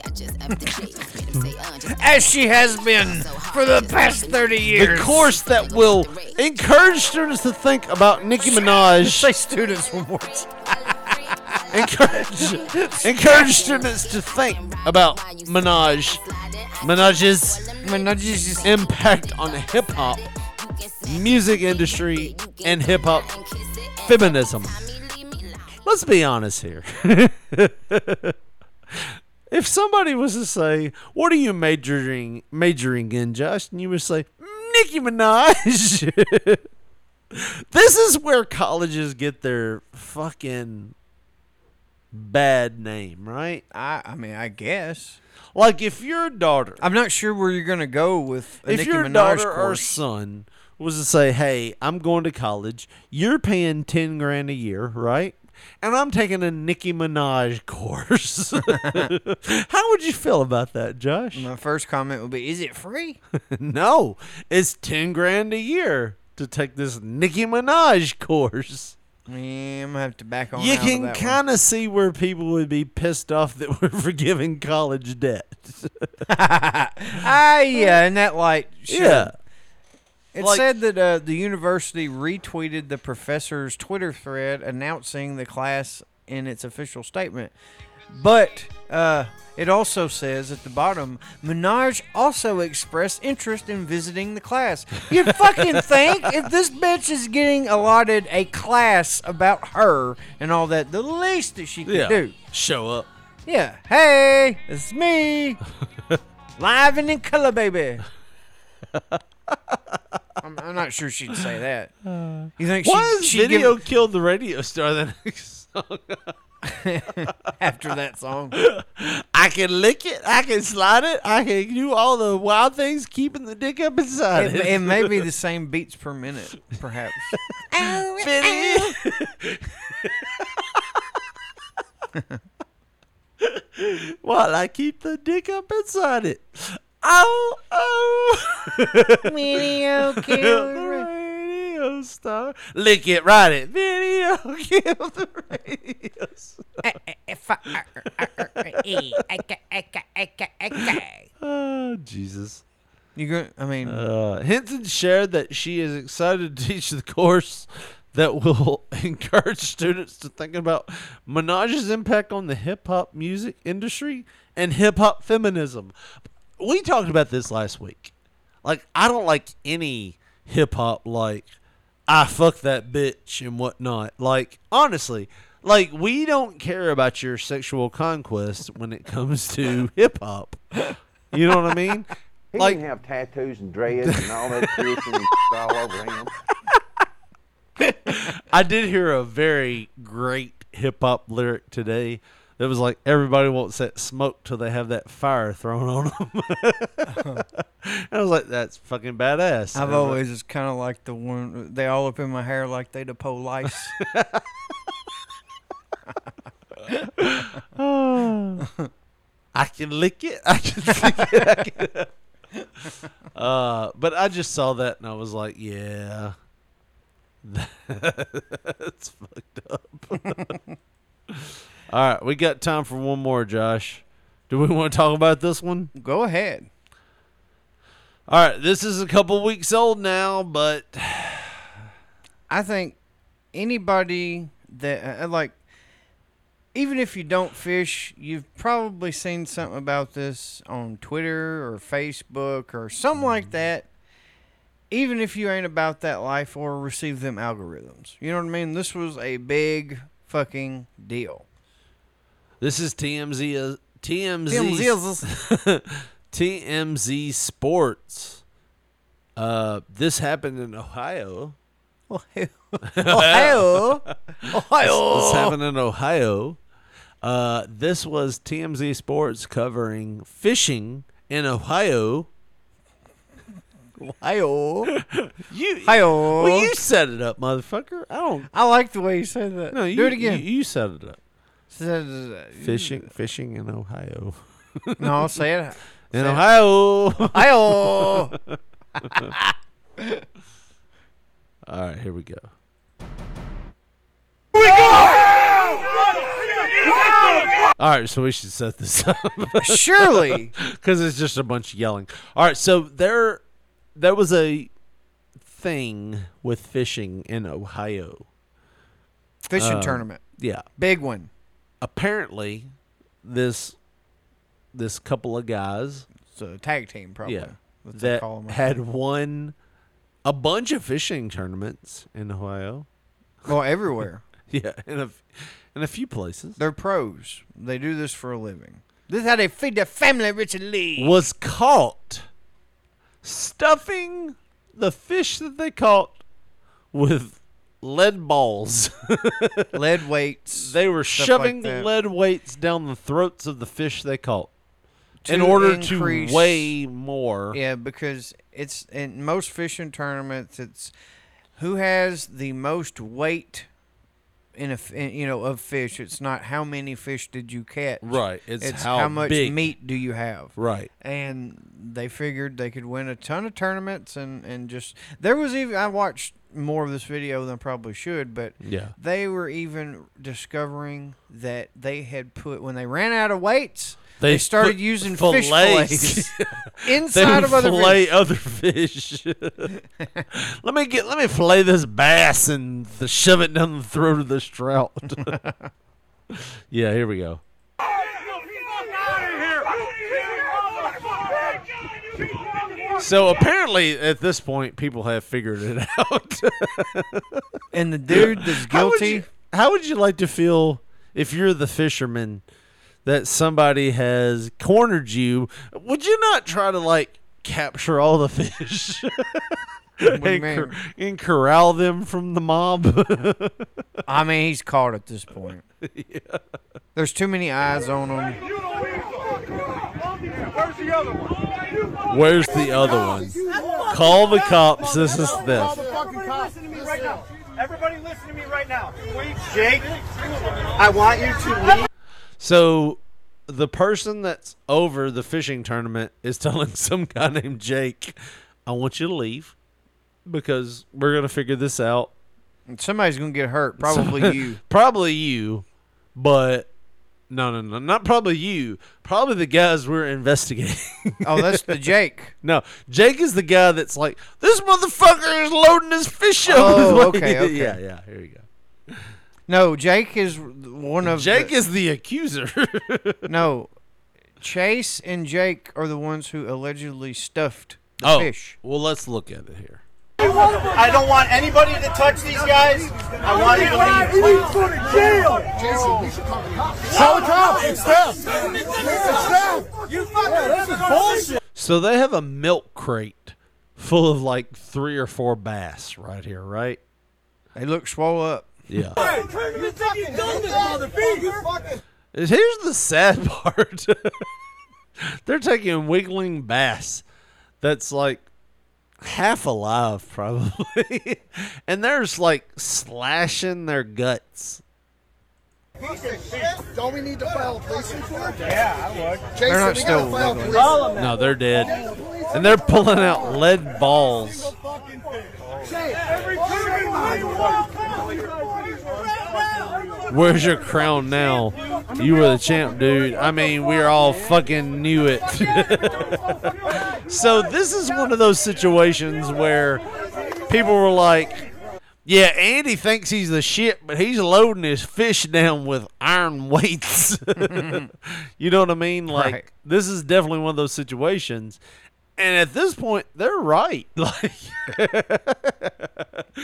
Speaker 4: As she has been for the past 30 years.
Speaker 1: The course that will encourage students to think about Nicki Minaj.
Speaker 4: Say students one more time.
Speaker 1: encourage, encourage students to think about Minaj, Minaj's,
Speaker 4: Minaj's
Speaker 1: impact on hip hop, music industry, and hip hop feminism. Let's be honest here. if somebody was to say, "What are you majoring majoring in, Josh?" and you would say, "Nicki Minaj." this is where colleges get their fucking bad name, right?
Speaker 4: I I mean, I guess.
Speaker 1: Like if your daughter,
Speaker 4: I'm not sure where you're gonna go with a
Speaker 1: if
Speaker 4: Nicki
Speaker 1: your
Speaker 4: Minaj
Speaker 1: daughter or
Speaker 4: course.
Speaker 1: son was to say, "Hey, I'm going to college. You're paying ten grand a year, right?" And I'm taking a Nicki Minaj course. How would you feel about that, Josh?
Speaker 4: My first comment would be, "Is it free?"
Speaker 1: no, it's ten grand a year to take this Nicki Minaj course.
Speaker 4: Yeah, I'm gonna have to back on.
Speaker 1: you
Speaker 4: out of
Speaker 1: can
Speaker 4: that one.
Speaker 1: kind of see where people would be pissed off that we're forgiving college debt.
Speaker 4: Ah, yeah, and that light. Sure.
Speaker 1: Yeah.
Speaker 4: It
Speaker 1: Like-
Speaker 4: said that uh, the university retweeted the professor's Twitter thread announcing the class in its official statement. But uh, it also says at the bottom, Minaj also expressed interest in visiting the class. You fucking think if this bitch is getting allotted a class about her and all that, the least that she could
Speaker 1: Yeah.
Speaker 4: do.
Speaker 1: Show up.
Speaker 4: Yeah. Hey, it's me. Live and in color, baby. I'm, I'm not sure she'd say that. You think she,
Speaker 1: Why is
Speaker 4: she
Speaker 1: video
Speaker 4: give-
Speaker 1: killed the radio star the next song?
Speaker 4: after that song?
Speaker 1: I can lick it, I can slide it, I can do all the wild things, keeping the dick up inside
Speaker 4: It,
Speaker 1: it.
Speaker 4: it may be the same beats per minute, perhaps.
Speaker 1: While I keep the dick up inside it. Oh, oh.
Speaker 4: Video killed
Speaker 1: the radio star. Lick it, ride it. Video killed the radio star. Oh, Jesus.
Speaker 4: You go. I mean,
Speaker 1: Uh, Hinton shared that she is excited to teach the course that will encourage students to think about Minaj's impact on the hip hop music industry and hip hop feminism. We talked about this last week. Like, I don't like any hip hop, like, I fuck that bitch and whatnot. Like, honestly, like, we don't care about your sexual conquest when it comes to hip hop. You know what I mean?
Speaker 11: He
Speaker 1: Like-
Speaker 11: didn't have tattoos and dreads and all that shit and all over him.
Speaker 1: I did hear a very great hip hop lyric today. That was like everybody wants that smoke till they have that fire thrown on them. I was like, that's fucking badass.
Speaker 4: I've
Speaker 1: And, uh,
Speaker 4: always just kind of like the one they all up in my hair like they the pole lice.
Speaker 1: I can lick it. I can lick it. I can- uh, but I just saw that and I was like, yeah, that's fucked up. All right, we got time for one more, Josh. Do we want to talk about this one?
Speaker 4: Go ahead.
Speaker 1: All right, this is a couple weeks old now, but
Speaker 4: I think anybody that uh, like, even if you don't fish, you've probably seen something about this on Twitter or Facebook or something
Speaker 1: Mm-hmm.
Speaker 4: like that. Even if you ain't about that life or receive them algorithms, you know what I mean. This was a big fucking deal.
Speaker 1: this is TMZ. TMZ.
Speaker 4: Them zills.
Speaker 1: TMZ Sports. Uh, this happened in Ohio. Ohio.
Speaker 4: Ohio. Ohio.
Speaker 1: This, this happened in Ohio. Uh, this was TMZ Sports covering fishing in Ohio.
Speaker 4: Ohio.
Speaker 1: You,
Speaker 4: Ohio.
Speaker 1: Well, you set it up, motherfucker. I don't.
Speaker 4: I like the way you said that.
Speaker 1: No, you,
Speaker 4: Do it again.
Speaker 1: You, you set it up.
Speaker 4: Said, uh,
Speaker 1: Fishing, fishing in Ohio.
Speaker 4: No, say it.
Speaker 1: in
Speaker 4: say it.
Speaker 1: Ohio.
Speaker 4: Ohio.
Speaker 1: All right, here we go. All right, so we should set this up.
Speaker 4: Surely.
Speaker 1: Because it's just a bunch of yelling. All right, so there, there was a thing with fishing in Ohio.
Speaker 4: Fishing
Speaker 1: Um,
Speaker 4: tournament.
Speaker 1: Yeah.
Speaker 4: Big one.
Speaker 1: Apparently, this this couple of guys
Speaker 4: It's a tag team, probably.
Speaker 1: Yeah.
Speaker 4: That's what they
Speaker 1: that
Speaker 4: call 'em.
Speaker 1: had won a bunch of fishing tournaments in Ohio.
Speaker 4: Well, everywhere.
Speaker 1: yeah, in a, in a few places.
Speaker 4: They're pros. They do this for a living. This is how they feed their family, Richard Lee.
Speaker 1: Was caught stuffing the fish that they caught with lead balls.
Speaker 4: lead weights.
Speaker 1: They were
Speaker 4: stuff like
Speaker 1: shoving
Speaker 4: that.
Speaker 1: lead weights down the throats of the fish they caught in
Speaker 4: To
Speaker 1: order
Speaker 4: increase-
Speaker 1: to weigh more.
Speaker 4: Yeah, because it's in most fishing tournaments, it's who has the most weight in a f- in- you know of fish. It's not how many fish did you catch.
Speaker 1: Right, it's how
Speaker 4: how, much
Speaker 1: big.
Speaker 4: meat do you have.
Speaker 1: Right.
Speaker 4: And they figured they could win a ton of tournaments and and just there was even I watched more of this video than I probably should, but
Speaker 1: Yeah.
Speaker 4: they were even discovering that they had put when they ran out of weights.
Speaker 1: They
Speaker 4: They, started
Speaker 1: put
Speaker 4: using fish
Speaker 1: fillets.
Speaker 4: fillets inside
Speaker 1: they
Speaker 4: of other
Speaker 1: fillet
Speaker 4: fish.
Speaker 1: other fish. let me get let me fillet this bass and th- shove it down the throat of this trout. yeah, here we go. So apparently, at this point, people have figured it out.
Speaker 4: and the dude that's
Speaker 1: How would,
Speaker 4: guilty-
Speaker 1: you, how would you like to feel if you're the fisherman that somebody has cornered you? Would you not try to like capture all the fish and,
Speaker 4: do you
Speaker 1: cor-
Speaker 4: mean?
Speaker 1: and corral them from the mob?
Speaker 4: I mean, he's caught at this point. There's too many eyes on him.
Speaker 5: Where's the other one?
Speaker 1: Where's the other one? Call the cops. This is theft.
Speaker 5: listen to me right now. Everybody listen to me right now.
Speaker 9: Jake, I want you to leave.
Speaker 1: So the person that's over the fishing tournament is telling some guy named Jake, I want you to leave because we're going to figure this out.
Speaker 4: Somebody's going to get hurt. Probably you.
Speaker 1: probably you, but no, no, no, not probably you. Probably the guys we're investigating.
Speaker 4: Oh, that's the Jake.
Speaker 1: no, Jake is the guy that's like, this motherfucker is loading his fish up.
Speaker 4: Oh,
Speaker 1: Like,
Speaker 4: okay, okay.
Speaker 1: Yeah, yeah, here you go.
Speaker 4: No, Jake is one of
Speaker 1: Jake
Speaker 4: the,
Speaker 1: is the accuser.
Speaker 4: no. Chase and Jake are the ones who allegedly stuffed the
Speaker 1: oh,
Speaker 4: fish.
Speaker 1: well, let's look at it here.
Speaker 9: I don't want anybody to touch these guys. I want you to leave. Please.
Speaker 5: Go to jail. Jason, we should call the cops. Call the cops. It's them. It's them. You fucking this is bullshit.
Speaker 1: So they have a milk crate full of like three or four bass right here, right?
Speaker 4: They look swole up.
Speaker 1: Yeah.
Speaker 5: You fucking done this, motherfucker. You fucking.
Speaker 1: Here's the sad part. They're taking wiggling bass that's like half alive probably. and there's like slashing their guts.
Speaker 5: Don't we need to file a police report? Yeah, I would. Jason,
Speaker 1: They're not
Speaker 5: we
Speaker 1: still
Speaker 5: gotta file a
Speaker 1: legally-
Speaker 5: police report.
Speaker 1: No, they're dead. And they're pulling out lead balls. Where's your crown now? You were the champ, dude. I mean, we all fucking knew it. so this is one of those situations where people were like, "Yeah, Andy thinks he's the shit, but he's loading his fish down with iron weights." you know what I mean? Like
Speaker 4: Right.
Speaker 1: this is definitely one of those situations. And at this point, they're right. Like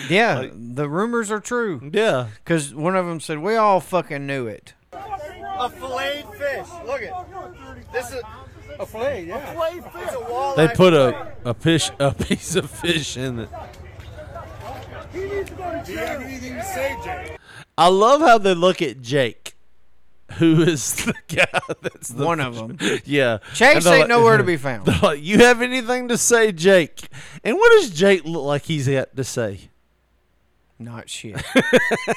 Speaker 4: Yeah, the rumors are true.
Speaker 1: Yeah.
Speaker 4: Because one of them said, We all fucking knew it.
Speaker 9: A filleted fish. Look at this is
Speaker 13: A flay, yeah. A
Speaker 9: flay fish. It's a walleye
Speaker 1: They put a, a fish a piece of fish in it.
Speaker 13: He needs to go to jail. Do you have anything to say, Jay?
Speaker 1: I love how they look at Jake, who is the guy that's the
Speaker 4: One of 'em.
Speaker 1: Yeah,
Speaker 4: Chase
Speaker 1: And they're
Speaker 4: ain't nowhere to be found.
Speaker 1: they're like, you have anything to say, Jake? And what does Jake look like? He's got to say
Speaker 4: not shit.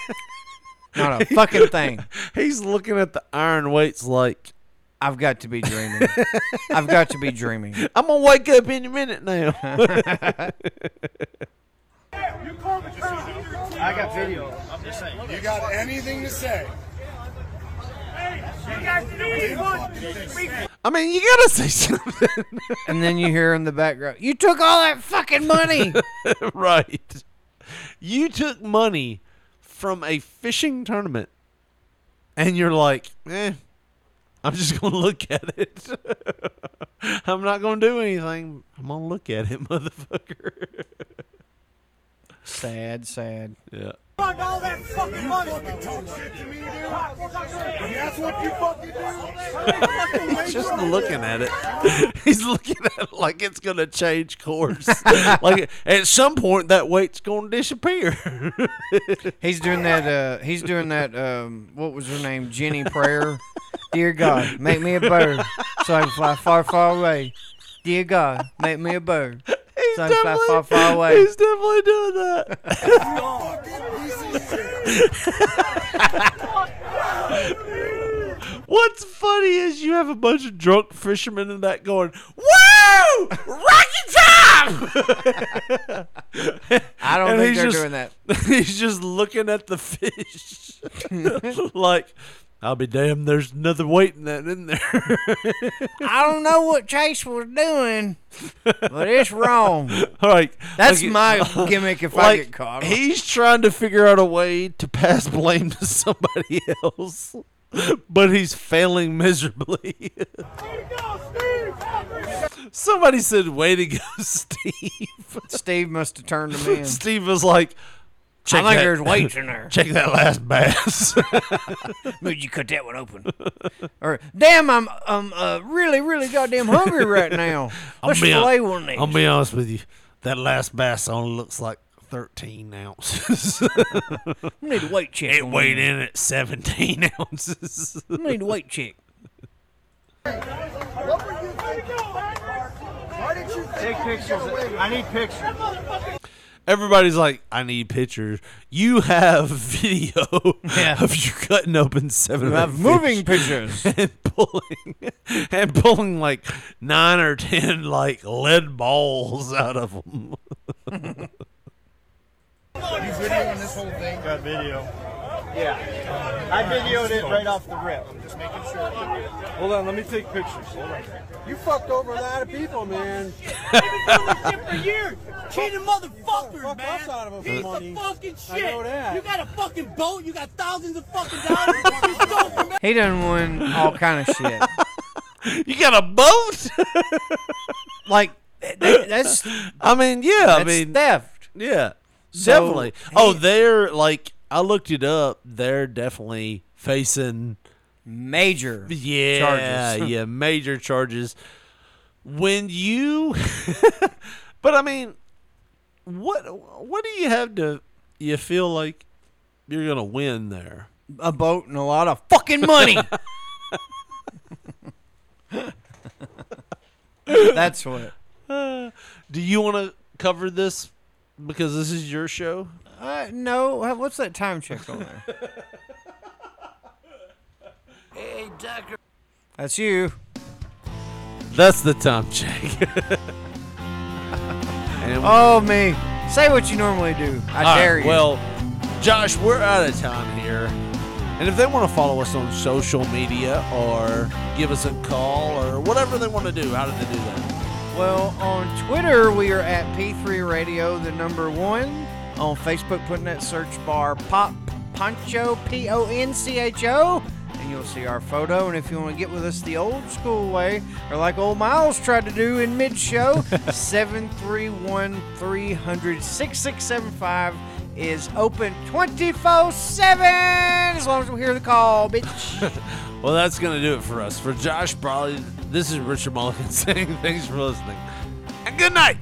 Speaker 4: Not a fucking thing.
Speaker 1: He's looking at the iron weights like
Speaker 4: I've got to be dreaming. I've got to be dreaming.
Speaker 1: I'm gonna wake up any minute now.
Speaker 13: I got video. I'm just saying. You got anything to say? Hey, you got
Speaker 1: I mean, you gotta say something.
Speaker 4: and then you hear in the background, "You took all that fucking money."
Speaker 1: right. You took money from a fishing tournament and you're like, eh, I'm just going to look at it. I'm not going to do anything. I'm going to look at it, motherfucker.
Speaker 4: sad, sad.
Speaker 1: Yeah.
Speaker 13: Fuck all that fucking money. You fucking talk shit to me, dude. That's what you fucking do.
Speaker 1: He's just looking at it. He's looking at it like it's going to change course. like at some point, that weight's going to disappear.
Speaker 4: He's doing that. Uh, he's doing that. Um, what was her name? Jenny Prayer. Dear God, make me a bird so I can fly far, far away. Dear God, make me a bird so I can fly far, far away.
Speaker 1: He's definitely doing that. What's funny is you have a bunch of drunk fishermen in that going, Woo! Rocky time!
Speaker 4: I don't
Speaker 1: And
Speaker 4: think
Speaker 1: he's
Speaker 4: they're
Speaker 1: just-
Speaker 4: doing that.
Speaker 1: He's just looking at the fish. like, I'll be damned, there's another weight in that in there.
Speaker 4: I don't know what Chase was doing, but it's wrong.
Speaker 1: All right.
Speaker 4: That's my gimmick if I get caught.
Speaker 1: He's trying to figure out a way to pass blame to somebody else, but he's failing miserably. somebody said, Way to go, Steve.
Speaker 4: Steve must have turned him in.
Speaker 1: Steve was like, Check
Speaker 4: I think
Speaker 1: that-
Speaker 4: there's weights in there.
Speaker 1: Check that last bass.
Speaker 4: Would you cut that one open? or damn, I'm I'm uh, really really goddamn hungry right now.
Speaker 1: I'm
Speaker 4: Let's
Speaker 1: be hon-
Speaker 4: fillet one of these.
Speaker 1: I'll be honest with you. That last bass only looks like 13 ounces.
Speaker 4: I need a weight check.
Speaker 1: it
Speaker 4: on
Speaker 1: weighed
Speaker 4: this.
Speaker 1: in at 17 ounces.
Speaker 4: I need a weight check.
Speaker 13: Take pictures. I need pictures.
Speaker 1: Everybody's like, I need pictures. You have video
Speaker 4: Yeah.
Speaker 1: of you cutting open seven.
Speaker 4: You
Speaker 1: of
Speaker 4: have
Speaker 1: that
Speaker 4: moving
Speaker 1: fish
Speaker 4: pictures.
Speaker 1: and pulling and pulling like nine or ten like lead balls out of them.
Speaker 13: You videoing this whole thing? Got video. Yeah.
Speaker 9: I videoed it right off the rip.
Speaker 13: I'm just making sure. Hold on, let me take pictures. Hold on.
Speaker 9: You fucked over a lot of people, man.
Speaker 13: For years, cheating motherfuckers, man. Piece
Speaker 9: money.
Speaker 13: of fucking
Speaker 9: I
Speaker 13: shit.
Speaker 9: know that.
Speaker 13: You got a fucking boat. You got thousands of fucking dollars. you stole from
Speaker 4: He done won all kind of shit.
Speaker 1: you got a boat?
Speaker 4: Like that, that's
Speaker 1: I mean, yeah, I
Speaker 4: That's
Speaker 1: mean
Speaker 4: theft.
Speaker 1: Yeah.
Speaker 4: So,
Speaker 1: definitely. oh, they're like I looked it up, they're definitely facing
Speaker 4: major
Speaker 1: yeah,
Speaker 4: charges.
Speaker 1: yeah, major charges. When you But I mean, what what do you have to you feel like you're going to win there?
Speaker 4: a boat and a lot of fucking money. that's what.
Speaker 1: Uh, do you want to cover this because this is your show?
Speaker 4: Uh, no, uh, what's that time check on there?
Speaker 13: Hey, Decker.
Speaker 4: That's you.
Speaker 1: That's the time check. and
Speaker 4: Oh me, say what you normally do. I
Speaker 1: All right,
Speaker 4: dare you.
Speaker 1: Well, Josh, we're out of time here. And if they want to follow us on social media or give us a call or whatever they want to do, how do they do that?
Speaker 4: Well, on Twitter, we are at P3 Radio, the number one. On Facebook, put in that search bar Pop Poncho, P O N C H O, and you'll see our photo. And if you want to get with us the old school way, or like old Miles tried to do in mid show, 731 300 6675 is open 24 7 as long as we hear the call, bitch.
Speaker 1: Well, that's going to do it for us. For Josh Brawley, This is Richard Mulligan saying thanks for listening. And good night.